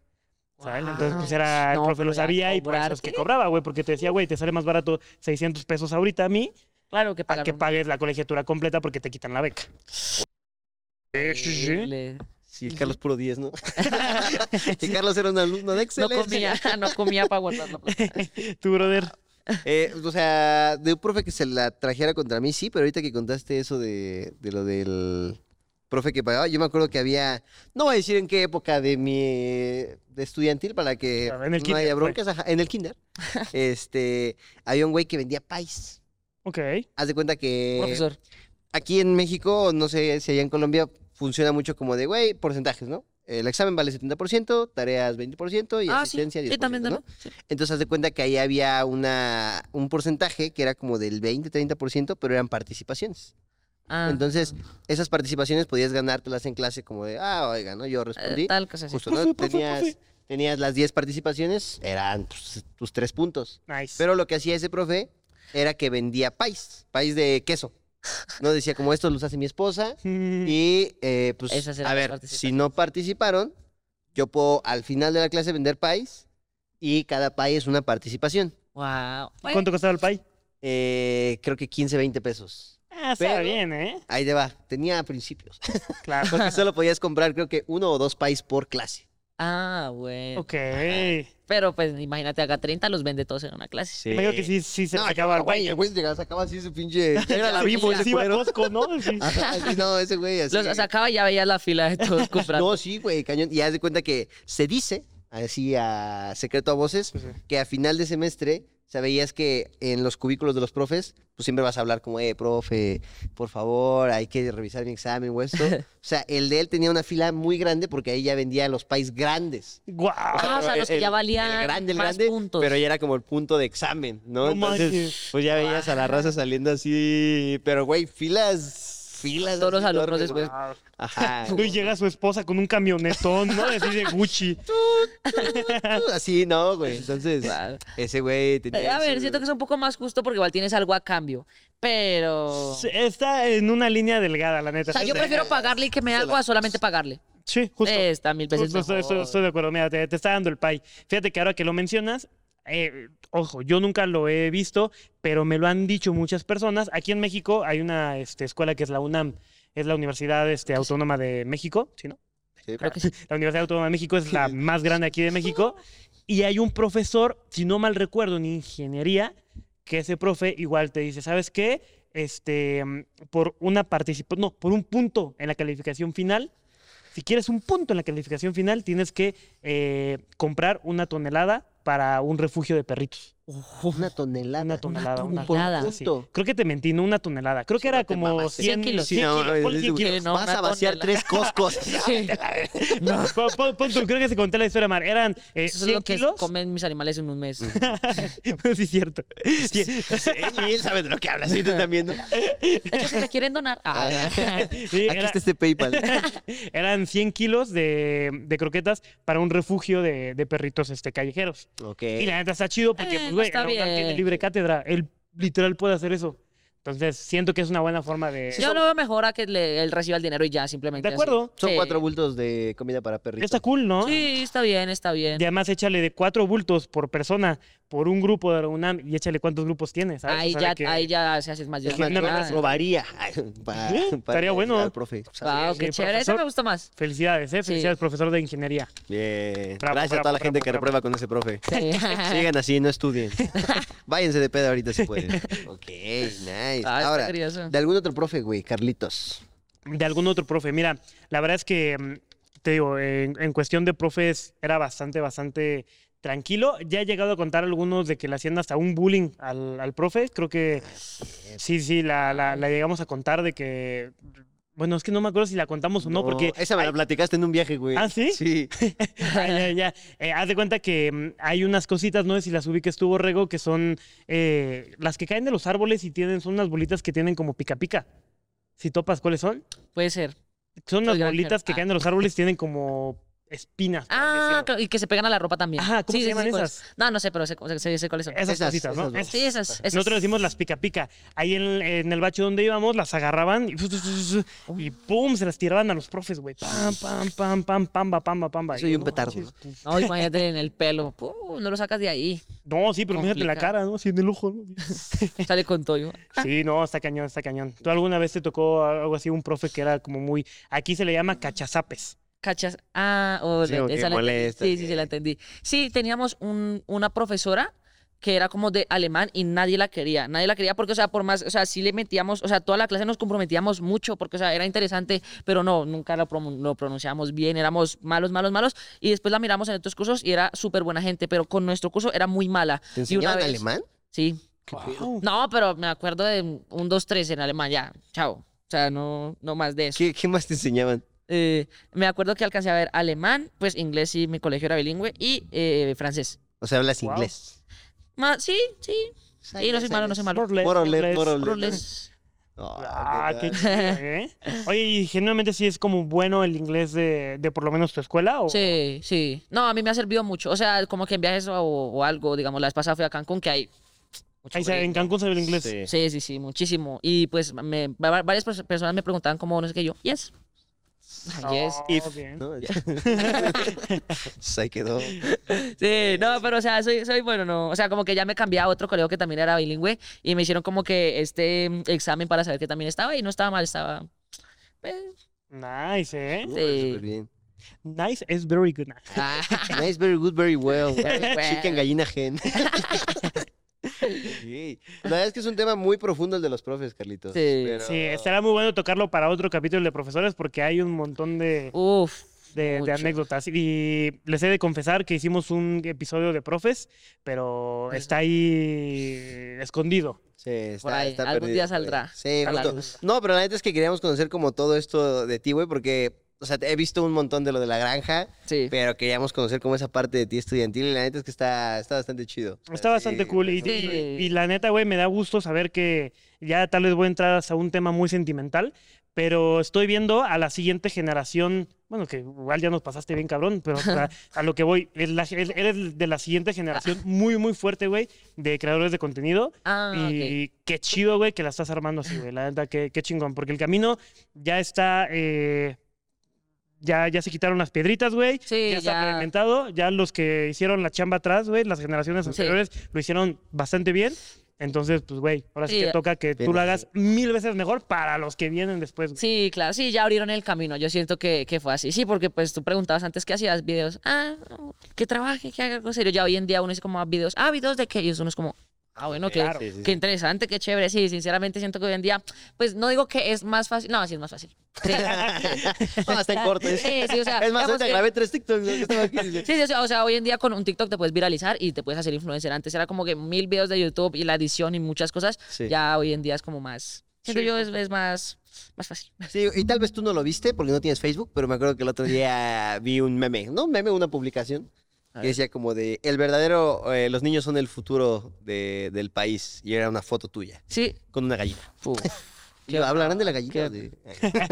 Speaker 2: ¿Sabes? Entonces, pues
Speaker 3: Wow.
Speaker 2: era, el
Speaker 3: No,
Speaker 2: profe lo
Speaker 3: pero ya
Speaker 2: sabía y por eso es que
Speaker 3: cobrarte.
Speaker 2: cobraba, güey, porque te decía, güey, te sale más barato 600 pesos ahorita a mí
Speaker 3: Claro que
Speaker 2: para
Speaker 3: pagaron.
Speaker 2: que pagues la colegiatura completa porque te quitan la beca. Sí, sí, sí.
Speaker 3: horrible.
Speaker 1: Sí, el Carlos puro 10,
Speaker 3: *laughs*
Speaker 1: ¿no? *laughs* y Carlos era un alumno de ¿eh?
Speaker 3: No
Speaker 1: excelente.
Speaker 3: comía, *laughs* no comía para guardar la
Speaker 1: *laughs*
Speaker 3: plata.
Speaker 2: Tú, brother.
Speaker 1: Eh, o sea, de un profe que se la trajera contra mí, sí, pero ahorita que contaste eso de, de lo del profe que pagaba, yo me acuerdo que había, no voy a decir en qué época de mi eh, de estudiantil para que
Speaker 2: Claro, en el
Speaker 1: no
Speaker 2: kinder,
Speaker 3: pues.
Speaker 1: haya
Speaker 2: güey.
Speaker 1: broncas, ajá, en el
Speaker 3: *laughs*
Speaker 1: kinder, este, había un güey que vendía pais.
Speaker 2: Ok.
Speaker 1: Haz de cuenta que
Speaker 3: Profesor.
Speaker 1: aquí en México, no sé si allá en Colombia, funciona mucho como de, güey, porcentajes, ¿no? El examen vale 70%, tareas 20% y
Speaker 3: Ah, sí.
Speaker 1: asistencia 10%,
Speaker 3: Sí, también,
Speaker 1: ¿no?
Speaker 3: también. Sí.
Speaker 1: Entonces, haz de cuenta que ahí había una, un porcentaje que era como del 20-30%, pero eran participaciones.
Speaker 3: Ah,
Speaker 1: Entonces, esas participaciones podías ganártelas en clase como de, ah, oiga, ¿no? Yo
Speaker 3: eh,
Speaker 1: respondí. pues,
Speaker 3: tal cosa así.
Speaker 1: Justo, ¿no?
Speaker 2: Profe, profe,
Speaker 1: Tenías,
Speaker 2: profe.
Speaker 1: tenías las 10 participaciones, eran tus, tus tres puntos.
Speaker 2: Nice. *laughs*
Speaker 1: Pero lo que hacía ese profe era que vendía pais, pais de queso. No decía, como estos los hace mi esposa.
Speaker 2: Mm,
Speaker 1: Y, eh, pues,
Speaker 3: Esas eran
Speaker 1: a
Speaker 3: las
Speaker 1: ver, si
Speaker 3: participaciones.
Speaker 1: no participaron, yo puedo al final de la clase vender pais y cada pais es una participación.
Speaker 3: Wow.
Speaker 2: ¿Cuánto costaba el pay?
Speaker 1: Eh, creo que 15, 20 pesos.
Speaker 2: Ah, está
Speaker 1: Pero-
Speaker 2: bien, ¿eh?
Speaker 1: Ahí te va. Tenía principios. *laughs*
Speaker 2: Claro.
Speaker 1: Porque solo podías comprar, creo que uno o dos pais por clase.
Speaker 3: Ah, bueno.
Speaker 2: *laughs* Ok. Me
Speaker 3: Pero pues imagínate, acá 30 los vende todos en una clase.
Speaker 1: Sí.
Speaker 2: digo que sí, sí se
Speaker 1: No,
Speaker 2: sacaba el
Speaker 1: güey,
Speaker 2: pay.
Speaker 1: el güey llegaba, sacaba así su
Speaker 2: *laughs*
Speaker 1: pinche. *laughs* Era la
Speaker 2: Sí,
Speaker 1: bimbo ese
Speaker 2: sí iba a
Speaker 1: cuero. *laughs*
Speaker 2: Costco, ¿no? Sí.
Speaker 1: Ajá, sí, no, ese güey así.
Speaker 3: Los sacaba y ya veías la fila de todos comprando.
Speaker 1: *laughs* No, sí, güey, cañón. Y haz de cuenta que se dice, así a secreto a voces,
Speaker 2: Sí, sí.
Speaker 1: que a final de semestre sabías que en los cubículos de los profes, pues siempre vas a hablar como, eh, profe, por favor, hay que revisar mi examen o
Speaker 2: *laughs*
Speaker 1: esto. O sea, el de él tenía una fila muy grande porque ahí ya vendía los pais grandes.
Speaker 2: ¡Guau!
Speaker 3: Ah, o sea, los que ya valían
Speaker 1: el grande, el
Speaker 3: más
Speaker 1: grande,
Speaker 3: puntos.
Speaker 1: pero ya era como el punto de examen, ¿no?
Speaker 2: No manches.
Speaker 1: Entonces, pues ya veías a la raza saliendo así, pero güey, filas, filas.
Speaker 3: Todos los
Speaker 1: así
Speaker 3: alumnos
Speaker 1: enormes,
Speaker 3: después.
Speaker 1: güey. Ajá.
Speaker 2: *laughs* No, y llega su esposa con un camionetón, ¿no? Así de
Speaker 1: *laughs*
Speaker 2: Gucci.
Speaker 1: Pues, Así, ¿no, güey? Entonces,
Speaker 3: Claro.
Speaker 1: ese güey
Speaker 3: Eh,
Speaker 1: tenía...
Speaker 3: A ver,
Speaker 1: su-
Speaker 3: siento que es un poco más justo porque igual tienes algo a cambio. Pero.
Speaker 2: Sí, Está en una línea delgada, la neta.
Speaker 3: O sea, yo
Speaker 2: Sí,
Speaker 3: prefiero pagarle y que me dé algo a solamente pagarle.
Speaker 2: Sí, justo.
Speaker 3: Está mil veces
Speaker 2: Justo, estoy, estoy-
Speaker 3: mejor.
Speaker 2: estoy de acuerdo. Mira, te, te está dando el pay. Fíjate que ahora que lo mencionas, eh, ojo, yo nunca lo he visto, pero me lo han dicho muchas personas. Aquí en México hay una este, escuela que es la UNAM, es la Universidad este, Autónoma de México, ¿sí, no?
Speaker 1: Sí.
Speaker 2: La Universidad Autónoma de México es
Speaker 1: *laughs*
Speaker 2: la más grande aquí de México. Y hay un profesor, si no mal recuerdo, en ingeniería, que ese profe igual te dice, ¿sabes qué? Este, mm, por una participación, no, por un punto en la calificación final, si quieres un punto en la calificación final, tienes que eh, comprar una tonelada para un refugio de perritos.
Speaker 1: Una tonelada.
Speaker 2: Una tonelada.
Speaker 3: Ah, Una
Speaker 2: Una
Speaker 3: tonelada.
Speaker 2: Sí. Creo que te mentí, no una tonelada. Creo que era
Speaker 1: no te
Speaker 2: como
Speaker 1: mamaste.
Speaker 2: 100
Speaker 3: 100 kilos.
Speaker 1: Sí, no,
Speaker 2: kilos, ponle
Speaker 1: es *laughs* decir,
Speaker 2: 100 kilos.
Speaker 3: kilos, no,
Speaker 1: vas
Speaker 3: una
Speaker 1: a vaciar tres
Speaker 3: tonelada.
Speaker 1: coscos.
Speaker 3: Sí.
Speaker 2: Pon- pon- pon tú, creo que se conté la historia mal. Eran eh,
Speaker 3: Eso
Speaker 2: 100
Speaker 3: es lo que
Speaker 2: kilos.
Speaker 3: comen mis animales en un mes.
Speaker 2: sí, es cierto. Sí.
Speaker 1: y él sabe de lo que hablas, y tú también. ¿no?
Speaker 3: De hecho, si me quieren donar. Ah,
Speaker 2: Sí,
Speaker 1: Aquí
Speaker 2: era-
Speaker 1: está este PayPal.
Speaker 2: eran 100 kilos de, de croquetas para un refugio de, de perritos este, callejeros.
Speaker 1: Ok.
Speaker 2: Y la neta está chido porque,
Speaker 3: Eh,
Speaker 2: pues,
Speaker 3: no
Speaker 2: güey,
Speaker 3: está
Speaker 2: era una
Speaker 3: bien.
Speaker 2: de libre cátedra. Él literal puede hacer eso. Entonces, siento que es una buena forma de.
Speaker 3: Yo lo veo mejor a que le- él reciba el dinero y ya, simplemente.
Speaker 2: de
Speaker 3: así.
Speaker 2: acuerdo.
Speaker 1: Son
Speaker 3: Sí.
Speaker 1: cuatro bultos de comida para perritos.
Speaker 2: Está cool, ¿no?
Speaker 3: Sí, está bien, está bien.
Speaker 2: Y además, échale de cuatro bultos por persona por un grupo de la UNAM y échale cuántos grupos tienes. ¿sabes?
Speaker 3: Ahí
Speaker 2: O sea,
Speaker 3: ya,
Speaker 2: que-
Speaker 3: ahí ya se hace más
Speaker 1: Es
Speaker 3: bien.
Speaker 1: más,
Speaker 2: una
Speaker 1: yo
Speaker 2: no,
Speaker 1: las
Speaker 2: no.
Speaker 1: robaría. *laughs* para-
Speaker 2: ¿Eh?
Speaker 1: para
Speaker 2: Estaría bueno.
Speaker 1: al profe. Pues
Speaker 3: Wow, qué
Speaker 2: Sí,
Speaker 3: chévere. Ese
Speaker 2: profesor.
Speaker 3: me
Speaker 2: *laughs*
Speaker 3: gustó más.
Speaker 2: Felicidades, ¿eh?
Speaker 3: Sí.
Speaker 2: Felicidades, profesor de ingeniería.
Speaker 1: Bien.
Speaker 2: Bravo,
Speaker 1: Gracias a
Speaker 2: bravo,
Speaker 1: toda la gente
Speaker 2: bravo,
Speaker 1: que
Speaker 2: bravo.
Speaker 1: reprueba con ese profe.
Speaker 3: Sí. *laughs* Ah,
Speaker 1: Sigan así, no estudien. Váyanse de pedo ahorita si pueden. Ok, nice.
Speaker 3: Ah, está
Speaker 1: Ahora,
Speaker 3: curioso.
Speaker 1: de algún otro profe, güey, Carlitos.
Speaker 2: de algún otro profe. Mira, la verdad es que, mm, te digo, en, en cuestión de profes era bastante, bastante tranquilo. Ya he llegado a contar algunos de que le hacían hasta un bullying al, al profe. Creo que sí, sí, la, la- la llegamos a contar de que... Bueno, es que no me acuerdo si la contamos o no, porque...
Speaker 1: Esa me la platicaste en un viaje, güey.
Speaker 2: ¿Ah, sí?
Speaker 1: Sí.
Speaker 2: Ah, *laughs* ya, ya. Eh, haz de cuenta que mm, hay unas cositas, no sé si las ubiques tú, Borrego, que son eh, las que caen de los árboles y tienen, son unas bolitas que tienen como pica pica. Si topas, ¿cuáles son?
Speaker 3: Puede ser.
Speaker 2: Son unas
Speaker 3: Soy granjero.
Speaker 2: bolitas que
Speaker 3: Ah.
Speaker 2: caen de los árboles tienen como espinas. por así
Speaker 3: Ah,
Speaker 2: decirlo.
Speaker 3: claro, y que se pegan a la ropa también.
Speaker 2: Ajá, ¿cómo
Speaker 3: Sí,
Speaker 2: se
Speaker 3: sí,
Speaker 2: llaman
Speaker 3: sí, cuáles-
Speaker 2: esas?
Speaker 3: No, no sé, pero sé, sé- sé- sé cuáles son.
Speaker 2: *laughs* Esas,
Speaker 1: Esas,
Speaker 2: cositas, ¿no?
Speaker 1: esas dos.
Speaker 2: Esas.
Speaker 3: Sí, esas. esas.
Speaker 2: Nosotros decimos las pica pica. Ahí en, en el bache donde íbamos las agarraban y, y pum, se las tiraban a los profes, güey. Pam, pam, pam, pam, pamba, pamba, pamba.
Speaker 1: Soy
Speaker 2: yo,
Speaker 1: un
Speaker 2: no
Speaker 1: petardo.
Speaker 2: manches.
Speaker 3: *laughs* No, imagínate en el pelo. Puh, no lo sacas de ahí.
Speaker 2: No, sí, pero fíjate la
Speaker 3: Complica.
Speaker 2: cara, ¿no? Así en el ojo.
Speaker 3: *laughs*
Speaker 2: ¿no?
Speaker 3: Sale con todo.
Speaker 2: Sí, no, está cañón, está cañón. ¿Tú alguna vez te tocó algo así, un profe que era como muy. Aquí se le llama cachazapes.
Speaker 3: Cachas. Ah, o
Speaker 1: Sí,
Speaker 3: la-
Speaker 1: o que
Speaker 3: esa la entendí.
Speaker 1: molesta,
Speaker 3: Sí, sí,
Speaker 1: que-
Speaker 3: sí, la entendí. Sí, teníamos un- una profesora que era como de alemán y nadie la quería. Nadie la quería porque, o sea, por más, o sea, sí le metíamos, o sea, toda la clase nos comprometíamos mucho porque, o sea, era interesante, pero no, nunca lo, promu- lo pronunciábamos bien, éramos malos, malos, malos. Y después la miramos en otros cursos y era súper buena gente, pero con nuestro curso era muy mala.
Speaker 1: ¿Te
Speaker 3: y una
Speaker 1: enseñaban
Speaker 3: vez,
Speaker 1: alemán?
Speaker 3: Sí.
Speaker 2: Wow.
Speaker 3: No, pero me acuerdo de un 2-3 en alemán, ya, chao. O sea, no, no más de eso.
Speaker 1: ¿Qué, ¿Qué más te enseñaban?
Speaker 3: Eh, me acuerdo que alcancé a ver alemán, pues inglés y mi colegio era bilingüe y eh, francés.
Speaker 1: O sea, hablas
Speaker 2: Wow.
Speaker 1: inglés.
Speaker 3: Ma- sí, sí. Sí, no soy malo, no soy malo.
Speaker 2: Borles,
Speaker 1: Borole,
Speaker 2: borles,
Speaker 1: borole.
Speaker 3: Roles.
Speaker 2: Ah, qué
Speaker 1: tal.
Speaker 2: chido, *laughs* ¿eh? Oye, ¿y genuinamente sí es como bueno el inglés de, de por lo menos tu escuela? ¿o?
Speaker 3: Sí, sí. No, a mí me ha servido mucho. O sea, como que en viajes o, o algo, digamos, la vez pasada fui a Cancún, que hay. mucho
Speaker 2: Ahí se- en
Speaker 3: gringo.
Speaker 2: Cancún se ve el inglés.
Speaker 1: Sí.
Speaker 3: Sí, sí, sí, muchísimo. Y pues me- va- varias pers- personas me preguntaban cómo no sé qué yo. Yes.
Speaker 2: No,
Speaker 3: Yes.
Speaker 2: If. bien. *laughs*
Speaker 1: ¿No? Pues Ahí quedó.
Speaker 3: Sí, no, pero o sea, soy, soy bueno, no. O sea, como que ya me cambié a otro colegio que también era bilingüe y me hicieron como que este mm, examen para saber que también estaba y no estaba mal, estaba.
Speaker 2: *laughs*
Speaker 3: eh,
Speaker 2: Nice, ¿eh?
Speaker 1: Uh,
Speaker 3: Sí.
Speaker 1: súper bien.
Speaker 2: Nice es very good.
Speaker 3: ah,
Speaker 1: Nice, very good, very well.
Speaker 3: Very well.
Speaker 1: Chicken, gallina,
Speaker 3: *laughs*
Speaker 1: gen. Ok. La verdad es que es un tema muy profundo el de los profes, Carlitos.
Speaker 3: Sí.
Speaker 1: pero-
Speaker 2: Sí, estará muy bueno tocarlo para otro capítulo de profesores porque hay un montón de,
Speaker 3: Uf.
Speaker 2: de- de
Speaker 3: mucho.
Speaker 2: anécdotas. Y les he de confesar que hicimos un episodio de profes, pero está ahí escondido.
Speaker 1: Sí, está,
Speaker 3: Por ahí,
Speaker 1: está
Speaker 3: algún
Speaker 1: perdido,
Speaker 3: día
Speaker 1: güey.
Speaker 3: saldrá
Speaker 1: Sí,
Speaker 3: a la
Speaker 1: justo.
Speaker 3: luz.
Speaker 1: No, pero la neta es que queríamos conocer como todo esto de ti, güey, porque, o sea, he visto un montón de lo de la granja,
Speaker 3: Sí.
Speaker 1: pero queríamos conocer como esa parte de ti estudiantil y la neta es que está, está bastante chido.
Speaker 2: Está bastante cool. Y,
Speaker 3: sí. *laughs*
Speaker 1: *laughs*
Speaker 2: y- y la neta, güey, me da gusto saber que ya tal vez voy a entrar hasta un tema muy sentimental, pero estoy viendo a la siguiente generación. Bueno, que igual ya nos pasaste bien, cabrón, pero o sea, a lo que voy, es la- es- eres de la siguiente generación muy, muy fuerte, güey, de creadores de contenido.
Speaker 3: Ah,
Speaker 2: Y
Speaker 3: ok.
Speaker 2: qué chido, güey, que la estás armando así, güey. La neta, qué, qué chingón. Porque el camino ya está. eh, ya, ya se quitaron las piedritas, güey.
Speaker 3: Sí,
Speaker 2: ya está
Speaker 3: ya.
Speaker 2: pavimentado. Ya los que hicieron la chamba atrás, güey, las generaciones
Speaker 3: Sí.
Speaker 2: anteriores lo hicieron bastante bien. Entonces, pues, güey, ahora sí,
Speaker 3: Sí,
Speaker 2: que
Speaker 3: ya.
Speaker 2: toca que tú
Speaker 1: Bien.
Speaker 2: lo hagas mil veces mejor para los que vienen después. güey.
Speaker 3: Sí, claro, sí, ya abrieron el camino. Yo siento que, que fue así. Sí, porque pues tú preguntabas antes qué hacías videos. Ah, no, que trabaje, que haga algo serio. Ya hoy en día uno dice como ah, videos. Ah, videos de qué. Y uno es como, Ah, bueno, qué,
Speaker 2: Claro.
Speaker 1: Sí, sí,
Speaker 3: qué
Speaker 1: sí.
Speaker 3: interesante, qué chévere. Sí, sinceramente siento que hoy en día, pues no digo que es más fácil. No, sí es más fácil. Sí.
Speaker 1: No, está en corto. Es,
Speaker 3: Sí, sí, o sea,
Speaker 1: es más,
Speaker 3: digamos
Speaker 1: ahorita
Speaker 3: que-
Speaker 1: grabé tres TikToks. ¿no? Estaba
Speaker 3: *laughs*
Speaker 1: aquí.
Speaker 3: Sí, sí, o sea, o sea, hoy en día con un TikTok te puedes viralizar y te puedes hacer influencer. Antes era como que mil videos de YouTube y la edición y muchas cosas.
Speaker 1: Sí.
Speaker 3: Ya hoy en día es como más. Siento
Speaker 2: Sí.
Speaker 3: yo es, es más, más fácil.
Speaker 1: Sí, y tal vez tú no lo viste porque no tienes Facebook, pero me acuerdo que el otro día *laughs* vi un meme, no un meme, una publicación que decía como de el verdadero, eh, los niños son el futuro de- del país y era una foto tuya
Speaker 3: Sí.
Speaker 1: con una gallina.
Speaker 3: Uf. *laughs*
Speaker 1: Y yo, ¿Hablarán de la gallina?
Speaker 3: ah, qué-
Speaker 1: o de- Eh,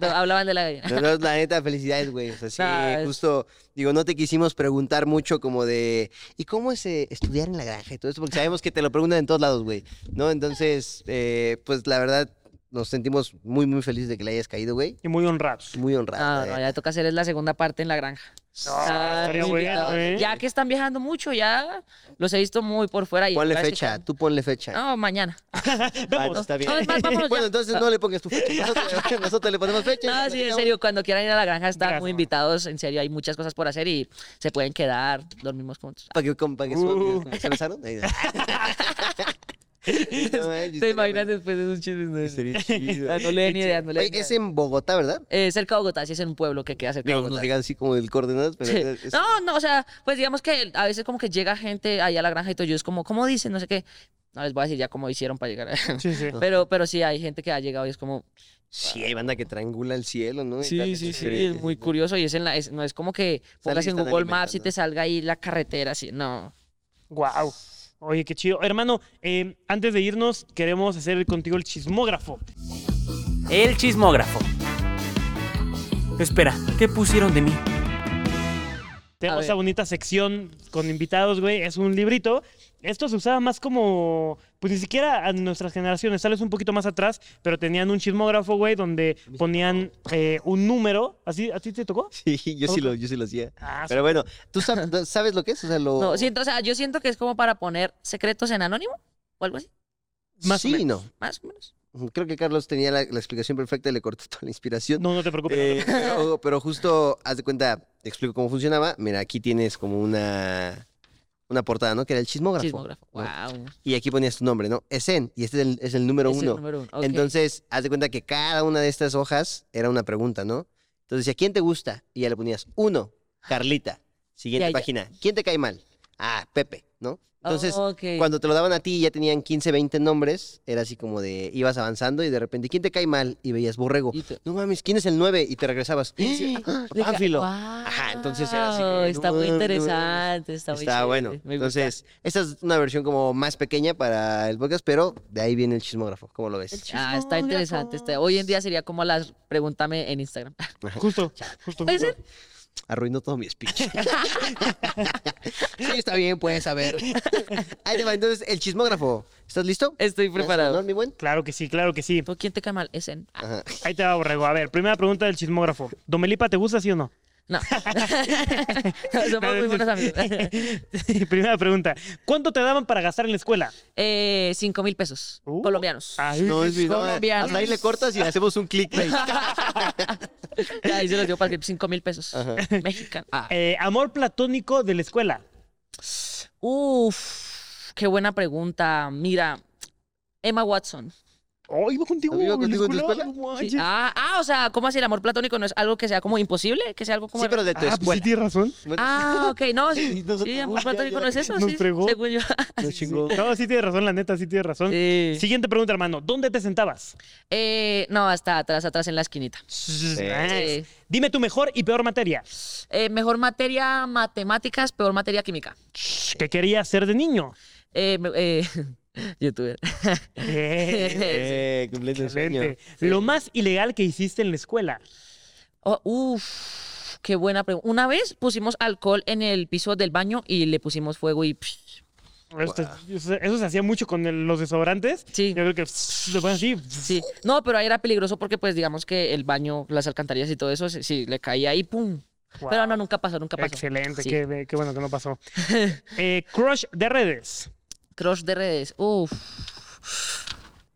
Speaker 3: Hablaban de la gallina.
Speaker 1: *laughs* No, no, la neta, felicidades, güey. O sea, sí,
Speaker 3: Nah, es-
Speaker 1: justo, digo, no te quisimos preguntar mucho como de, ¿y cómo es eh, estudiar en la granja y todo eso? Porque sabemos que te lo preguntan en todos lados, güey, ¿no? Entonces, eh, pues la verdad, nos sentimos muy, muy felices de que le hayas caído, güey.
Speaker 2: Y muy honrados.
Speaker 1: Muy eh.
Speaker 3: Ah,
Speaker 1: honrado.
Speaker 3: no, ya toca hacer es la segunda parte en la granja. Ah,
Speaker 2: estaría
Speaker 3: sí,
Speaker 2: bueno,
Speaker 3: ah,
Speaker 2: ¿eh?
Speaker 3: Ya que están viajando mucho, ya los he visto muy por fuera. Y
Speaker 1: Ponle
Speaker 3: la verdad es que
Speaker 1: fecha,
Speaker 3: con-
Speaker 1: tú ponle fecha.
Speaker 3: No, mañana.
Speaker 1: Ah, está bien.
Speaker 3: No, es
Speaker 1: *laughs*
Speaker 3: más, vámonos
Speaker 1: bueno,
Speaker 3: ya.
Speaker 1: entonces no le pongas tu fecha.
Speaker 3: *laughs*
Speaker 1: Nosotros, nosotros le ponemos fecha.
Speaker 3: No,
Speaker 1: y
Speaker 3: sí, en
Speaker 1: platicamos.
Speaker 3: serio, cuando quieran ir a la granja están
Speaker 2: Gracias.
Speaker 3: muy invitados, en serio, hay muchas cosas por hacer y se pueden quedar, dormimos juntos.
Speaker 1: Para que, para que
Speaker 2: Uh.
Speaker 1: ¿Se besaron? Ahí.
Speaker 3: *laughs*
Speaker 1: No, manches,
Speaker 3: ¿Te imaginas después de esos chismes? No,
Speaker 1: Sería
Speaker 3: *laughs*
Speaker 1: chido.
Speaker 3: Ah, no le den ideas, no le
Speaker 1: Oye,
Speaker 3: den
Speaker 1: es
Speaker 3: ideas.
Speaker 1: en Bogotá, ¿verdad?
Speaker 3: Eh, cerca de Bogotá, sí es en un pueblo que queda cerca de
Speaker 1: Digo, no
Speaker 3: Bogotá.
Speaker 1: digan así como el coordenadas, pero...
Speaker 3: Sí.
Speaker 1: es- es-
Speaker 3: No, no, o sea, pues digamos que a veces como que llega gente ahí a la granja y todo, yo es como, ¿cómo dicen? No sé qué. No les voy a decir ya cómo hicieron para llegar.
Speaker 1: *laughs*
Speaker 2: Sí, sí.
Speaker 3: Pero, pero sí, hay gente que ha llegado y es como,
Speaker 1: Sí, hay banda que triangula el cielo, ¿no? Y tal,
Speaker 3: sí, sí,
Speaker 1: es-
Speaker 3: sí, es muy curioso y es en la, es- no es como que
Speaker 1: Salen
Speaker 3: pongas
Speaker 1: y
Speaker 3: en
Speaker 1: están
Speaker 3: Google Maps y
Speaker 1: alimentando.
Speaker 3: te salga ahí la carretera, así, no.
Speaker 2: Wow. Oye, qué chido. Hermano, eh, antes de irnos, queremos hacer contigo el chismógrafo.
Speaker 5: El chismógrafo. Espera, ¿qué pusieron de mí?
Speaker 2: Tenemos
Speaker 3: ver.
Speaker 2: esa bonita sección con invitados, güey. Es un librito. Esto se usaba más como, pues ni siquiera a nuestras generaciones, tal vez un poquito más atrás, pero tenían un chismógrafo, güey, donde ponían eh, un número. ¿Así, ¿A ti te tocó?
Speaker 1: Sí, yo sí lo, yo sí lo hacía.
Speaker 2: Ah,
Speaker 1: Pero bueno, ¿tú sab-
Speaker 3: *laughs*
Speaker 1: sabes, lo que es? O sea, lo...
Speaker 3: No, siento, o sea, yo siento que es como para poner secretos en anónimo o algo así,
Speaker 2: más o
Speaker 1: sí, no.
Speaker 3: más o menos.
Speaker 1: Creo que Carlos tenía la, la explicación perfecta y le cortó toda la inspiración.
Speaker 2: No, no te preocupes.
Speaker 3: *laughs*
Speaker 1: Eh, pero, pero justo, haz de cuenta, te explico cómo funcionaba. Mira, aquí tienes como una, una portada, ¿no? Que era el chismógrafo.
Speaker 3: Chismógrafo.
Speaker 1: ¿no?
Speaker 3: Wow.
Speaker 1: Y aquí ponías tu nombre, ¿no? Esen, y este es el, es el número
Speaker 3: Es el
Speaker 1: uno.
Speaker 3: número uno, ok.
Speaker 1: Entonces, haz de cuenta que cada una de estas hojas era una pregunta, ¿no? Entonces decía, ¿quién te gusta? Y ya le ponías, uno, Carlita. Siguiente
Speaker 3: Ya, ya.
Speaker 1: página, ¿quién te cae mal? Ah, Pepe, ¿no? Entonces,
Speaker 3: Ok.
Speaker 1: cuando te lo daban a ti y ya tenían 15, 20 nombres, era así como de, ibas avanzando y de repente, ¿quién te cae mal? Y veías borrego.
Speaker 3: Y te-
Speaker 1: No mames, ¿quién es el 9? Y te regresabas. *gasps*
Speaker 3: Sí.
Speaker 1: ¡Ah,
Speaker 3: Le ca-
Speaker 1: Pánfilo.
Speaker 3: Wow,
Speaker 1: Ajá, entonces era así. como,
Speaker 3: Está
Speaker 1: no
Speaker 3: muy
Speaker 1: mames, no mames.
Speaker 3: interesante, está muy
Speaker 1: uh". Está
Speaker 3: chévere,
Speaker 1: bueno.
Speaker 3: me gusta. Ah,
Speaker 1: Entonces, esta es una versión como más pequeña para el podcast, pero de ahí viene el chismógrafo. ¿Cómo lo ves?
Speaker 3: Ah, está interesante. está- Hoy en día sería como las pregúntame en Instagram. *laughs*
Speaker 2: Justo, justo.
Speaker 3: Puede
Speaker 2: justo.
Speaker 3: ser.
Speaker 1: Arruinó todo mi speech. sí, está bien, puedes saber. Ahí te va, entonces, el chismógrafo. ¿Estás listo?
Speaker 3: Estoy
Speaker 1: ¿No,
Speaker 3: preparado.
Speaker 1: mi buen?
Speaker 2: Claro que sí, claro que sí.
Speaker 3: ¿Pero ¿Quién te cae mal? Es en. Ah,
Speaker 1: Ajá.
Speaker 2: Ahí te va, Borrego. A ver, primera pregunta del chismógrafo. ¿Domelipa te gusta, sí o no? *laughs*
Speaker 1: *laughs*
Speaker 3: No. *laughs* Somos muy buenos amigos.
Speaker 2: primera pregunta. ¿Cuánto te daban para gastar en la escuela?
Speaker 3: Eh, cinco mil pesos
Speaker 2: Uh.
Speaker 3: colombianos.
Speaker 2: Ay,
Speaker 1: No, es mi- no,
Speaker 3: Colombianos.
Speaker 1: Hasta ahí le cortas y hacemos un clickbait.
Speaker 3: Ya, ahí se los dio para que cinco mil pesos mexicanos. Ah.
Speaker 2: Eh, amor platónico de la escuela.
Speaker 3: Uf, qué buena pregunta. Mira, Emma Watson.
Speaker 2: Oh, iba contigo,
Speaker 1: ¿Iba
Speaker 2: en la
Speaker 1: contigo en tu escuela?
Speaker 2: No
Speaker 3: Sí.
Speaker 2: manches.
Speaker 3: Ah, ah, o sea, ¿cómo así el amor platónico no es algo que sea como imposible? Que sea algo como.
Speaker 1: Sí, pero de tu
Speaker 2: Ah, pues sí,
Speaker 1: escuela.
Speaker 2: tienes razón.
Speaker 1: Bueno,
Speaker 3: Ah, ok,
Speaker 2: *laughs*
Speaker 3: no. Sí,
Speaker 1: nosotros-
Speaker 3: sí,
Speaker 1: Uy,
Speaker 3: amor
Speaker 1: ya,
Speaker 3: platónico
Speaker 1: ya.
Speaker 3: no es eso.
Speaker 2: Nos
Speaker 3: sí,
Speaker 2: fregó.
Speaker 3: Según yo.
Speaker 1: No chingó.
Speaker 2: No, sí tienes razón, la neta, sí tienes razón.
Speaker 3: Sí.
Speaker 2: Siguiente pregunta, hermano. ¿Dónde te sentabas?
Speaker 3: Eh, no, hasta atrás, atrás en la esquinita.
Speaker 2: Nice. Ah, Dime tu mejor y peor materia.
Speaker 3: Eh, mejor materia matemáticas, peor materia química.
Speaker 2: ¿Qué querías ser de *laughs* niño?
Speaker 3: Eh, me- eh, *laughs* youtuber.
Speaker 2: Eh,
Speaker 1: Eh, cumpliendo el sueño.
Speaker 2: Excelente. Lo más ilegal que hiciste en la escuela.
Speaker 3: *laughs* Oh, uf, qué buena pregunta. Una vez pusimos alcohol en el piso del baño y le pusimos fuego y... psh,
Speaker 2: Esto- Eso, eso se hacía mucho con el- los desodorantes.
Speaker 3: Sí.
Speaker 2: Yo creo que lo ponen así.
Speaker 3: sí. No, pero ahí era peligroso porque pues digamos que el baño, las alcantarillas y todo eso, sí, sí, le caía ahí, ¡pum!
Speaker 2: Wow.
Speaker 3: Pero no, nunca pasó, nunca pasó.
Speaker 2: Excelente,
Speaker 3: Sí.
Speaker 2: qué, qué bueno que no *laughs* pasó. Eh, crush de redes.
Speaker 3: Crush de redes. Uf.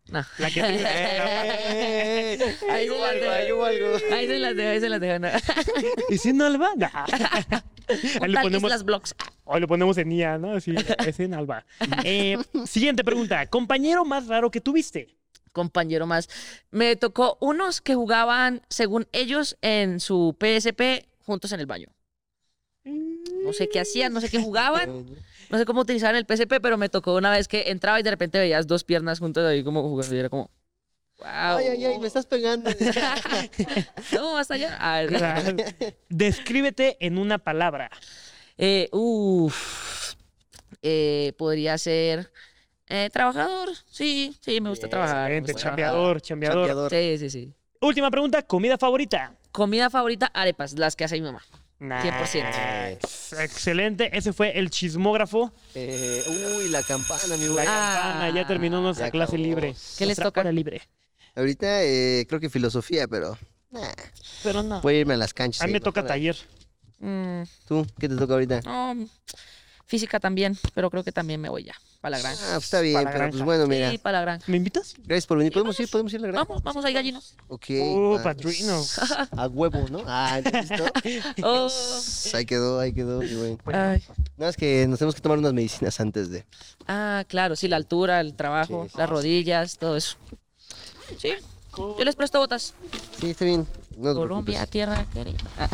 Speaker 3: Nah.
Speaker 2: La *laughs* que
Speaker 1: Eh, Ahí
Speaker 3: Ahí
Speaker 1: hubo
Speaker 3: se
Speaker 1: algo,
Speaker 3: la
Speaker 1: ahí hubo algo. *laughs*
Speaker 3: Ahí se las dejo, ahí se las dejo. no.
Speaker 2: *laughs* ¿Y sin Alba? Nah. Ahí le
Speaker 3: Tal
Speaker 2: ponemos
Speaker 3: Islas Blogs.
Speaker 2: Hoy lo ponemos en IA, ¿no? *laughs* Sí, es en Alba. Eh, siguiente pregunta. Compañero más raro que *laughs* tuviste.
Speaker 3: compañero más. Me tocó unos que jugaban, según ellos, en su PSP juntos en el baño. No sé qué hacían, no sé qué jugaban, no sé cómo utilizaban el PSP, pero me tocó una vez que entraba y de repente veías dos piernas juntas ahí como jugando y era como, wow.
Speaker 1: Ay, ay, ay, me estás *laughs* pegando.
Speaker 3: *laughs* No, hasta allá. Ah,
Speaker 2: O sea, descríbete en una palabra.
Speaker 3: eh, uf. Eh, podría ser eh, trabajador. Sí, sí, me gusta trabajar. me
Speaker 2: Excelente,
Speaker 3: gusta trabajar.
Speaker 2: chambeador, chambeador.
Speaker 1: Chambeador.
Speaker 3: Sí, sí, sí.
Speaker 2: Última pregunta, comida favorita.
Speaker 3: Comida favorita, arepas, las que hace mi mamá. 100%.
Speaker 2: Nice. Excelente, ese fue el chismógrafo.
Speaker 1: Eh, uy, la campana, mi
Speaker 2: La
Speaker 1: güey.
Speaker 2: campana, ya terminó nuestra
Speaker 1: Ya
Speaker 2: clase
Speaker 1: acabó.
Speaker 2: libre.
Speaker 3: ¿Qué les
Speaker 2: Nuestra
Speaker 3: toca?
Speaker 2: hora libre.
Speaker 1: Ahorita eh, creo que filosofía, pero nah,
Speaker 2: Pero no.
Speaker 1: puedo irme a las canchas.
Speaker 2: A mí
Speaker 1: ahí,
Speaker 2: me
Speaker 1: ¿no?
Speaker 2: toca
Speaker 1: Ahora,
Speaker 2: taller.
Speaker 3: Mm,
Speaker 1: ¿Tú qué te toca ahorita?
Speaker 3: no, física también, pero creo que también me voy ya. Para la granja.
Speaker 1: Ah, pues está bien,
Speaker 2: Para la
Speaker 1: pero pues
Speaker 2: granja.
Speaker 1: bueno, mira.
Speaker 3: Sí, para la granja.
Speaker 2: ¿Me invitas?
Speaker 1: Gracias por venir. ¿Podemos ir? ¿Podemos ir a la granja?
Speaker 3: Vamos, vamos, hay gallinos.
Speaker 1: Ok.
Speaker 2: Oh,
Speaker 1: va.
Speaker 2: padrino.
Speaker 1: A huevo, ¿no? *laughs* Ah, ¿listo?
Speaker 3: Oh,
Speaker 1: Ahí quedó, ahí quedó, mi güey.
Speaker 3: ay.
Speaker 1: No, es que nos tenemos que tomar unas medicinas antes de.
Speaker 3: Ah, claro, sí, la altura, el trabajo,
Speaker 1: Sí, sí,
Speaker 3: las rodillas, todo eso. Sí, yo les presto botas.
Speaker 1: Sí, está bien. No te
Speaker 3: Colombia,
Speaker 1: preocupes.
Speaker 3: tierra querida. Ah.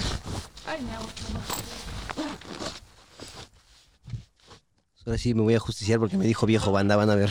Speaker 1: Ahora sí me voy a justiciar porque me dijo viejo banda, van a ver.